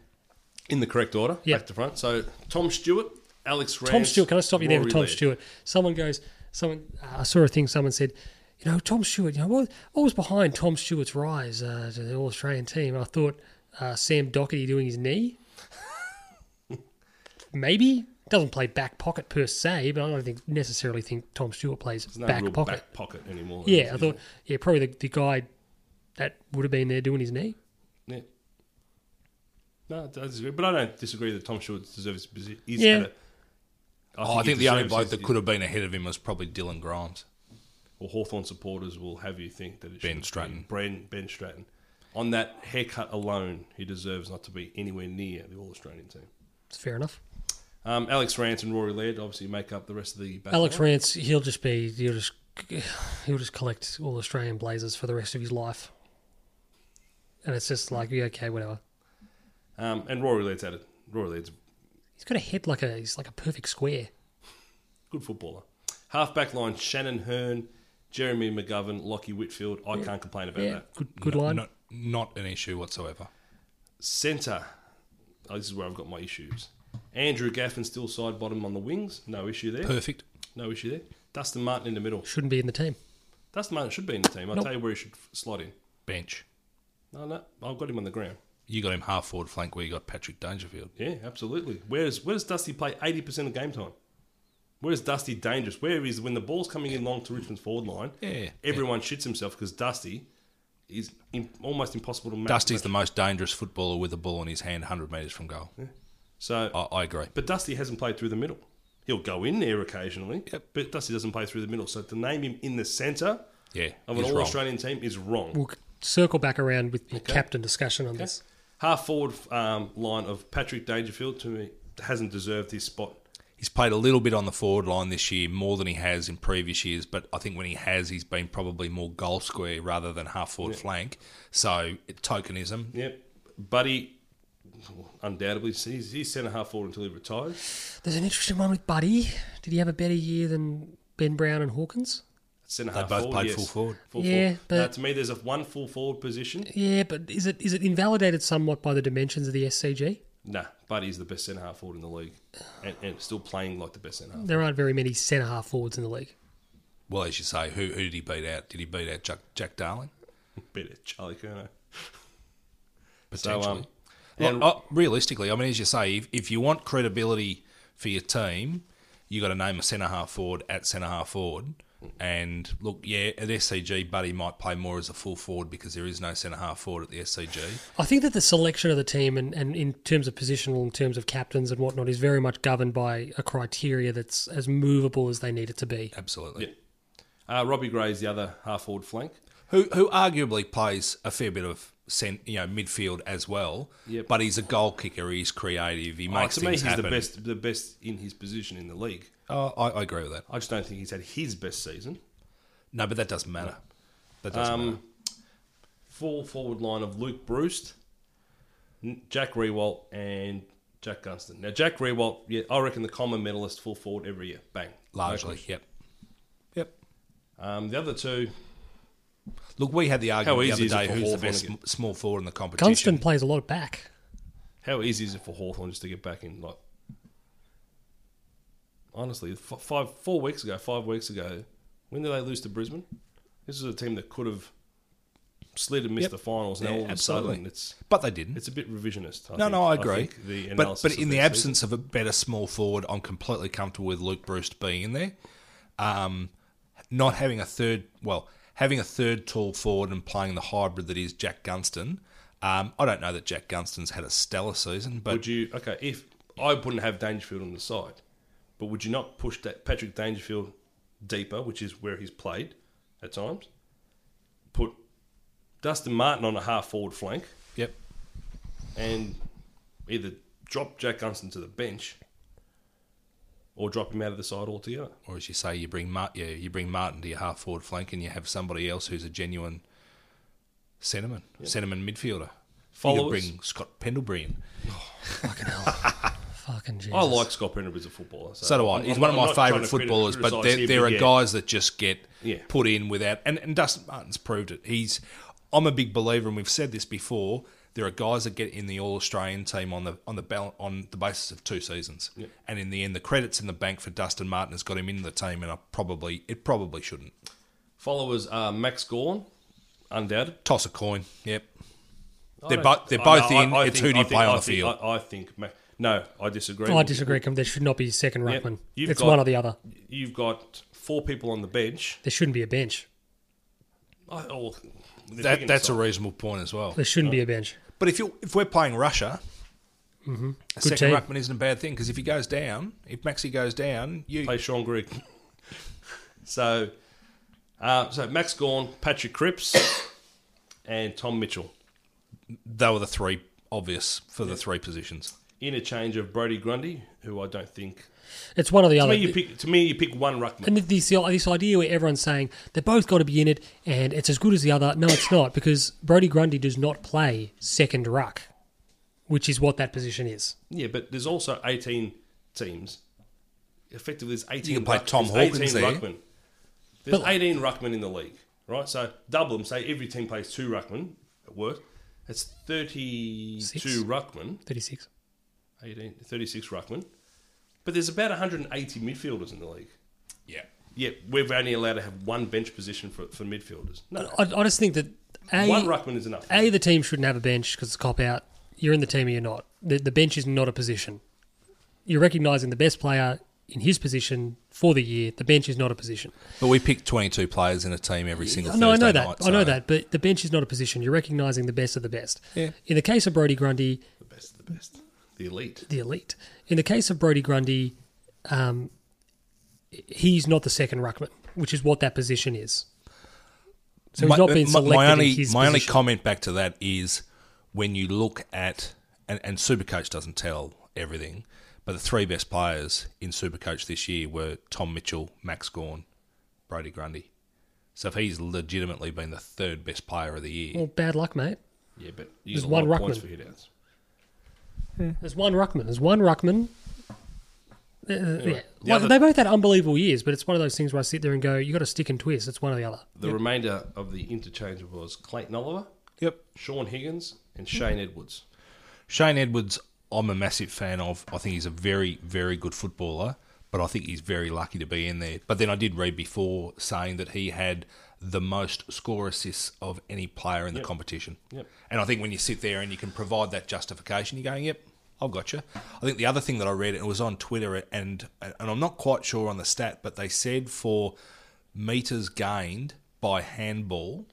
Speaker 1: in the correct order,
Speaker 3: Yeah.
Speaker 1: back to front. So, Tom Stewart, Alex Rance.
Speaker 3: Tom Stewart, can I stop you there
Speaker 1: Rory
Speaker 3: with Tom
Speaker 1: Laird.
Speaker 3: Stewart? Someone goes, someone, uh, I saw a thing, someone said, you know, Tom Stewart, you know, what, what was behind Tom Stewart's rise uh, to the All Australian team? And I thought, uh, Sam Doherty doing his knee. Maybe doesn't play back pocket per se, but I don't think necessarily think Tom Stewart plays
Speaker 1: There's no
Speaker 3: back
Speaker 1: real
Speaker 3: pocket.
Speaker 1: back pocket anymore.
Speaker 3: Yeah, I thought yeah probably the, the guy that would have been there doing his knee.
Speaker 1: Yeah. No, I don't disagree. But I don't disagree that Tom Stewart deserves his position.
Speaker 3: Yeah.
Speaker 2: Oh, I think the only bloke
Speaker 1: vote
Speaker 2: that could have been ahead of him was probably Dylan Grimes.
Speaker 1: Well, Hawthorn supporters will have you think that it
Speaker 2: Ben
Speaker 1: should be
Speaker 2: Stratton.
Speaker 1: Ben, ben Stratton. On that haircut alone, he deserves not to be anywhere near the All Australian team.
Speaker 3: It's fair enough.
Speaker 1: Um, Alex Rance and Rory Laird obviously make up the rest of the back.
Speaker 3: Alex
Speaker 1: line.
Speaker 3: Rance, he'll just be he'll just he'll just collect all Australian Blazers for the rest of his life, and it's just like yeah, okay, whatever.
Speaker 1: um, and Rory Laird's at it. Rory Laird's
Speaker 3: He's got a head like a he's like a perfect square.
Speaker 1: good footballer. Half back line: Shannon Hearn, Jeremy McGovern, Lockie Whitfield. I can't complain about that.
Speaker 3: good good
Speaker 2: No-
Speaker 3: line.
Speaker 2: Not, not an issue whatsoever.
Speaker 1: Centre. Oh, this is where I've got my issues. Andrew Gaffin still side bottom on the wings. No issue there.
Speaker 2: Perfect.
Speaker 1: No issue there. Dustin Martin in the middle.
Speaker 3: Shouldn't be in the team.
Speaker 1: Dustin Martin should be in the team. I'll
Speaker 3: Nope.
Speaker 1: tell you where he should f- slot in.
Speaker 2: Bench.
Speaker 1: No, no. I've got him on the ground.
Speaker 2: You got him half forward flank where you got Patrick Dangerfield.
Speaker 1: Yeah, absolutely. Where, is, where does Dusty play 80% of game time? Where is Dusty dangerous? Where is when the ball's coming in long to Richmond's forward line?
Speaker 2: Yeah.
Speaker 1: Everyone shits himself because Dusty is in, almost impossible to match.
Speaker 2: Dusty's the most dangerous footballer with the ball in his hand 100 metres from goal.
Speaker 1: so
Speaker 2: I, I agree.
Speaker 1: But Dusty hasn't played through the middle. He'll go in there occasionally,
Speaker 2: Yep.
Speaker 1: but Dusty doesn't play through the middle. So to name him in the centre
Speaker 2: Yeah.
Speaker 1: of an
Speaker 2: he's
Speaker 1: All
Speaker 2: wrong.
Speaker 1: Australian team is wrong.
Speaker 3: We'll circle back around with the captain discussion on this.
Speaker 1: Half forward um, line of Patrick Dangerfield to me hasn't deserved his spot.
Speaker 2: He's played a little bit on the forward line this year, more than he has in previous years, but I think when he has, he's been probably more goal square rather than half forward flank. So it- tokenism.
Speaker 1: Yep, Buddy undoubtedly he's, he's centre half forward until he retires.
Speaker 3: There's an interesting one with Buddy. Did he have a better year than Ben Brown and Hawkins?
Speaker 1: Centre
Speaker 2: They
Speaker 1: half
Speaker 2: both
Speaker 1: forward,
Speaker 2: played
Speaker 1: yes.
Speaker 2: full forward.
Speaker 1: Full
Speaker 3: Yeah,
Speaker 1: forward. Now,
Speaker 3: but-
Speaker 1: to me, there's a one full forward position.
Speaker 3: Yeah, but is it is it invalidated somewhat by the dimensions of the SCG?
Speaker 1: Nah, Buddy's the best centre half forward in the league, and, and still playing like the best centre half.
Speaker 3: There aren't very many centre half forwards in the league.
Speaker 2: Well, as you say, who, who did he beat out? Did he beat out Jack, Jack Darling?
Speaker 1: Bit of Charlie Kerno.
Speaker 2: Potentially.
Speaker 1: um,
Speaker 2: Well,
Speaker 1: and-
Speaker 2: oh, realistically, I mean, as you say, if, if you want credibility for your team, you got to name a centre half forward at centre half forward. And look, yeah, at SCG, Buddy might play more as a full forward because there is no centre half forward at the SCG.
Speaker 3: I think that the selection of the team and, and in terms of positional, in terms of captains and whatnot, is very much governed by a criteria that's as movable as they need it to be.
Speaker 2: Absolutely.
Speaker 1: Uh, Robbie Gray's the other half forward flank.
Speaker 2: Who who arguably plays a fair bit of cent, you know midfield as well.
Speaker 1: Yep.
Speaker 2: But he's a goal kicker. He's creative. He
Speaker 1: Oh,
Speaker 2: makes
Speaker 1: to me,
Speaker 2: things
Speaker 1: he's
Speaker 2: happen.
Speaker 1: the best, the best in his position in the league.
Speaker 2: Oh, I, I agree with that.
Speaker 1: I just don't think he's had his best season.
Speaker 2: No, but that doesn't matter. That doesn't matter.
Speaker 1: Um, full forward line of Luke Bruce, N- Jack Rewalt, and Jack Gunston. Now, Jack Rewalt, yeah, I reckon the common medalist full forward every year. Bang.
Speaker 2: Largely, yep. Yep.
Speaker 1: Um, the other two,
Speaker 2: Look, we had the
Speaker 1: How
Speaker 2: argument
Speaker 1: easy
Speaker 2: the
Speaker 1: is
Speaker 2: other
Speaker 1: it for
Speaker 2: day who's the
Speaker 1: Hawthorn
Speaker 2: best
Speaker 1: to
Speaker 2: sm- small forward in the competition.
Speaker 3: Gunston plays a lot of back.
Speaker 1: how easy is it for Hawthorn just to get back in? Like, honestly, f- five, four weeks ago, five weeks ago, when did they lose to Brisbane? This is a team that could have slid and missed
Speaker 2: Yep.
Speaker 1: the finals. Now
Speaker 2: Yeah,
Speaker 1: all of a
Speaker 2: absolutely.
Speaker 1: sudden, it's
Speaker 2: But they didn't.
Speaker 1: It's a bit revisionist. I
Speaker 2: no,
Speaker 1: think.
Speaker 2: no, I agree.
Speaker 1: think the
Speaker 2: but
Speaker 1: analysis
Speaker 2: but
Speaker 1: of
Speaker 2: in the
Speaker 1: their season-
Speaker 2: absence of a better small forward, I'm completely comfortable with Luke Bruce being in there. Um, not having a third, well, having a third tall forward and playing the hybrid that is Jack Gunston. Um, I don't know that Jack Gunston's had a stellar season, but
Speaker 1: would you okay? If I wouldn't have Dangerfield on the side, but would you not push that Patrick Dangerfield deeper, which is where he's played at times? Put Dustin Martin on a half forward flank
Speaker 2: yep,
Speaker 1: and either drop Jack Gunston to the bench or drop him out of the side altogether.
Speaker 2: or as you say, you bring Mar- yeah, you bring Martin to your half forward flank, and you have somebody else who's a genuine sentiment, sentiment midfielder. You
Speaker 1: Followers?
Speaker 2: could bring Scott Pendlebury in.
Speaker 3: Fucking hell. Fucking Jesus.
Speaker 1: I like Scott Brenner as a footballer.
Speaker 2: So do I.
Speaker 1: I'm-
Speaker 2: He's
Speaker 1: I'm
Speaker 2: one
Speaker 1: not- I'm not
Speaker 2: of my
Speaker 1: trying
Speaker 2: favourite
Speaker 1: to criti-
Speaker 2: footballers, but
Speaker 1: criticise
Speaker 2: there,
Speaker 1: him,
Speaker 2: there are
Speaker 1: yeah.
Speaker 2: guys that just get
Speaker 1: Yeah.
Speaker 2: put in without. And, and Dustin Martin's proved it. He's. I'm a big believer, and we've said this before. There are guys that get in the All Australian team on the on the bal- on the basis of two seasons, and in the end, the credits in the bank for Dustin Martin has got him into the team, and I probably it probably shouldn't
Speaker 1: Followers are Max Gorn, undoubted.
Speaker 2: toss a coin. Yep, They're
Speaker 1: don't-
Speaker 2: both they're
Speaker 1: I-
Speaker 2: both
Speaker 1: no, I-
Speaker 2: in.
Speaker 1: I
Speaker 2: it's
Speaker 1: think-
Speaker 2: who do
Speaker 1: I
Speaker 2: you
Speaker 1: think-
Speaker 2: play
Speaker 1: I
Speaker 2: on the
Speaker 1: think-
Speaker 2: field?
Speaker 1: I, I think. Ma- No, I disagree.
Speaker 3: Oh, I
Speaker 1: with-
Speaker 3: disagree. Come, there should not be second ruckman.
Speaker 1: You've
Speaker 3: It's
Speaker 1: got-
Speaker 3: one or the other.
Speaker 1: You've got four people on the bench.
Speaker 3: There shouldn't be a bench.
Speaker 1: I, oh, they're
Speaker 2: That
Speaker 1: big
Speaker 2: that's a
Speaker 1: inside.
Speaker 2: reasonable point as well.
Speaker 3: There shouldn't be a bench.
Speaker 2: But if you if we're playing Russia, a
Speaker 3: Mm-hmm. Good
Speaker 2: second
Speaker 3: team.
Speaker 2: ruckman isn't a bad thing because if he goes down, if Maxi goes down, you
Speaker 1: play Sean Grigg. so, uh, so Max Gorn, Patrick Cripps, and Tom Mitchell.
Speaker 2: they were the three obvious for the three positions.
Speaker 1: Interchange of Brody Grundy, who I don't think.
Speaker 3: It's one or the
Speaker 1: To
Speaker 3: other.
Speaker 1: me, you pick. To me, you pick one ruckman.
Speaker 3: and this, this idea where everyone's saying they both got to be in it and it's as good as the other. No, it's not because Brody Grundy does not play second ruck, which is what that position is.
Speaker 1: Yeah, but there's also 18 teams. Effectively, there's 18.
Speaker 2: You can play
Speaker 1: ruck-
Speaker 2: Tom
Speaker 1: there's
Speaker 2: Hawkins
Speaker 1: 18
Speaker 2: there.
Speaker 1: Ruckman. There's
Speaker 3: But-
Speaker 1: 18 ruckman in the league, right? So double them. Say every team plays two ruckman at worst. That's 32
Speaker 3: Six.
Speaker 1: ruckman.
Speaker 3: 36.
Speaker 1: 18, 36 ruckman. But there's about 180 midfielders in the league.
Speaker 2: Yeah,
Speaker 1: Yet we're only allowed to have one bench position for, for midfielders. No,
Speaker 3: I, I just think that A,
Speaker 1: one ruckman is enough.
Speaker 3: A, the team shouldn't have a bench because it's a cop out. You're in the team or you're not. The, the bench is not a position. You're recognising the best player in his position for the year. The bench is not a position.
Speaker 2: but we pick twenty two players in a team every single.
Speaker 3: no, I
Speaker 2: Thursday
Speaker 3: know that.
Speaker 2: night,
Speaker 3: I know
Speaker 2: so-
Speaker 3: that. But the bench is not a position. You're recognising the best of the best.
Speaker 2: Yeah.
Speaker 3: In the case of Brody Grundy,
Speaker 1: the best of the best. The elite.
Speaker 3: the elite. In the case of Brody Grundy, um, he's not the second ruckman, which is what that position is. So he's not being
Speaker 2: my- my
Speaker 3: selected in
Speaker 2: only,
Speaker 3: his
Speaker 2: my only
Speaker 3: position.
Speaker 2: comment back to that is when you look at and, and Supercoach doesn't tell everything, but the three best players in Supercoach this year were Tom Mitchell, Max Gorn, Brody Grundy. So if he's legitimately been the third best player of the year,
Speaker 3: Well, bad luck, mate.
Speaker 1: Yeah, but you
Speaker 3: There's
Speaker 1: get a
Speaker 3: one
Speaker 1: lot of points
Speaker 3: ruckman.
Speaker 1: for hit outs.
Speaker 3: There's one ruckman. There's one ruckman. Uh, yeah.
Speaker 1: the
Speaker 3: Well,
Speaker 1: other-
Speaker 3: they both had unbelievable years, but it's one of those things where I sit there and go, "You got to stick and twist." It's one or the other.
Speaker 1: The remainder of the interchange was Clayton Oliver,
Speaker 2: yep.
Speaker 1: Sean Higgins, and Shane Edwards.
Speaker 2: Shane Edwards, I'm a massive fan of. I think he's a very, very good footballer, but I think he's very lucky to be in there. But then I did read before saying that he had the most score assists of any player in the competition.
Speaker 1: Yep.
Speaker 2: And I think when you sit there and you can provide that justification, you're going, yep, I've got you. I think the other thing that I read, and it was on Twitter, and, and I'm not quite sure on the stat, but they said for metres gained by handball,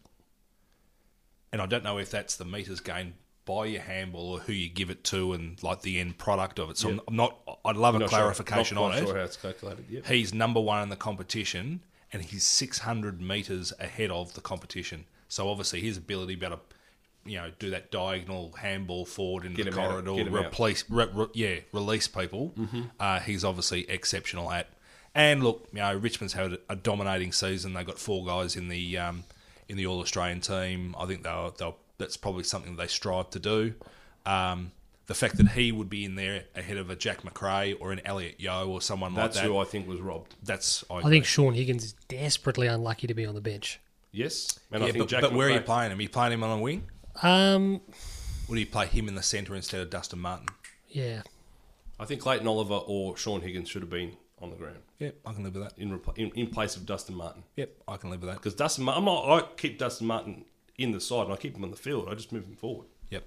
Speaker 2: and I don't know if that's the meters gained by your handball or who you give it to and like the end product of it. So I'm- I'm not. I'd love a
Speaker 1: Not sure-
Speaker 2: clarification
Speaker 1: not
Speaker 2: on
Speaker 1: quite
Speaker 2: it.
Speaker 1: Sure how it's calculated. Yep.
Speaker 2: He's number one in the competition, and he's 600 meters ahead of the competition. So obviously his ability about to, you know, do that diagonal handball forward into the
Speaker 1: him out,
Speaker 2: corridor,
Speaker 1: get him out. Mm-hmm.
Speaker 2: replace, re, re, yeah, release people. Uh, he's obviously exceptional at. And look, you know, Richmond's had a dominating season. They got four guys in the um, in the All Australian team. I think they'll, they'll that's probably something they strive to do. Um, the fact that he would be in there ahead of a Jack McRae or an Elliot Yo or someone
Speaker 1: That's
Speaker 2: like that.
Speaker 1: who I think was robbed.
Speaker 2: That's I,
Speaker 3: I think Sean Higgins is desperately unlucky to be on the bench.
Speaker 1: Yes, and I
Speaker 2: Yeah,
Speaker 1: think
Speaker 2: but,
Speaker 1: Jack.
Speaker 2: but where are you
Speaker 1: McRae-
Speaker 2: playing him? Are you playing him on a wing?
Speaker 3: Um,
Speaker 2: Or do you play him in the centre instead of Dustin Martin?
Speaker 3: yeah,
Speaker 1: I think Clayton Oliver or Sean Higgins should have been on the ground
Speaker 2: Yep, I can live with that.
Speaker 1: in repl- in, in place of Dustin Martin
Speaker 2: Yep, I can live with that.
Speaker 1: because Dustin. Mar- I'm not. I keep Dustin Martin in the side and I keep him on the field. I just move him forward.
Speaker 2: Yep.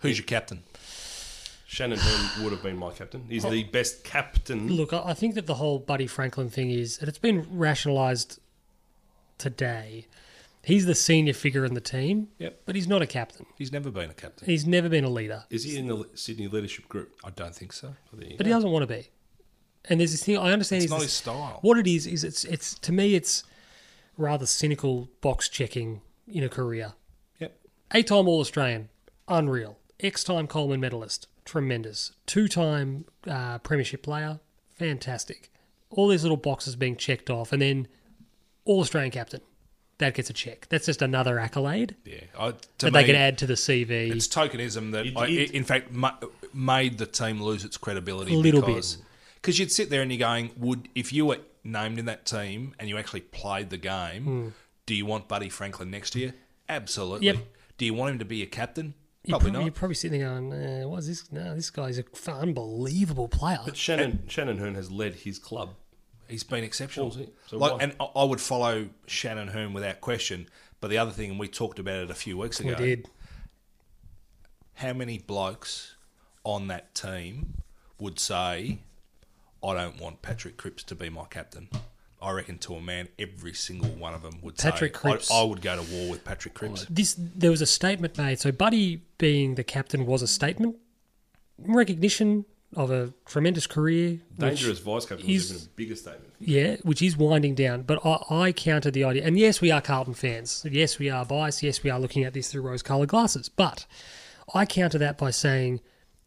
Speaker 2: Who's your captain?
Speaker 1: Shannon Hearn would have been my captain.
Speaker 2: Oh.
Speaker 1: He's the best captain.
Speaker 3: Look, I I think that the whole Buddy Franklin thing is, and it's been rationalised today. He's the senior figure in the team,
Speaker 2: Yep.
Speaker 3: but he's not a captain.
Speaker 2: He's never been a captain.
Speaker 3: He's never been a leader,
Speaker 1: Is he in the Sydney leadership group?
Speaker 2: I don't think so.
Speaker 1: Oh, there you
Speaker 3: but
Speaker 1: go.
Speaker 3: he doesn't want to be. And there's this thing I
Speaker 2: It's
Speaker 3: understand. he's
Speaker 2: not
Speaker 3: this-
Speaker 2: his style.
Speaker 3: What it is is it's it's to me it's rather cynical box checking in a career.
Speaker 2: Yep.
Speaker 3: Eight time All Australian, unreal. X time Coleman medalist, tremendous. Two time uh, Premiership player, fantastic. All these little boxes being checked off, and then All Australian captain. That gets a check. That's just another accolade
Speaker 2: Yeah. I, to
Speaker 3: that
Speaker 2: me,
Speaker 3: they can add to the CV.
Speaker 2: It's tokenism that,
Speaker 1: It-
Speaker 2: I,
Speaker 1: it-
Speaker 2: in fact, ma- made the team lose its credibility
Speaker 3: A little bit.
Speaker 2: because, Because you'd sit there and you're going, would if you were named in that team and you actually played the game,
Speaker 3: Hmm.
Speaker 2: do you want Buddy Franklin next to you? Absolutely.
Speaker 3: Yep.
Speaker 2: Do you want him to be your captain?
Speaker 3: You're
Speaker 2: Probably
Speaker 3: prob-
Speaker 2: not.
Speaker 3: You're probably sitting there going, eh, "What's this? No, this guy's an unbelievable player."
Speaker 1: But Shannon Shannon Hearn has led his club.
Speaker 2: He's been exceptional.
Speaker 1: Well, see, so
Speaker 2: like,
Speaker 1: why-
Speaker 2: and I I would follow Shannon Hearn without question. But the other thing, and we talked about it a few weeks
Speaker 3: We
Speaker 2: ago,
Speaker 3: did.
Speaker 2: how many blokes on that team would say, I don't want Patrick Cripps to be my captain? I reckon to a man, every single one of them would
Speaker 3: Patrick
Speaker 2: say,
Speaker 3: Cripps.
Speaker 2: I, I would go to war with Patrick Cripps.
Speaker 3: this there was a statement made. So Buddy being the captain was a statement in recognition of a tremendous career. which-
Speaker 1: Dangerous vice captain was
Speaker 3: is-
Speaker 1: even a bigger statement.
Speaker 3: yeah, which is winding down. But I, I counter the idea, and yes, we are Carlton fans. Yes, we are biased. Yes, we are looking at this through rose-colored glasses. But I counter that by saying,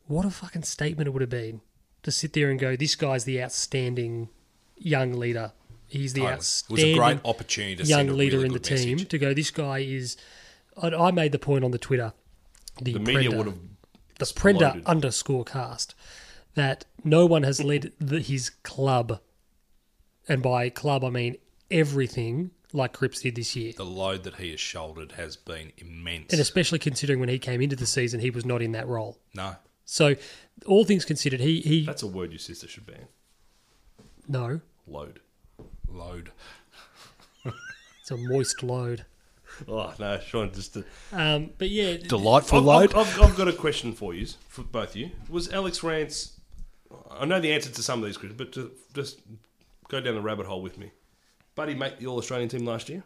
Speaker 3: what a fucking statement it would have been to sit there and go, this guy's the outstanding young leader. He's the
Speaker 2: It was
Speaker 3: Oh, outstanding
Speaker 2: a great opportunity to
Speaker 3: young
Speaker 2: send a
Speaker 3: leader
Speaker 2: really
Speaker 3: in the
Speaker 2: good
Speaker 3: team
Speaker 2: message.
Speaker 3: to go. This guy is. I, I made the point on the Twitter. The,
Speaker 1: The media
Speaker 3: Prender-
Speaker 1: would have
Speaker 3: the Prender
Speaker 1: exploded.
Speaker 3: underscore cast that no one has led the, his club, and by club I mean everything like Cripps did this year.
Speaker 2: The load that he has shouldered has been immense.
Speaker 3: And especially considering when he came into the season, he was not in that role.
Speaker 2: no,
Speaker 3: So, all things considered, he he
Speaker 1: That's a word your sister should ban.
Speaker 3: no,
Speaker 1: Load.
Speaker 2: load.
Speaker 3: it's a moist load.
Speaker 1: Oh no, Sean, just to,
Speaker 3: Um, but yeah,
Speaker 2: Delightful
Speaker 1: I've,
Speaker 2: load.
Speaker 1: I've, I've, I've got a question for you, for both of you. Was Alex Rance? I know the answer to some of these questions, but to, just go down the rabbit hole with me. Buddy make the All Australian team last year.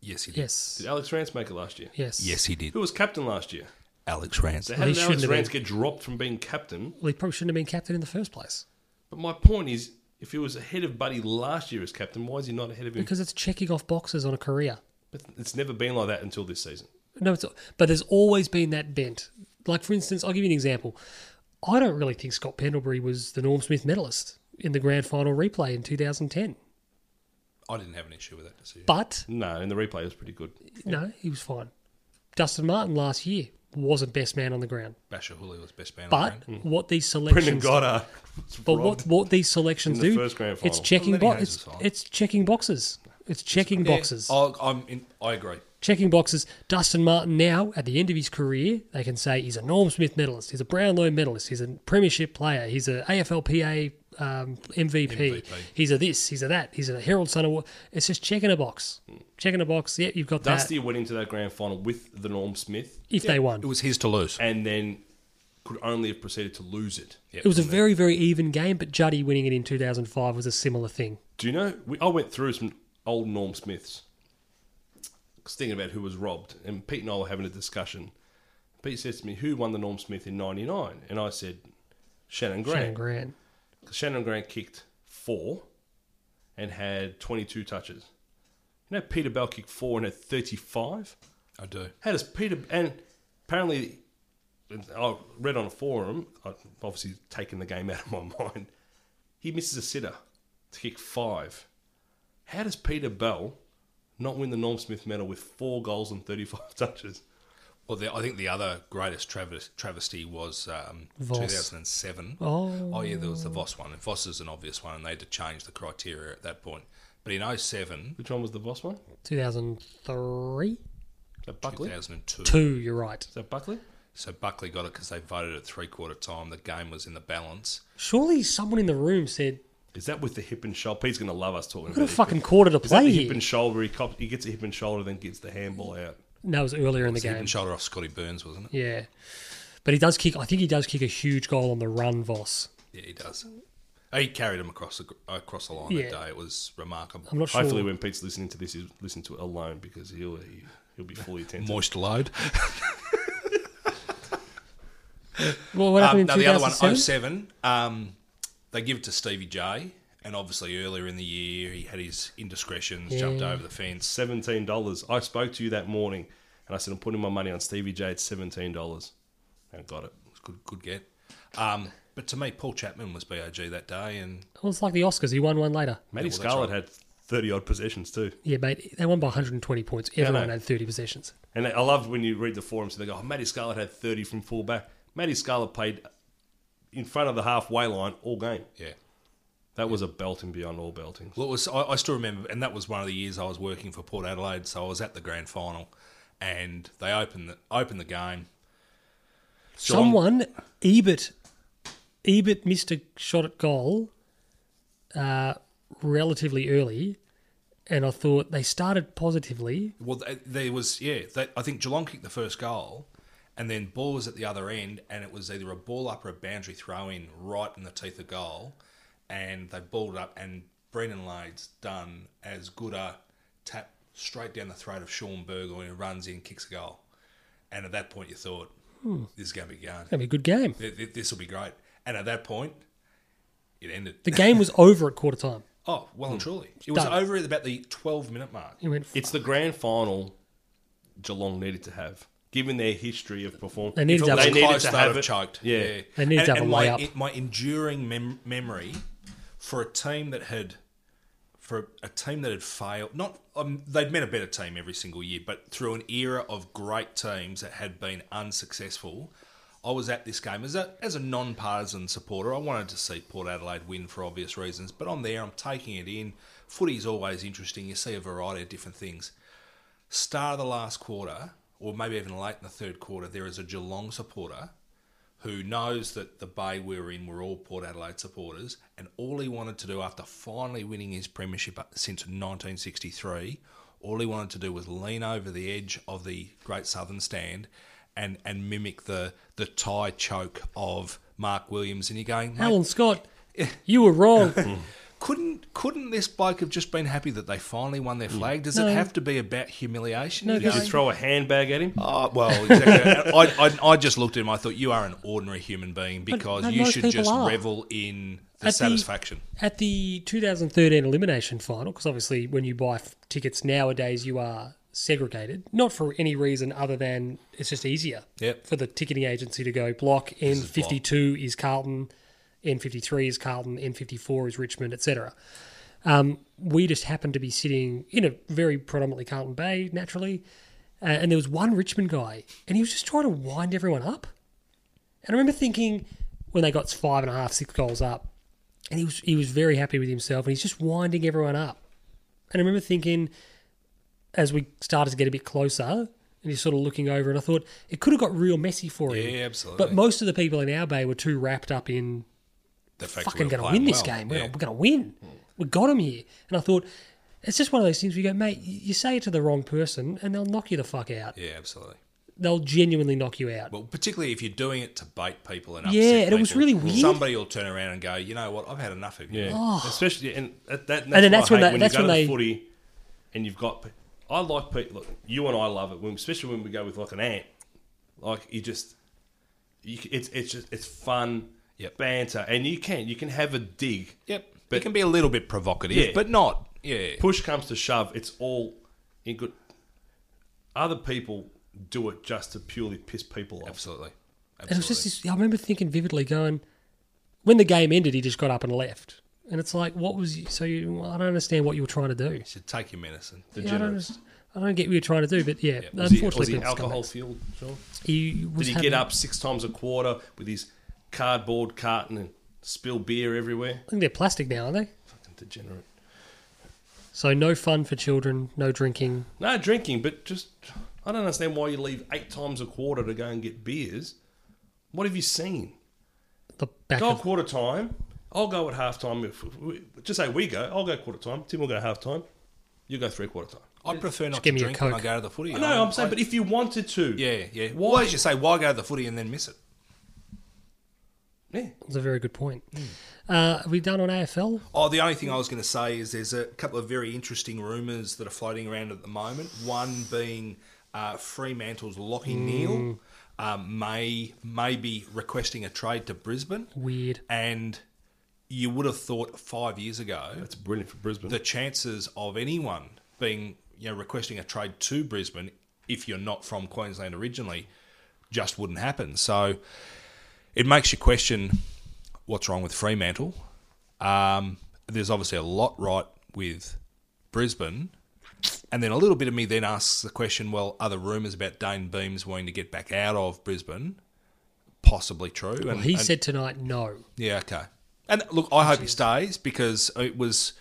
Speaker 2: yes, he did.
Speaker 3: yes,
Speaker 1: Did Alex Rance make it last year?
Speaker 3: yes,
Speaker 2: Yes, he did.
Speaker 1: Who was captain last year?
Speaker 2: Alex Rance.
Speaker 1: So how
Speaker 3: Well, he
Speaker 1: did Alex
Speaker 3: shouldn't have
Speaker 1: Rance get dropped from being captain?
Speaker 3: Well, he probably shouldn't have been captain in the first place.
Speaker 1: But my point is, if he was ahead of Buddy last year as captain, why is he not ahead of him?
Speaker 3: Because it's checking off boxes on a career.
Speaker 1: but it's never been like that until this season.
Speaker 3: No, it's, but there's always been that bent. Like, for instance, I'll give you an example. I don't really think Scott Pendlebury was the Norm Smith medalist in the grand final replay in 2010.
Speaker 2: I didn't have an issue with that decision.
Speaker 3: But,
Speaker 1: No, and the replay was pretty good.
Speaker 3: no, he was fine. Justin Martin last year wasn't best man on the ground.
Speaker 2: Basher Hooley was best man. on the
Speaker 3: But
Speaker 2: ground.
Speaker 3: what these
Speaker 1: Mm. Brendan
Speaker 3: selections
Speaker 1: Goddard.
Speaker 3: but what, what these selections
Speaker 1: in the
Speaker 3: do
Speaker 1: first grand
Speaker 3: it's
Speaker 1: final.
Speaker 3: checking
Speaker 2: Lenny
Speaker 3: bo-
Speaker 2: Hayes
Speaker 3: it's,
Speaker 2: was fine.
Speaker 3: it's checking boxes. It's checking boxes.
Speaker 2: Yeah, I, I'm in, I agree.
Speaker 3: checking boxes. Dustin Martin now, at the end of his career, they can say he's a Norm Smith medalist, he's a Brownlow medalist, he's a premiership player, he's a AFLPA um, MVP, he's a this, he's a that, he's a Herald Sun Award. It's just checking a box, checking a box. Yeah, you've got
Speaker 1: Dusty went into that grand final with the Norm Smith,
Speaker 3: that. If they won,
Speaker 2: It was his to lose.
Speaker 1: and then could only have proceeded to lose it.
Speaker 3: it was a very very even game, but Juddy winning it in 2005 was a similar thing.
Speaker 1: Do you know? We, I went through some old Norm Smiths. I was thinking about who was robbed, and Pete and I were having a discussion. Pete says to me, "Who won the Norm Smith in '99?" And I said, "Shannon Grant."
Speaker 3: Shannon Grant.
Speaker 1: Shannon Grant kicked four and had 22 touches. You know, Peter Bell kicked four and had 35.
Speaker 2: I do.
Speaker 1: How does Peter and apparently I read on a forum, I've obviously taken the game out of my mind. He misses a sitter to kick five. How does Peter Bell not win the Norm Smith medal with four goals and 35 touches?
Speaker 2: Well, the, I think the other greatest travesty, travesty was um,
Speaker 3: Voss.
Speaker 2: 2007.
Speaker 3: Oh.
Speaker 2: oh, yeah, there was the Voss one. And Voss is an obvious one, and they had to change the criteria at that point. But in 07,
Speaker 1: Which one was the boss one?
Speaker 3: 2003,
Speaker 1: Is that Buckley? Is
Speaker 2: 2002,
Speaker 3: two. You're right.
Speaker 1: that Buckley?
Speaker 2: so Buckley got it because they voted at three quarter time. The game was in the balance.
Speaker 3: Surely someone in the room said,
Speaker 1: Is that with the hip and shoulder? Pete's going to love us talking
Speaker 3: "Got a
Speaker 1: about it.
Speaker 3: fucking quarter to
Speaker 1: Is that
Speaker 3: play
Speaker 1: the
Speaker 3: here."
Speaker 1: hip and shoulder? He, cops, he gets a hip and shoulder, then gets the handball out.
Speaker 3: No, it was earlier in the
Speaker 2: Hip
Speaker 3: game.
Speaker 2: and shoulder off Scotty Burns, wasn't it?
Speaker 3: Yeah. But he does kick. I think he does kick a huge goal on the run, Voss.
Speaker 2: Yeah, he does. He carried him across the, gr- across the line
Speaker 3: Yeah.
Speaker 2: that day. It was remarkable.
Speaker 3: I'm not sure.
Speaker 1: Hopefully, when Pete's listening to this, he's listening to it alone because he'll he, he'll be fully attentive.
Speaker 2: Moist load.
Speaker 3: well,
Speaker 2: Um,
Speaker 3: what happened
Speaker 2: no,
Speaker 3: in
Speaker 2: the other one, 07,
Speaker 3: 2007?
Speaker 2: um, they give it to Stevie J. And obviously, earlier in the year, he had his indiscretions, jumped over the fence.
Speaker 1: Seventeen dollars. I spoke to you that morning, and I said I'm putting my money on Stevie J at seventeen dollars, and got it.
Speaker 2: It was good, good get. Um, but to me, Paul Chapman was BOG that day. And
Speaker 3: Well, it's like the Oscars. He won one later.
Speaker 1: Matty
Speaker 2: well, that's
Speaker 1: Scarlett had thirty odd possessions too,
Speaker 3: Yeah, mate. They won by 120 points. Everyone had 30 possessions.
Speaker 1: and I loved when you read the forums. They go, oh, Matty Scarlett had thirty from fullback. Matty Scarlett played in front of the halfway line all game.
Speaker 2: yeah.
Speaker 1: That was a belting beyond all belting.
Speaker 2: Well, it was, I, I still remember, and that was one of the years I was working for Port Adelaide. So I was at the grand final, and they opened the, opened the game. Geelong-
Speaker 3: Someone, Ebert, Ebert missed a shot at goal uh, relatively early. And I thought they started positively.
Speaker 2: uh, Well, th- there was yeah. They, I think Geelong kicked the first goal, and then ball was at the other end, and it was either a ball up or a boundary throw in right in the teeth of goal, and they balled up, and Brendan Lade's done as good a tap straight down the throat of Sean Burger when he runs in, kicks a goal, and at that point you thought this is going to be going,
Speaker 3: That'd be a good game.
Speaker 2: this will be great, and at that point it ended.
Speaker 3: The game was over at quarter time.
Speaker 2: Oh, well and truly, it was
Speaker 3: Done.
Speaker 2: over at about the twelve minute mark.
Speaker 3: It went.
Speaker 1: It's the grand final Geelong needed to have, given their history of performance.
Speaker 3: They needed to have a
Speaker 2: They
Speaker 3: needed
Speaker 2: close, they'd have choked.
Speaker 1: Yeah.
Speaker 3: They
Speaker 2: and,
Speaker 3: needed to have
Speaker 2: and
Speaker 3: a
Speaker 2: my,
Speaker 3: layup.
Speaker 2: it- my enduring mem- memory for a team that had for a team that had failed. Not um, they'd met a better team every single year, but through an era of great teams that had been unsuccessful. I was at this game as a as a non-partisan supporter. I wanted to see Port Adelaide win for obvious reasons, but I'm there. I'm taking it in. Footy's always interesting. You see a variety of different things start of the last quarter, or maybe even late in the third quarter, there is a Geelong supporter who knows that the bay we were in were all Port Adelaide supporters, and all he wanted to do after finally winning his premiership since 1963, all he wanted to do was lean over the edge of the Great Southern Stand and, and mimic the, the tie choke of Mark Williams. And you're going, "Mate,
Speaker 3: Alan Scott, you were wrong.
Speaker 2: couldn't couldn't this bloke have just been happy that they finally won their flag? Does it have to be about humiliation? You're
Speaker 1: Did you
Speaker 2: going,
Speaker 1: throw a handbag at him?
Speaker 2: Oh, well, exactly. I, I, I just looked at him. I thought you are an ordinary human being because
Speaker 3: but
Speaker 2: you
Speaker 3: most
Speaker 2: should
Speaker 3: people
Speaker 2: just
Speaker 3: are.
Speaker 2: revel in the
Speaker 3: At the-
Speaker 2: satisfaction.
Speaker 3: At the 2013 elimination final, because obviously when you buy f- tickets nowadays, you are segregated, not for any reason other than it's just easier
Speaker 2: Yep.
Speaker 3: for the ticketing agency to go block N52 is Carlton, N53 is Carlton, N54 is Richmond, etc. Um, we just happened to be sitting in a very predominantly Carlton Bay, naturally, uh, and there was one Richmond guy, and he was just trying to wind everyone up. And I remember thinking when they got five and a half, six goals up, and he was he was very happy with himself, and he's just winding everyone up. And I remember thinking, as we started to get a bit closer, and he's sort of looking over, and I thought it could have got real messy for him.
Speaker 2: Yeah, absolutely.
Speaker 3: But most of the people in our bay were too wrapped up in
Speaker 2: The fact that
Speaker 3: fucking
Speaker 2: we were
Speaker 3: going to
Speaker 2: playing
Speaker 3: win this
Speaker 2: well.
Speaker 3: game. We're,
Speaker 2: Yeah.
Speaker 3: we're going to win. We got him here. And I thought, it's just one of those things where you go, mate, you you say it to the wrong person and they'll knock you the fuck out.
Speaker 2: Yeah, absolutely.
Speaker 3: They'll genuinely knock you out.
Speaker 2: Well, particularly if you're doing it to bait people and upset
Speaker 3: Yeah, and it was
Speaker 2: people,
Speaker 3: really weird.
Speaker 2: Somebody will turn around and go, you know what? I've had enough of you.
Speaker 1: Yeah, especially and that, that, that's
Speaker 3: Oh.
Speaker 1: what
Speaker 3: then that's
Speaker 1: I
Speaker 3: when
Speaker 1: hate
Speaker 3: they- that's
Speaker 1: you go
Speaker 3: when
Speaker 1: to
Speaker 3: they-
Speaker 1: the footy and you've got. pe- I like people. Look, you and I love it, when, especially when we go with like an ant. Like you just, you, c- it's it's just it's fun
Speaker 2: Yep.
Speaker 1: banter, and you can you can have a dig.
Speaker 2: Yep.
Speaker 1: But-
Speaker 2: it can be a little bit provocative,
Speaker 1: Yeah.
Speaker 2: but not. Yeah.
Speaker 1: Push comes to shove, it's all in good. Other people do it just to purely piss people off.
Speaker 2: Absolutely.
Speaker 3: and it was
Speaker 2: Absolutely.
Speaker 3: just this, I remember thinking vividly going, when the game ended, he just got up and left. And it's like, what was you? So you, well, I don't understand what you were trying to do.
Speaker 2: You should take your medicine.
Speaker 3: Yeah, I, don't,
Speaker 1: Degenerates.
Speaker 3: underst- I don't get what you're trying to do, but yeah,
Speaker 1: Was he, was
Speaker 3: unfortunately,
Speaker 1: he
Speaker 3: people scumbag.
Speaker 1: alcohol fueled? Sean?
Speaker 3: He was
Speaker 1: Did he
Speaker 3: having-
Speaker 1: get up six times a quarter with his cardboard carton and spill beer everywhere?
Speaker 3: I think they're plastic now, aren't they?
Speaker 1: Fucking degenerate.
Speaker 3: So no fun for children, no drinking.
Speaker 1: No drinking, but just I don't understand why you leave eight times a quarter to go and get beers. What have you seen?
Speaker 3: The back
Speaker 1: Go
Speaker 3: of
Speaker 1: at quarter time. I'll go at half time. If we, just say we go, I'll go quarter time. Tim will go half time. You go three quarter time.
Speaker 2: I prefer not
Speaker 3: give
Speaker 2: to
Speaker 3: me a
Speaker 2: drink when I
Speaker 3: Coke.
Speaker 2: go to the footy.
Speaker 1: No, I'm saying, but if you wanted to,
Speaker 2: Yeah, yeah. Why? As you say, why go to the footy and then miss it?
Speaker 1: yeah.
Speaker 3: That's a very good point.
Speaker 1: Hmm.
Speaker 3: Uh, are we done on AFL?
Speaker 2: Oh, the only thing I was going to say is there's a couple of very interesting rumours that are floating around at the moment. One being uh, Fremantle's Lockie Neal um, may may be requesting a trade to Brisbane,
Speaker 3: Weird.
Speaker 2: and you would have thought five years ago
Speaker 1: That's brilliant for Brisbane.
Speaker 2: the chances of anyone being you know requesting a trade to Brisbane if you're not from Queensland originally just wouldn't happen. So it makes you question what's wrong with Fremantle. Um, there's obviously a lot right with Brisbane. And then a little bit of me then asks the question, well, are the rumours about Dane Beams wanting to get back out of Brisbane possibly true? And,
Speaker 3: Well, he
Speaker 2: and-
Speaker 3: said tonight no.
Speaker 2: yeah, okay. And look, I hope he stays because it was,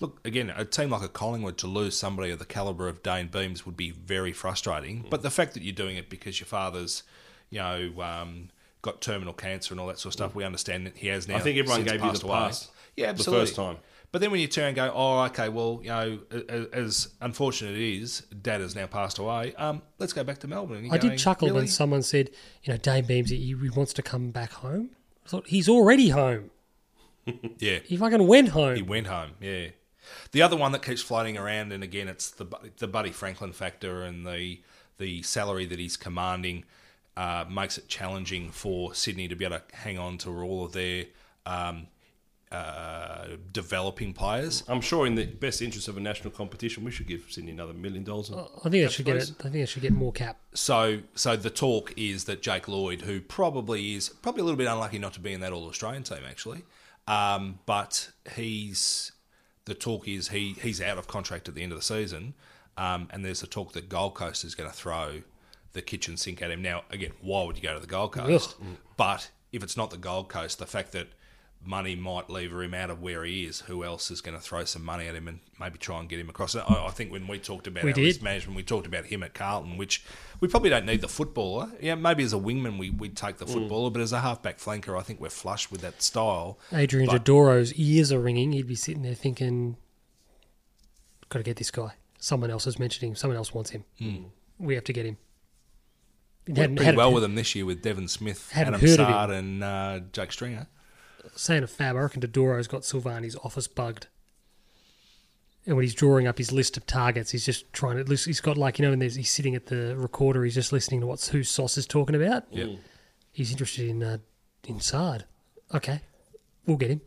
Speaker 2: look, again, a team like a Collingwood to lose somebody of the calibre of Dane Beams would be very frustrating.
Speaker 1: Mm.
Speaker 2: But the fact that you're doing it because your father's, you know, um, got terminal cancer and all that sort of stuff, we understand that he has now.
Speaker 1: Mm. I think everyone
Speaker 2: since
Speaker 1: gave you
Speaker 2: passed
Speaker 1: the
Speaker 2: away.
Speaker 1: pass.
Speaker 2: Yeah,
Speaker 1: the
Speaker 2: absolutely.
Speaker 1: first time.
Speaker 2: But then when you turn and go, oh, okay, well, you know, a- a- as unfortunate it is, Dad has now passed away. Um, let's go back to Melbourne. And you're
Speaker 3: I did
Speaker 2: going,
Speaker 3: chuckle
Speaker 2: really?
Speaker 3: when someone said, you know, Dane Beamsy, he he wants to come back home. I thought, he's already home.
Speaker 2: Yeah,
Speaker 3: He fucking went
Speaker 2: he
Speaker 3: home.
Speaker 2: went home. Yeah. The other one that keeps floating around, and again, it's the Bu- the Buddy Franklin factor and the the salary that he's commanding uh, makes it challenging for Sydney to be able to hang on to all of their um, uh, developing players.
Speaker 1: I'm sure in the best interest of a national competition, we should give Sydney another million dollars.
Speaker 2: Uh-uh.
Speaker 3: I think I should get it. I think I should get more cap.
Speaker 2: So, so the talk is that Jake Lloyd, who probably is probably a little bit unlucky not to be in that All Australian team, actually, um, but he's the talk is he he's out of contract at the end of the season, um, and there's the talk that Gold Coast is going to throw the kitchen sink at him. Now, again, why would you go to the Gold Coast? But if it's not the Gold Coast, the fact that money might lever him out of where he is, who else is going to throw some money at him and maybe try and get him across? I, I think when we talked about
Speaker 3: We
Speaker 2: our risk
Speaker 3: did.
Speaker 2: management, we talked about him at Carlton, which we probably don't need the footballer. Yeah, maybe as a wingman we we take
Speaker 3: Mm.
Speaker 2: the footballer, but as a halfback flanker, I think we're flush with that style.
Speaker 3: Adrian Jadoro's ears are ringing. He'd be sitting there thinking, got to get this guy. Someone else is mentioning him. Someone else wants him. We have to get him. It
Speaker 2: Went
Speaker 3: hadn't-
Speaker 2: Hmm. pretty
Speaker 3: hadn't-
Speaker 2: well with him this year with Devon Smith,
Speaker 3: hadn't
Speaker 2: Adam
Speaker 3: heard of him.
Speaker 2: Sard, and uh, Jake Stringer.
Speaker 3: saying a fab, I reckon Dodoro's got Silvani's office bugged. And when he's drawing up his list of targets, he's just trying to. lis- He's got like you know, and there's, he's sitting at the recorder. He's just listening to what's who Sauce is talking about.
Speaker 2: Yeah.
Speaker 3: He's interested in uh, in Sard. Okay, we'll get him.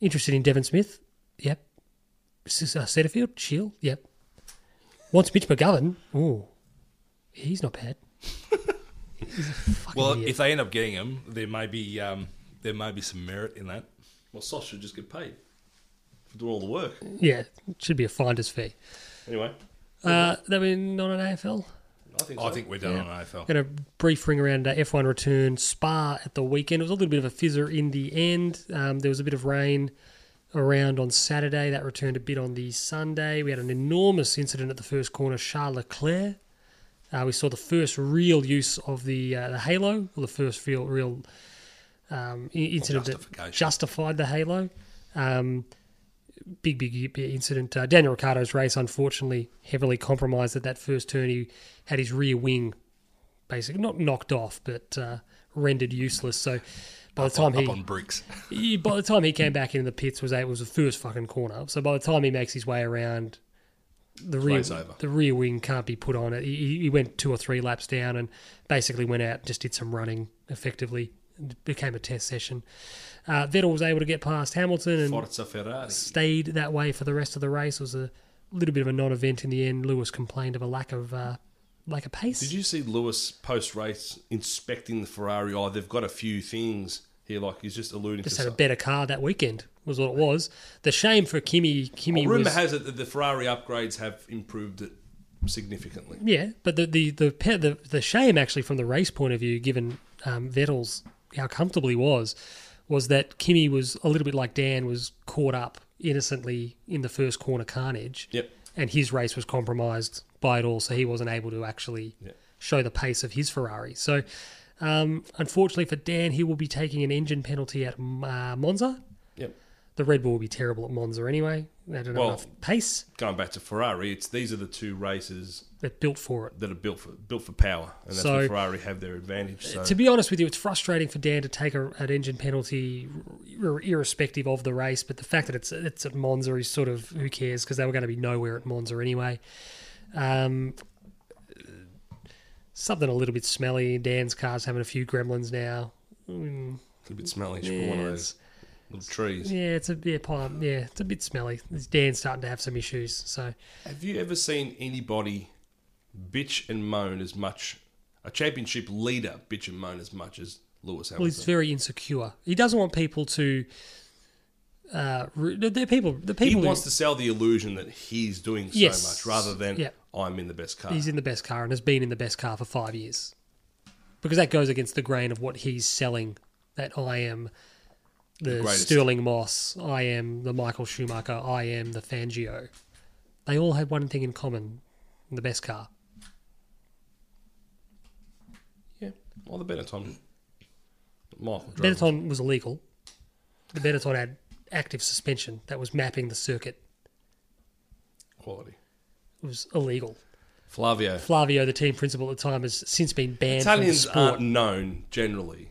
Speaker 3: Interested in Devon Smith? Yep. S- s- Uh, Setterfield? Shield? Yep. Wants Mitch McGovern? Ooh, he's not bad. he's a fucking
Speaker 2: Well,
Speaker 3: idiot.
Speaker 2: if they end up getting him, there may be um, there may be some merit in that.
Speaker 1: Well, Sauce should just get paid for doing all the work.
Speaker 3: yeah, it should be a finder's fee.
Speaker 1: Anyway,
Speaker 3: Uh, that we not on AFL.
Speaker 1: I think so.
Speaker 2: I think we're done on AFL.
Speaker 3: Got a brief ring around uh, F1 return Spa at the weekend. It was a little bit of a fizzer in the end. Um, there was a bit of rain around on Saturday. That returned a bit on the Sunday. We had an enormous incident at the first corner, Charles Leclerc. Uh, we saw the first real use of the uh, the halo, or the first real real um, i- incident that
Speaker 2: Justification.
Speaker 3: justified the halo. Um, big, big, big incident. Uh, Daniel Ricciardo's race, unfortunately, heavily compromised at that first turn. He had his rear wing basically not knocked off, but uh, rendered useless. So by the time
Speaker 2: Up
Speaker 3: he,
Speaker 2: on bricks.
Speaker 3: he- by the time he came back in the pits was it was the first fucking corner. So by the time he makes his way around, the rear
Speaker 2: race over.
Speaker 3: the rear wing can't be put on it. He- He, he went two or three laps down and basically went out and just did some running effectively. It became a test session. Uh, Vettel was able to get past Hamilton and
Speaker 1: Forza Ferrari.
Speaker 3: stayed that way for the rest of the race. It was a little bit of a non-event in the end. Lewis complained of a lack of uh, lack of pace.
Speaker 1: Did you see Lewis post race inspecting the Ferrari? Oh, they've got a few things here. Like he's just alluding
Speaker 3: just
Speaker 1: to.
Speaker 3: had a
Speaker 1: some-
Speaker 3: better car that weekend was what it was. The shame for Kimi, Kimi
Speaker 1: Rumor
Speaker 3: was
Speaker 1: has it that the Ferrari upgrades have improved it significantly.
Speaker 3: yeah, but the the the, pe- the the shame actually from the race point of view, given um, Vettel's how comfortable he was, was that Kimi was a little bit like Dan was caught up innocently in the first corner carnage.
Speaker 1: Yep.
Speaker 3: and his race was compromised by it all, so he wasn't able to actually
Speaker 1: Yep.
Speaker 3: show the pace of his Ferrari. So. Um, unfortunately for Dan, he will be taking an engine penalty at uh, Monza.
Speaker 1: Yep.
Speaker 3: The Red Bull will be terrible at Monza anyway. They don't have
Speaker 1: Well-
Speaker 3: enough pace.
Speaker 1: Going back to Ferrari, it's these are the two races
Speaker 3: They're built for it.
Speaker 1: that are built for built for power, and that's
Speaker 3: So-
Speaker 1: where Ferrari have their advantage. So
Speaker 3: To be honest with you, it's frustrating for Dan to take a, an engine penalty, ir- irrespective of the race. But the fact that it's it's at Monza is sort of who cares because they were going to be nowhere at Monza anyway. Um, something a little bit smelly. Dan's car's having a few gremlins now.
Speaker 1: it's a bit smelly. Should be one of those little trees.
Speaker 3: Yeah, it's a yeah, pile- yeah, it's a bit smelly. Dan's starting to have some issues. So
Speaker 1: Have you ever seen anybody bitch and moan as much? A championship leader bitch and moan as much as Lewis Hamilton.
Speaker 3: Well, he's very insecure. He doesn't want people to. Uh, re- they're people. The
Speaker 1: he
Speaker 3: people. who-
Speaker 1: wants to sell the illusion that he's doing so
Speaker 3: Yes.
Speaker 1: much rather than
Speaker 3: Yeah.
Speaker 1: I'm in the best car.
Speaker 3: he's in the best car and has been in the best car for five years, because that goes against the grain of what he's selling. That I am the,
Speaker 1: greatest.
Speaker 3: Sterling Moss. I am the Michael Schumacher. I am the Fangio. They all had one thing in common: the best car.
Speaker 1: yeah, well, the Benetton. Michael drove.
Speaker 3: Benetton was illegal. The Benetton had active suspension that was mapping the circuit.
Speaker 1: Quality.
Speaker 3: It was illegal.
Speaker 1: Flavio.
Speaker 3: Flavio, the team principal at the time, has since been banned
Speaker 1: Italians
Speaker 3: from the sport.
Speaker 1: aren't known generally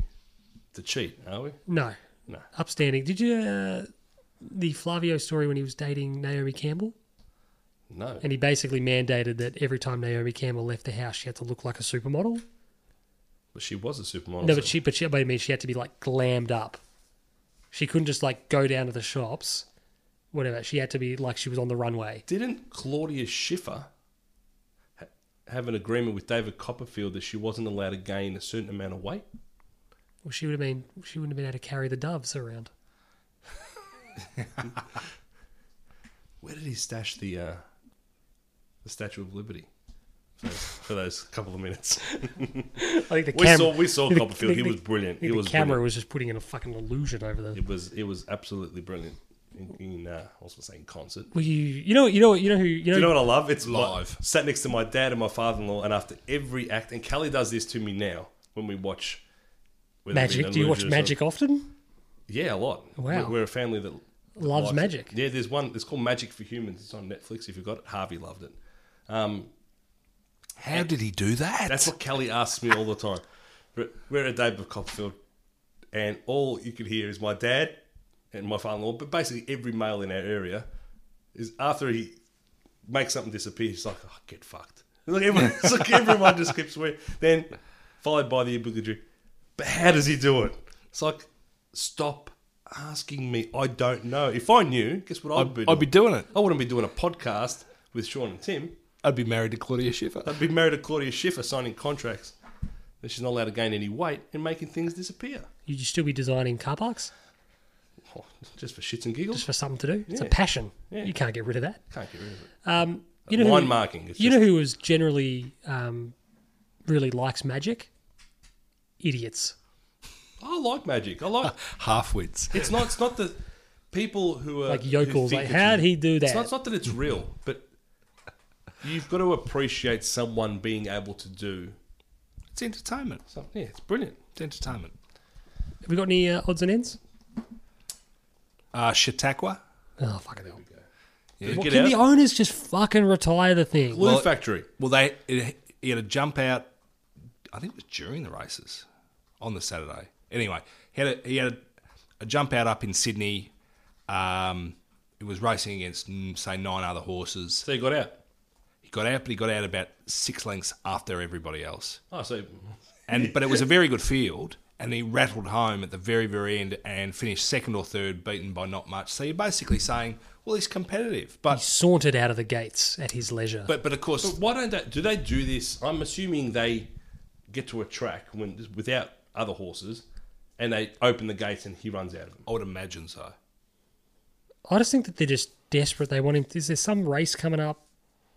Speaker 1: to cheat, are we?
Speaker 3: No,
Speaker 1: No.
Speaker 3: upstanding. Did you uh, the Flavio story when he was dating Naomi Campbell,
Speaker 1: No.
Speaker 3: and he basically mandated that every time Naomi Campbell left the house, she had to look like a supermodel.
Speaker 1: But she was a supermodel.
Speaker 3: No,
Speaker 1: so-
Speaker 3: but she, but she, but I mean, she had to be like glammed up. She couldn't just like go down to the shops, whatever. She had to be like she was on the runway.
Speaker 1: Didn't Claudia Schiffer ha- have an agreement with David Copperfield that she wasn't allowed to gain a certain amount of weight?
Speaker 3: Well, she would have been, she wouldn't have been able to carry the doves around.
Speaker 1: Where did he stash the uh, the Statue of Liberty for, for those couple of minutes?
Speaker 3: I think the
Speaker 1: We
Speaker 3: cam-
Speaker 1: saw we saw
Speaker 3: the-
Speaker 1: Copperfield.
Speaker 3: the-
Speaker 1: he
Speaker 3: the-
Speaker 1: was brilliant.
Speaker 3: I
Speaker 1: He
Speaker 3: think the
Speaker 1: was
Speaker 3: camera
Speaker 1: brilliant.
Speaker 3: was just putting in a fucking illusion over the.
Speaker 1: It was it was absolutely brilliant in, in uh, I was gonna say in concert.
Speaker 3: Well, you, you know, you know, you know who, you know,
Speaker 1: Do you know what I love? It's my-
Speaker 2: Live.
Speaker 1: sat next to my dad and my father-in-law, and after every act, and Kelly does this to me now when we watch whether it be
Speaker 3: Magic. Do you
Speaker 1: Unlimited
Speaker 3: watch
Speaker 1: or something.
Speaker 3: Magic often?
Speaker 1: Yeah, a lot.
Speaker 3: Wow.
Speaker 1: We're- we're a family that
Speaker 3: Loves
Speaker 1: likes
Speaker 3: magic.
Speaker 1: It. Yeah, there's one. It's called Magic for Humans. It's on Netflix. If you've got it, Harvey loved it. Um,
Speaker 2: How did he do that?
Speaker 1: that's what Kelly asks me all the time. We're- We're at David Copperfield, and all you could hear is my dad and my father-in-law, but basically every male in our area is after he makes something disappear, he's like, oh, "Get fucked." It's like everyone, it's like everyone just keeps swearing. Then followed by the obligatory, "But how does he do it?" It's like, stop asking me. I don't know. If I knew, guess what I'd, be.
Speaker 2: I'd be doing it.
Speaker 1: I wouldn't be doing a podcast with Sean and Tim.
Speaker 2: I'd be married to Claudia Schiffer.
Speaker 1: I'd be married to Claudia Schiffer signing contracts that she's not allowed to gain any weight and making things disappear.
Speaker 3: You'd still be designing car parks
Speaker 1: Oh, just for shits and giggles.
Speaker 3: just for something to do. It's a
Speaker 1: Yeah.
Speaker 3: passion.
Speaker 1: Yeah.
Speaker 3: You can't get rid of that.
Speaker 1: Can't get rid of it.
Speaker 3: Um, you know,
Speaker 1: Line
Speaker 3: who,
Speaker 1: marking. It's
Speaker 3: You
Speaker 1: just,
Speaker 3: know who was generally um, really likes magic? Idiots.
Speaker 1: I like magic. I like.
Speaker 2: Halfwits.
Speaker 1: it's not. It's not the people who are
Speaker 3: Like
Speaker 1: who
Speaker 3: yokels.
Speaker 1: think
Speaker 3: Like,
Speaker 1: that
Speaker 3: how'd
Speaker 1: you-
Speaker 3: he do
Speaker 1: It's not,
Speaker 3: that?
Speaker 1: it's not that it's real, but you've got to appreciate someone being able to do
Speaker 2: It's entertainment.
Speaker 1: something. Yeah, it's brilliant.
Speaker 2: It's entertainment.
Speaker 3: Have we got any uh, odds and ends?
Speaker 2: Uh, Chautauqua.
Speaker 3: Oh, fucking hell.
Speaker 1: Did it
Speaker 3: Well,
Speaker 1: get
Speaker 3: can
Speaker 1: out?
Speaker 3: the owners just fucking retire the thing?
Speaker 1: Glue
Speaker 2: Well-
Speaker 1: factory.
Speaker 2: Well, they it, he had a jump out. I think it was during the races on the Saturday. Anyway, he had a, he had a, a jump out up in Sydney. Um, it was racing against mm, say nine other horses.
Speaker 1: So you got out.
Speaker 2: He got out, but he got out about six lengths after everybody else.
Speaker 1: Oh, so
Speaker 2: And but it was a very good field, and he rattled home at the very very end and finished second or third, beaten by not much. So you're basically saying, well, he's competitive,
Speaker 3: He
Speaker 2: but
Speaker 3: sauntered out of the gates at his leisure.
Speaker 2: but but of course
Speaker 1: But why don't they? Do they do this? I'm assuming they get to a track when just without other horses, and they open the gates and he runs out of them.
Speaker 2: I would imagine so.
Speaker 3: I just think that they're just desperate. They want him. Is there some race coming up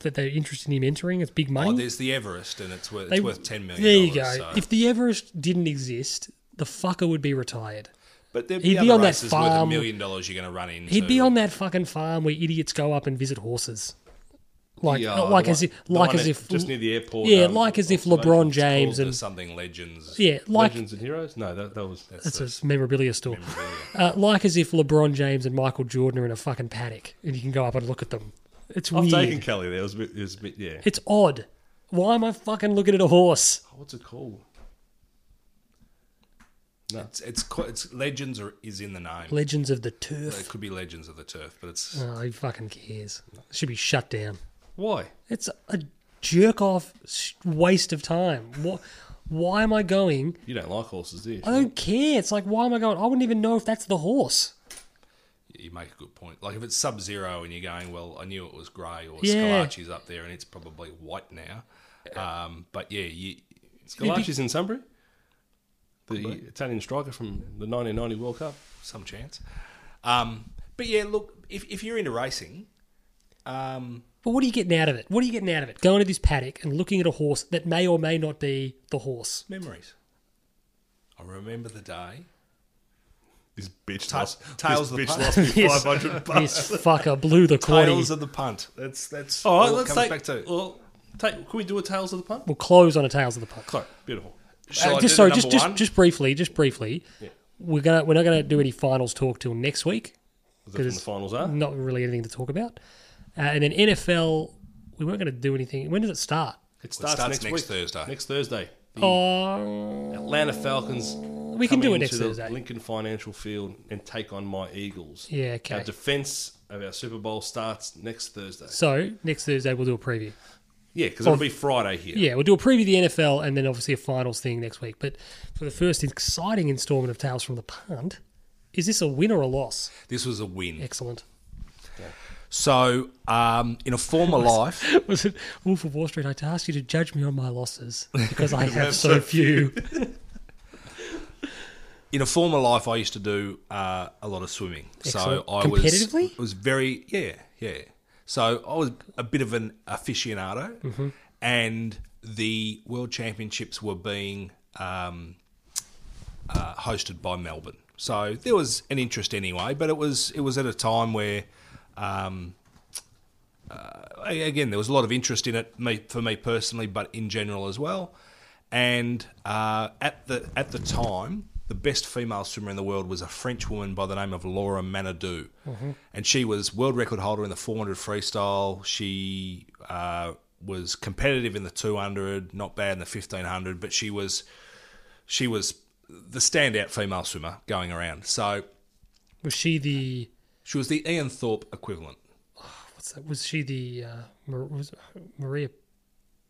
Speaker 3: that they're interested in him entering? It's big money.
Speaker 2: Oh, there's the Everest, and it's worth,
Speaker 3: They-
Speaker 2: it's worth ten million.
Speaker 3: There you go.
Speaker 2: so-
Speaker 3: If the Everest didn't exist, the fucker would be retired.
Speaker 2: but there'd be
Speaker 3: he'd be
Speaker 2: other
Speaker 3: on that
Speaker 2: races worth a
Speaker 3: farm.
Speaker 2: million dollars you're going to run into.
Speaker 3: He'd be on that fucking farm where idiots go up and visit horses. Like,
Speaker 2: Yeah,
Speaker 3: not like
Speaker 2: the
Speaker 3: as if,
Speaker 1: The
Speaker 3: like
Speaker 1: one
Speaker 3: as
Speaker 1: at-
Speaker 3: if,
Speaker 1: just near the airport.
Speaker 3: yeah,
Speaker 1: um,
Speaker 3: like as if
Speaker 1: observation.
Speaker 3: LeBron James
Speaker 2: called
Speaker 3: and
Speaker 2: the something legends.
Speaker 3: yeah, like
Speaker 1: Legends and heroes. No, that, that was
Speaker 3: that's a memorabilia store. Uh, like as if LeBron James and Michael Jordan are in a fucking paddock and you can go up and look at them. It's
Speaker 1: I've
Speaker 3: weird.
Speaker 1: taken Kelly there. It was a bit. It was a bit. Yeah.
Speaker 3: It's odd. Why am I fucking looking at a horse?
Speaker 1: What's it called?
Speaker 2: It's, it's qu- it's legends or is in the name.
Speaker 3: Legends of the turf.
Speaker 2: it could be legends of the turf, but it's
Speaker 3: Oh, who fucking cares? Should be shut down.
Speaker 1: Why?
Speaker 3: It's a jerk off waste of time. What? Why am I going?
Speaker 1: You don't like horses, do you?
Speaker 3: I don't care. It's like why am I going? I wouldn't even know if that's the horse.
Speaker 2: you make a good point. Like if it's sub zero and you're going, well, I knew it was grey or
Speaker 3: Yeah.
Speaker 2: Scalacci's up there and it's probably white now. Um, but yeah, you,
Speaker 1: Galacci's in Sunbury. The Italian striker from the 1990 World Cup.
Speaker 2: some chance. Um, but yeah, look, if if you're into racing, um,
Speaker 3: But what are you getting out of it? What are you getting out of it? Going to this paddock and looking at a horse that may or may not be the horse.
Speaker 2: memories. I remember the day
Speaker 1: This bitch
Speaker 2: Ta- Tales of the Pun-
Speaker 3: Yes.
Speaker 1: 500 bucks.
Speaker 3: This fucker blew the
Speaker 2: Tales
Speaker 3: corny.
Speaker 2: of the punt. That's that's
Speaker 1: All right,
Speaker 2: all it
Speaker 1: let's
Speaker 2: comes
Speaker 1: take.
Speaker 2: back to.
Speaker 3: Uh,
Speaker 1: Well, take, can we do a Tales of the Pun?
Speaker 3: We'll close on a tails of the puck.
Speaker 1: Sorry, beautiful.
Speaker 2: Shall I
Speaker 3: just
Speaker 2: do the
Speaker 3: sorry, just
Speaker 2: number
Speaker 3: just
Speaker 2: one?
Speaker 3: just briefly, just briefly. We're gonna we're not gonna do any finals talk till next week
Speaker 1: That's when the
Speaker 3: it's-
Speaker 1: finals eh? are.
Speaker 3: Not really anything to talk about. Uh, and then NFL, we weren't going to do anything. When does it start?
Speaker 1: It starts,
Speaker 2: starts
Speaker 1: next,
Speaker 2: next
Speaker 1: week.
Speaker 2: Thursday.
Speaker 1: Next Thursday. The
Speaker 3: Oh,
Speaker 1: Atlanta Falcons.
Speaker 3: We can
Speaker 1: come
Speaker 3: do it
Speaker 1: into
Speaker 3: next
Speaker 1: the
Speaker 3: Thursday.
Speaker 1: Lincoln Financial Field and take on my Eagles.
Speaker 3: yeah, okay.
Speaker 1: Our defense of our Super Bowl starts next Thursday.
Speaker 3: So next Thursday we'll do a preview.
Speaker 1: Yeah,
Speaker 3: Oh.
Speaker 1: because it'll be Friday here.
Speaker 3: Yeah, we'll do a preview of the NFL and then obviously a finals thing next week. But for the first exciting installment of Tales from the Pond, is this a win or a loss?
Speaker 2: This was a win.
Speaker 3: Excellent.
Speaker 2: So, um, in a former life,
Speaker 3: Was it Wolf of Wall Street? I asked you to judge me on my losses because I have so few.
Speaker 2: in a former life, I used to do uh, a lot of swimming.
Speaker 3: Excellent.
Speaker 2: So I
Speaker 3: Competitively?
Speaker 2: was was very yeah yeah. So I was a bit of an aficionado,
Speaker 3: Mm-hmm.
Speaker 2: and the World Championships were being um, uh, hosted by Melbourne. So there was an interest anyway, but it was it was at a time where. Um, I- again, there was a lot of interest in it me, for me personally, but in general as well. And uh, at the at the time, the best female swimmer in the world was a French woman by the name of Laura Manadou, and she was world record holder in the 400 freestyle. She uh, was competitive in the 200, not bad in the 1500, but she was she was the standout female swimmer going around. So
Speaker 3: Was she the?
Speaker 2: she was the Ian Thorpe equivalent.
Speaker 3: What's that? Was she the? Uh, Mar- was Maria?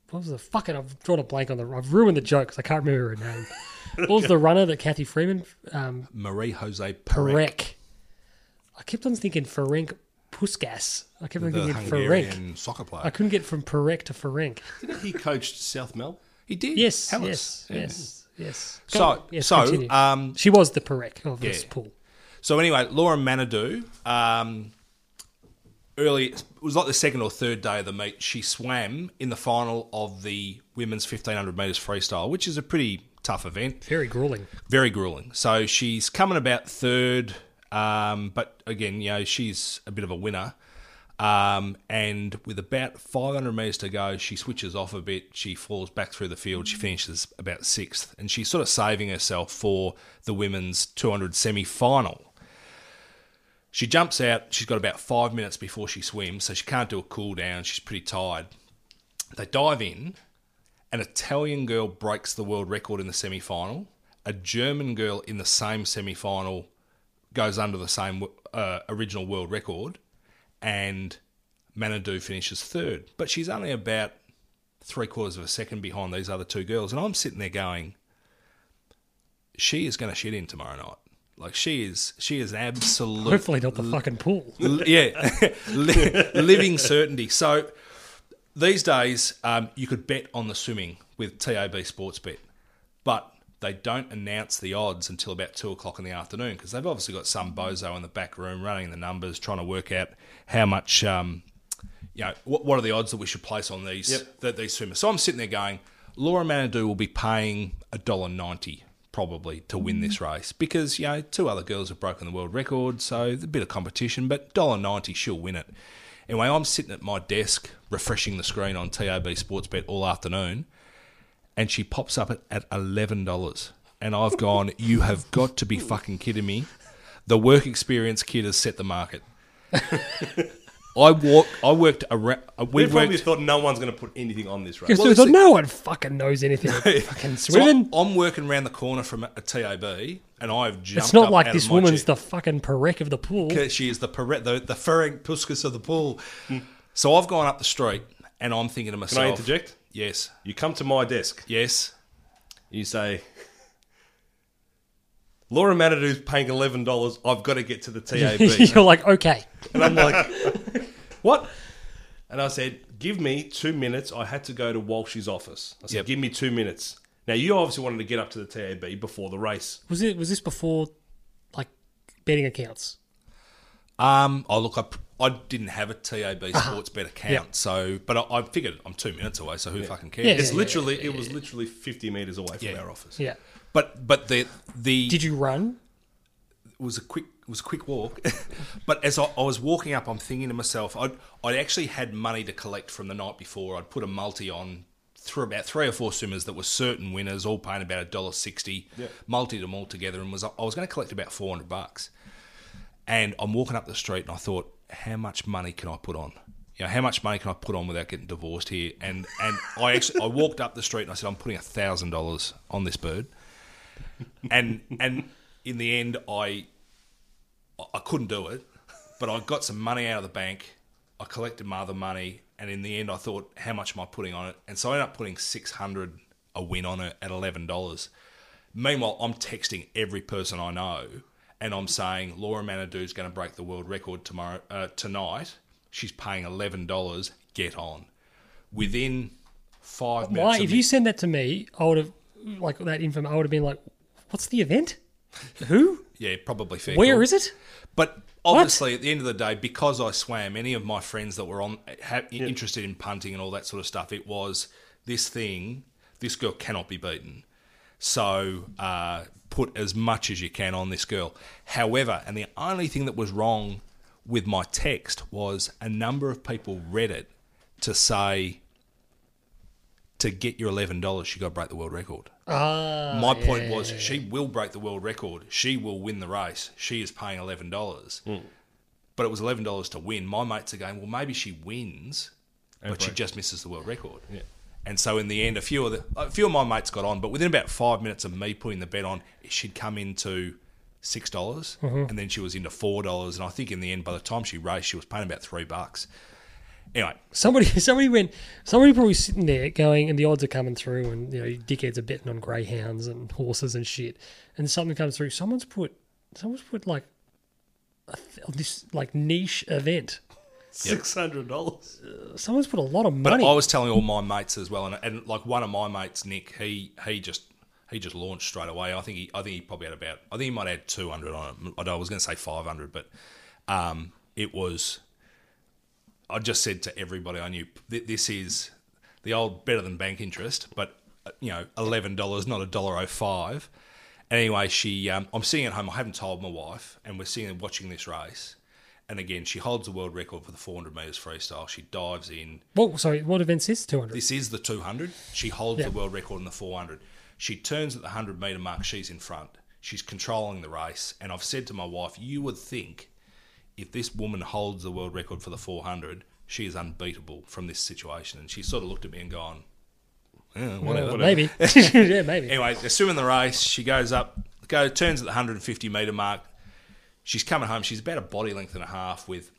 Speaker 3: What was the fucking? I've drawn a blank on the. I've ruined the joke 'cause I can't remember her name. What was the runner that Kathy Freeman um,
Speaker 2: Marie Jose Perec.
Speaker 3: Ferenc. I kept on thinking Ferenc Puskas. I kept on
Speaker 2: the
Speaker 3: thinking Ferenc.
Speaker 2: Hungarian soccer
Speaker 3: I
Speaker 2: player.
Speaker 3: couldn't get from Perec to Ferenc.
Speaker 1: Didn't he coached South Mel?
Speaker 2: He did.
Speaker 3: Yes,
Speaker 2: Hellas.
Speaker 3: yes, yes, yes.
Speaker 2: So-
Speaker 3: yes,
Speaker 2: so,
Speaker 3: continue.
Speaker 2: um,
Speaker 3: she was the Perec of this
Speaker 2: Yeah.
Speaker 3: pool.
Speaker 2: So anyway, Laura Manadou, um, early it was like the second or third day of the meet. She swam in the final of the women's fifteen hundred meters freestyle, which is a pretty tough event
Speaker 3: Very grueling.
Speaker 2: very grueling. So she's coming about third, um, but again, you know, she's a bit of a winner. Um, and with about 500 metres to go, she switches off a bit. She falls back through the field. She finishes about sixth, and she's sort of saving herself for the women's 200 semi final. She jumps out. She's got about five minutes before she swims, so she can't do a cool down. She's pretty tired. They dive in. An Italian girl breaks the world record in the semi final. A German girl in the same semi final goes under the same uh, original world record. And Manadou finishes third. But she's only about three quarters of a second behind these other two girls. And I'm sitting there going, she is going to shit in tomorrow night. Like she is, she is absolutely
Speaker 3: Hopefully not the fucking pool.
Speaker 2: L- yeah, Li- living certainty. So these days, um, you could bet on the swimming with TAB Sportsbet, but they don't announce the odds until about two o'clock in the afternoon because they've obviously got some bozo in the back room running the numbers, trying to work out how much, um, you know, what, what are the odds that we should place on these that these swimmers. So I'm sitting there going, Laura Manadou will be paying a dollar ninety probably to win this race because you know two other girls have broken the world record, so there's a bit of competition, but dollar ninety she'll win it. Anyway, I'm sitting at my desk refreshing the screen on TAB Sportsbet all afternoon, and she pops up at, at eleven dollars, and I've gone, you have got to be fucking kidding me. The work experience kid has set the market. I walk. I worked around. uh, We
Speaker 1: We probably
Speaker 2: worked.
Speaker 1: thought no one's going to put anything on this race.
Speaker 3: Because
Speaker 2: Well,
Speaker 3: thought
Speaker 2: it's-
Speaker 3: no one fucking knows anything about fucking
Speaker 2: So
Speaker 3: swimming.
Speaker 2: I'm, I'm working around the corner from a, TAB, and I've jumped.
Speaker 3: it's not
Speaker 2: up out
Speaker 3: like
Speaker 2: of
Speaker 3: this
Speaker 2: my
Speaker 3: woman's
Speaker 2: chair.
Speaker 3: the fucking Perec of the pool.
Speaker 2: She is the Pere- the, the Ferenc Puskas of the pool.
Speaker 3: Hmm.
Speaker 2: So I've gone up the street, and I'm thinking to myself.
Speaker 1: Can I interject?
Speaker 2: Yes.
Speaker 1: You come to my desk.
Speaker 2: Yes.
Speaker 1: You say, Laura Manadou's paying eleven dollars. I've got to get to the TAB,
Speaker 3: You're like okay.
Speaker 1: and I'm like, what? And I said, give me two minutes. I had to go to Walsh's office. I said,
Speaker 2: Yep.
Speaker 1: give me two minutes. Now you obviously wanted to get up to the TAB before the race.
Speaker 3: Was it? Was this before, like, betting accounts?
Speaker 2: Um. Oh, look, I, p- I didn't have a TAB
Speaker 3: Uh-huh.
Speaker 2: sports bet account, so but I, I figured I'm two minutes away, so who fucking cares?
Speaker 3: Yeah,
Speaker 1: It's
Speaker 3: yeah,
Speaker 1: literally, it was literally fifty meters away from
Speaker 2: Yeah.
Speaker 1: our office.
Speaker 3: Yeah.
Speaker 2: But but the the
Speaker 3: Did you run?
Speaker 2: it was a quick it was a quick walk, but as I, I was walking up, I'm thinking to myself, I I actually had money to collect from the night before. I'd put a multi on through about three or four swimmers that were certain winners, all paying about a dollar sixty, multi them all together, and was I was going to collect about four hundred bucks. And I'm walking up the street and I thought, how much money can I put on? You know, how much money can I put on without getting divorced here? And and I actually I walked up the street and I said, I'm putting thousand dollars on this bird. And and in the end I I couldn't do it, but I got some money out of the bank. I collected my other money, and in the end, I thought, how much am I putting on it? And so I ended up putting six hundred a win on it at eleven dollars. Meanwhile, I'm texting every person I know, and I'm saying Laura Manadu's going to break the world record tomorrow uh, tonight. She's paying eleven dollars. Get on. Within five minutes,
Speaker 3: Why?
Speaker 2: of
Speaker 3: If
Speaker 2: me-
Speaker 3: you sent that to me, I would have like that info. I would have been like, "What's the event? Who?
Speaker 2: yeah, probably fair.
Speaker 3: Where
Speaker 2: call.
Speaker 3: is it?"
Speaker 2: But obviously, at the end of the day, because I swam, any of my friends that were on ha, interested in punting and all that sort of stuff, it was this thing. This girl cannot be beaten. So uh, put as much as you can on this girl. However, and the only thing that was wrong with my text was a number of people read it to say to get your eleven dollars, you got to break the world record. My point was she will break the world record. She will win the race. She is paying eleven dollars. But it was eleven dollars to win. My mates are going, well maybe she wins, but she just misses the world record. Yeah. And so in the end a few of the a few of my mates got on, but within about five minutes of me putting the bet on, she'd come into six dollars and then she was into four dollars and I think in the end by the time she raced she was paying about three bucks. Anyway,
Speaker 3: Somebody, somebody went. Somebody probably sitting there going, and the odds are coming through, and you know, you dickheads are betting on greyhounds and horses and shit. And something comes through. Someone's put, someone's put like a th- this like niche event.
Speaker 1: Six hundred dollars.
Speaker 3: Someone's put a lot of
Speaker 2: But
Speaker 3: money.
Speaker 2: I was telling all my mates as well, and, and like one of my mates, Nick, he he just he just launched straight away. I think he I think he probably had about I think he might add two hundred on it. I don't- I was going to say five hundred, but um, it was. I just said to everybody I knew, "Th- this is the old better than bank interest, but uh, you know, eleven dollars, not a dollar oh five. Anyway, she, um, I'm sitting at home. I haven't told my wife, and we're sitting and watching this race. And again, she holds the world record for the 400 meters freestyle. She dives in.
Speaker 3: Well, sorry, what events is two hundred?
Speaker 2: This is the 200. She holds
Speaker 3: Yeah.
Speaker 2: the world record in the 400. She turns at the 100 meter mark. She's in front. She's controlling the race. And I've said to my wife, you would think if this woman holds the world record for the 400, she is unbeatable from this situation. And she sort of looked at me and gone, yeah, whatever.
Speaker 3: Maybe, yeah, maybe.
Speaker 2: Anyway, they're swimming the race. She goes up, go turns at the 150 meter mark. She's coming home. She's about a body length and a half with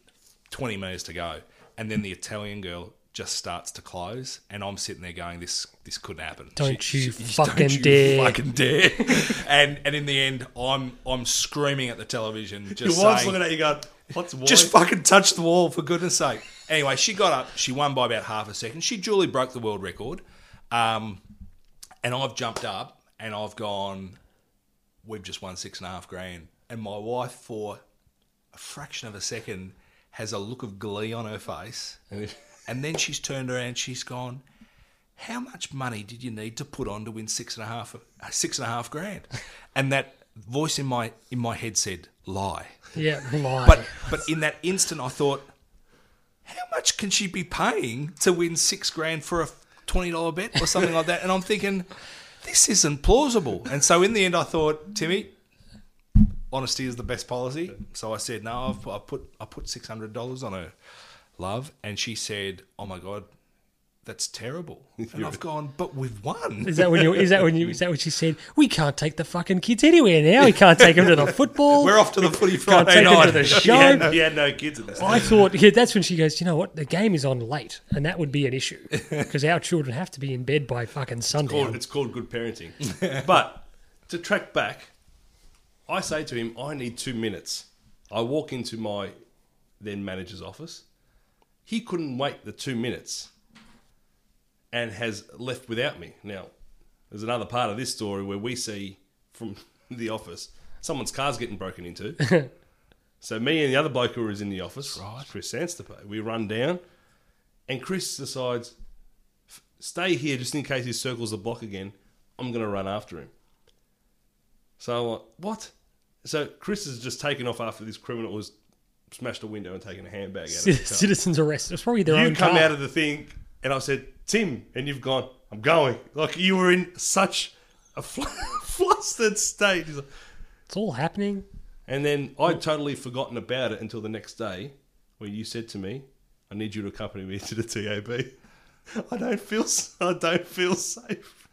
Speaker 2: 20 meters to go, and then the Italian girl just starts to close, and I'm sitting there going, "This this couldn't happen."
Speaker 3: Don't
Speaker 2: She- she-
Speaker 3: you fucking dare.
Speaker 2: Fucking dare! and and in the end, I'm I'm screaming at the television, just
Speaker 1: Your wife's
Speaker 2: saying,
Speaker 1: looking at you going, "What's why?"
Speaker 2: just fucking touch the wall for goodness sake. Anyway, she got up. She won by about half a second. She duly broke the world record. Um, and I've jumped up and I've gone, we've just won six and a half grand. And my wife, for a fraction of a second, has a look of glee on her face. and then she's turned around. She's gone, how much money did you need to put on to win six and a half uh, six and a half grand? And that voice in my in my head said, lie.
Speaker 3: Yeah, lie.
Speaker 2: But but in that instant, I thought, how much can she be paying to win six grand for a twenty dollar bet or something like that? And I'm thinking, this isn't plausible. And so in the end, I thought, Timmy, honesty is the best policy. So I said, no, I've, I put I put six hundred dollars on her, love, and she said, oh my god. That's terrible. And I've gone, but we've won.
Speaker 3: Is that when you? Is that when you? Is that what she said? We can't take the fucking kids anywhere now. We can't take them to the football.
Speaker 2: We're off to the footy
Speaker 3: can't
Speaker 2: Friday
Speaker 3: take them to
Speaker 2: night.
Speaker 3: the
Speaker 1: He had,
Speaker 3: show.
Speaker 1: he had no kids at this.
Speaker 3: I thought yeah, that's when she goes. You know what? The game is on late, and that would be an issue because our children have to be in bed by fucking
Speaker 1: called,
Speaker 3: sundown.
Speaker 1: it's called good parenting. but to track back, I say to him, I need two minutes. I walk into my then manager's office. He couldn't wait the two minutes and has left without me. Now, there's another part of this story where we see from the office someone's car's getting broken into. so me and the other bloke who was in the office, Chris Sanstapo, we run down and Chris decides stay here just in case he circles the block again. I'm going to run after him. So uh, what? So Chris has just taken off after this criminal has smashed a window and taken a handbag out of the car.
Speaker 3: Citizens arrest. It's probably their
Speaker 1: You
Speaker 3: own
Speaker 1: come
Speaker 3: car.
Speaker 1: out of the thing, and I said, Tim, and you've gone, I'm going. Like you were in such a fl- flustered state. He's like,
Speaker 3: it's all happening.
Speaker 1: And then I'd totally forgotten about it until the next day when you said to me, I need you to accompany me to the TAB. I don't feel s- I don't feel safe.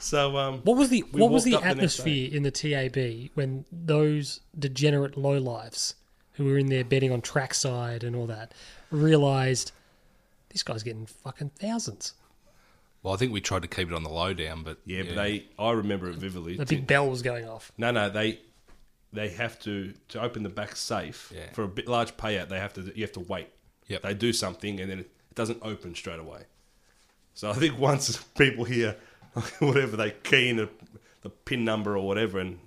Speaker 1: So um
Speaker 3: What was the
Speaker 1: We
Speaker 3: what was
Speaker 1: walked
Speaker 3: the
Speaker 1: up the next
Speaker 3: atmosphere in the TAB when those degenerate lowlifes who were in there betting on trackside and all that realized this guy's getting fucking thousands?
Speaker 2: Well, I think we tried to keep it on the low down, but
Speaker 1: yeah, but they I remember it vividly.
Speaker 3: The big bell was going off.
Speaker 1: No, no, they they have to to open the back safe
Speaker 2: Yeah.
Speaker 1: for a bit large payout. They have to you have to wait.
Speaker 2: Yep.
Speaker 1: they do something and then it doesn't open straight away. So I think once people hear whatever they key in the, the pin number or whatever and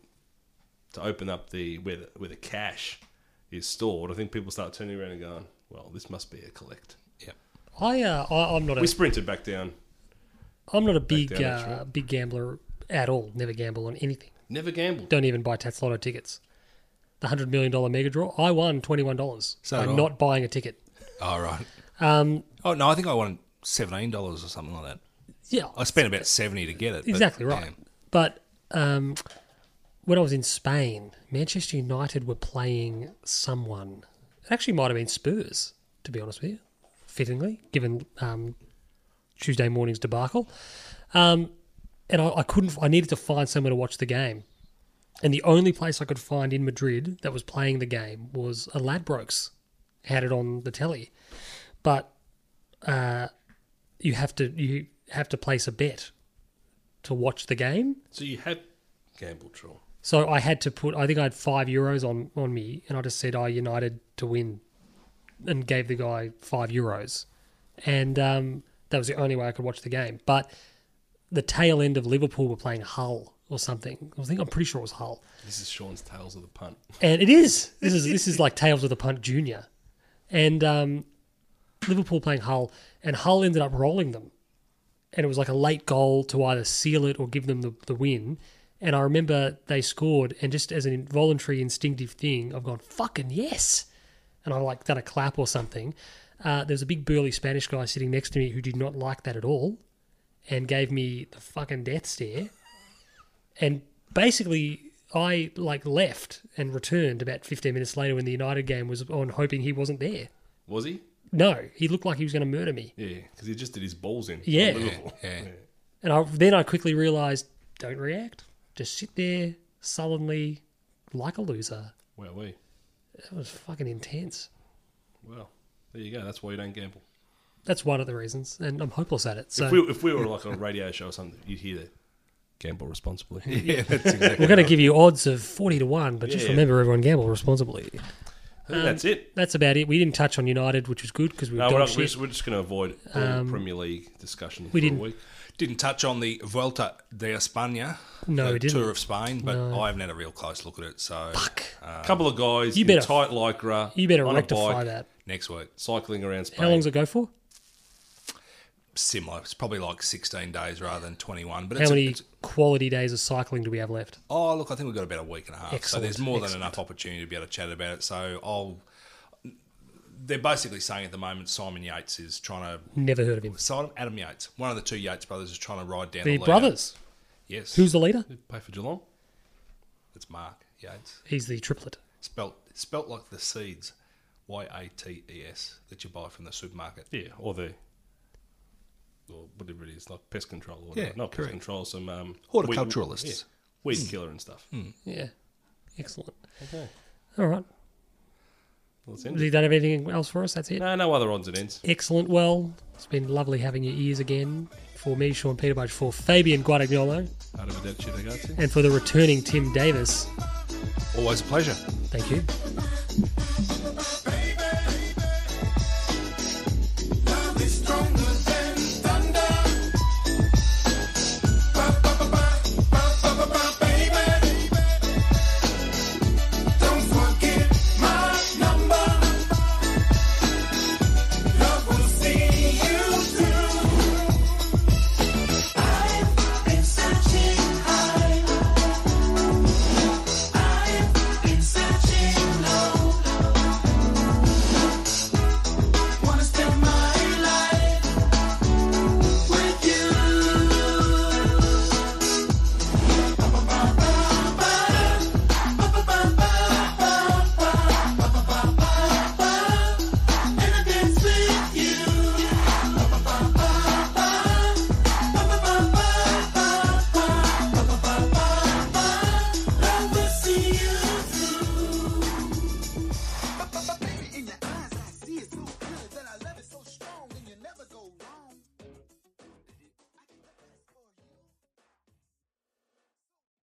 Speaker 1: to open up the where the, where the cash is stored, I think people start turning around and going, "Well, this must be a collect."
Speaker 2: yeah.
Speaker 3: I, uh, I I'm not
Speaker 1: We
Speaker 3: a
Speaker 1: sprinted back down.
Speaker 3: I'm not a big
Speaker 1: down that
Speaker 3: uh, big gambler at all. Never gamble on anything.
Speaker 1: Never gambled.
Speaker 3: Don't even buy Tats Lotto tickets. The hundred million dollar mega draw. I won twenty one dollars
Speaker 2: So
Speaker 3: by
Speaker 2: did I.
Speaker 3: not buying a ticket.
Speaker 2: All right.
Speaker 3: Um,
Speaker 2: oh no, I think I won seventeen dollars or something like that.
Speaker 3: Yeah,
Speaker 2: I spent about seventy to get it. but-
Speaker 3: Exactly right.
Speaker 2: yeah.
Speaker 3: But um, when I was in Spain, Manchester United were playing someone. It actually might have been Spurs, to be honest with you, fittingly, given um, Tuesday morning's debacle. Um, and I, I couldn't. I needed to find somewhere to watch the game. And the only place I could find in Madrid that was playing the game was a Ladbrokes. Had it on the telly, but uh, you have to you have to place a bet to watch the game.
Speaker 1: So you have gambled, Troll.
Speaker 3: So I had to put, I think I had five euros on, on me, and I just said, I United to win, and gave the guy five euros. And um, that was the only way I could watch the game. But the tail end of Liverpool were playing Hull or something. I think I'm pretty sure it was Hull.
Speaker 1: This is Sean's tales of the punt.
Speaker 3: And it is. This is this is like Tales of the Punt Junior, and um, Liverpool playing Hull, and Hull ended up rolling them, and it was like a late goal to either seal it or give them the, the win. And I remember they scored, and just as an involuntary instinctive thing, I've gone fucking yes, and I like done a clap or something. Uh, there was a big burly Spanish guy sitting next to me who did not like that at all, and gave me the fucking death stare and basically I like left and returned about 15 minutes later when the United game was on, hoping he wasn't there.
Speaker 1: Was he?
Speaker 3: No, he looked like he was going to murder me.
Speaker 1: Yeah, because he just did his balls in.
Speaker 3: Yeah.
Speaker 1: Unbelievable.
Speaker 2: Yeah.
Speaker 3: And I, then I quickly realised, don't react. Just sit there sullenly, like a loser.
Speaker 1: Well, we.
Speaker 3: That was fucking intense.
Speaker 1: Well, there you go. That's why you don't gamble.
Speaker 3: That's one of the reasons, and I'm hopeless at it. So
Speaker 1: If we, if we were like on a radio show or something, you'd hear that. Gamble responsibly.
Speaker 2: Yeah, that's exactly.
Speaker 3: we're going to give you odds of 40 to 1, but just
Speaker 1: Yeah.
Speaker 3: remember everyone gamble responsibly.
Speaker 1: I think that's it.
Speaker 3: That's about it. We didn't touch on United, which was good because we were
Speaker 1: No, we're, not, we're
Speaker 3: dog shit. Um,
Speaker 1: just, we're just going to avoid all Premier League discussion for
Speaker 3: didn't-
Speaker 1: a week.
Speaker 2: Didn't touch on the Vuelta de España,
Speaker 3: No,
Speaker 2: the
Speaker 3: we didn't.
Speaker 2: tour of Spain, but I haven't had a real close look at it. So Uh,
Speaker 1: A couple of guys
Speaker 3: You
Speaker 1: in
Speaker 3: better-
Speaker 1: tight lycra
Speaker 3: You better
Speaker 1: on a
Speaker 3: rectify
Speaker 1: bike,
Speaker 3: that.
Speaker 2: next week,
Speaker 1: cycling around
Speaker 3: How
Speaker 1: Spain.
Speaker 3: long's it go for?
Speaker 2: similar. It's probably like sixteen days rather than twenty-one. But
Speaker 3: How
Speaker 2: it's, a-
Speaker 3: many
Speaker 2: it's-
Speaker 3: quality days of cycling do we have left?
Speaker 2: oh, look, I think we've got about a week and a half. so
Speaker 3: Excellent,
Speaker 2: there's more than
Speaker 3: excellent.
Speaker 2: enough opportunity to be able to chat about it. So I'll. They're basically saying at the moment Simon Yates is trying to
Speaker 3: Never heard of him.
Speaker 2: Simon Adam Yates, one of the two Yates brothers, is trying to ride down the,
Speaker 3: The
Speaker 2: leader.
Speaker 3: brothers.
Speaker 2: Yes,
Speaker 3: Who's the leader?
Speaker 1: Pay for Geelong.
Speaker 2: it's Mark Yates,
Speaker 3: He's the triplet.
Speaker 2: spelt spelt like the seeds, Y A T E S that you buy from the supermarket.
Speaker 1: Yeah, or the. Or whatever it is, like pest control. Or
Speaker 2: Yeah,
Speaker 1: not, not pest
Speaker 2: correct.
Speaker 1: control, some. Um, weed-
Speaker 2: Horticulturalists. Hmm.
Speaker 1: yeah, Weed
Speaker 3: Hmm.
Speaker 1: killer and stuff.
Speaker 3: Yeah. Excellent.
Speaker 1: Okay.
Speaker 3: All right.
Speaker 1: Well, that's it.
Speaker 3: Do you don't have anything else for us? That's it.
Speaker 1: No, no other odds and ends.
Speaker 3: Excellent. Well, it's been lovely having your ears again. For me, Sean Peterbudge, for Fabian Guadagnolo,
Speaker 1: Out of a dead shit, I got to.
Speaker 3: and for the returning Tim Davis.
Speaker 2: Always a pleasure.
Speaker 3: Thank you.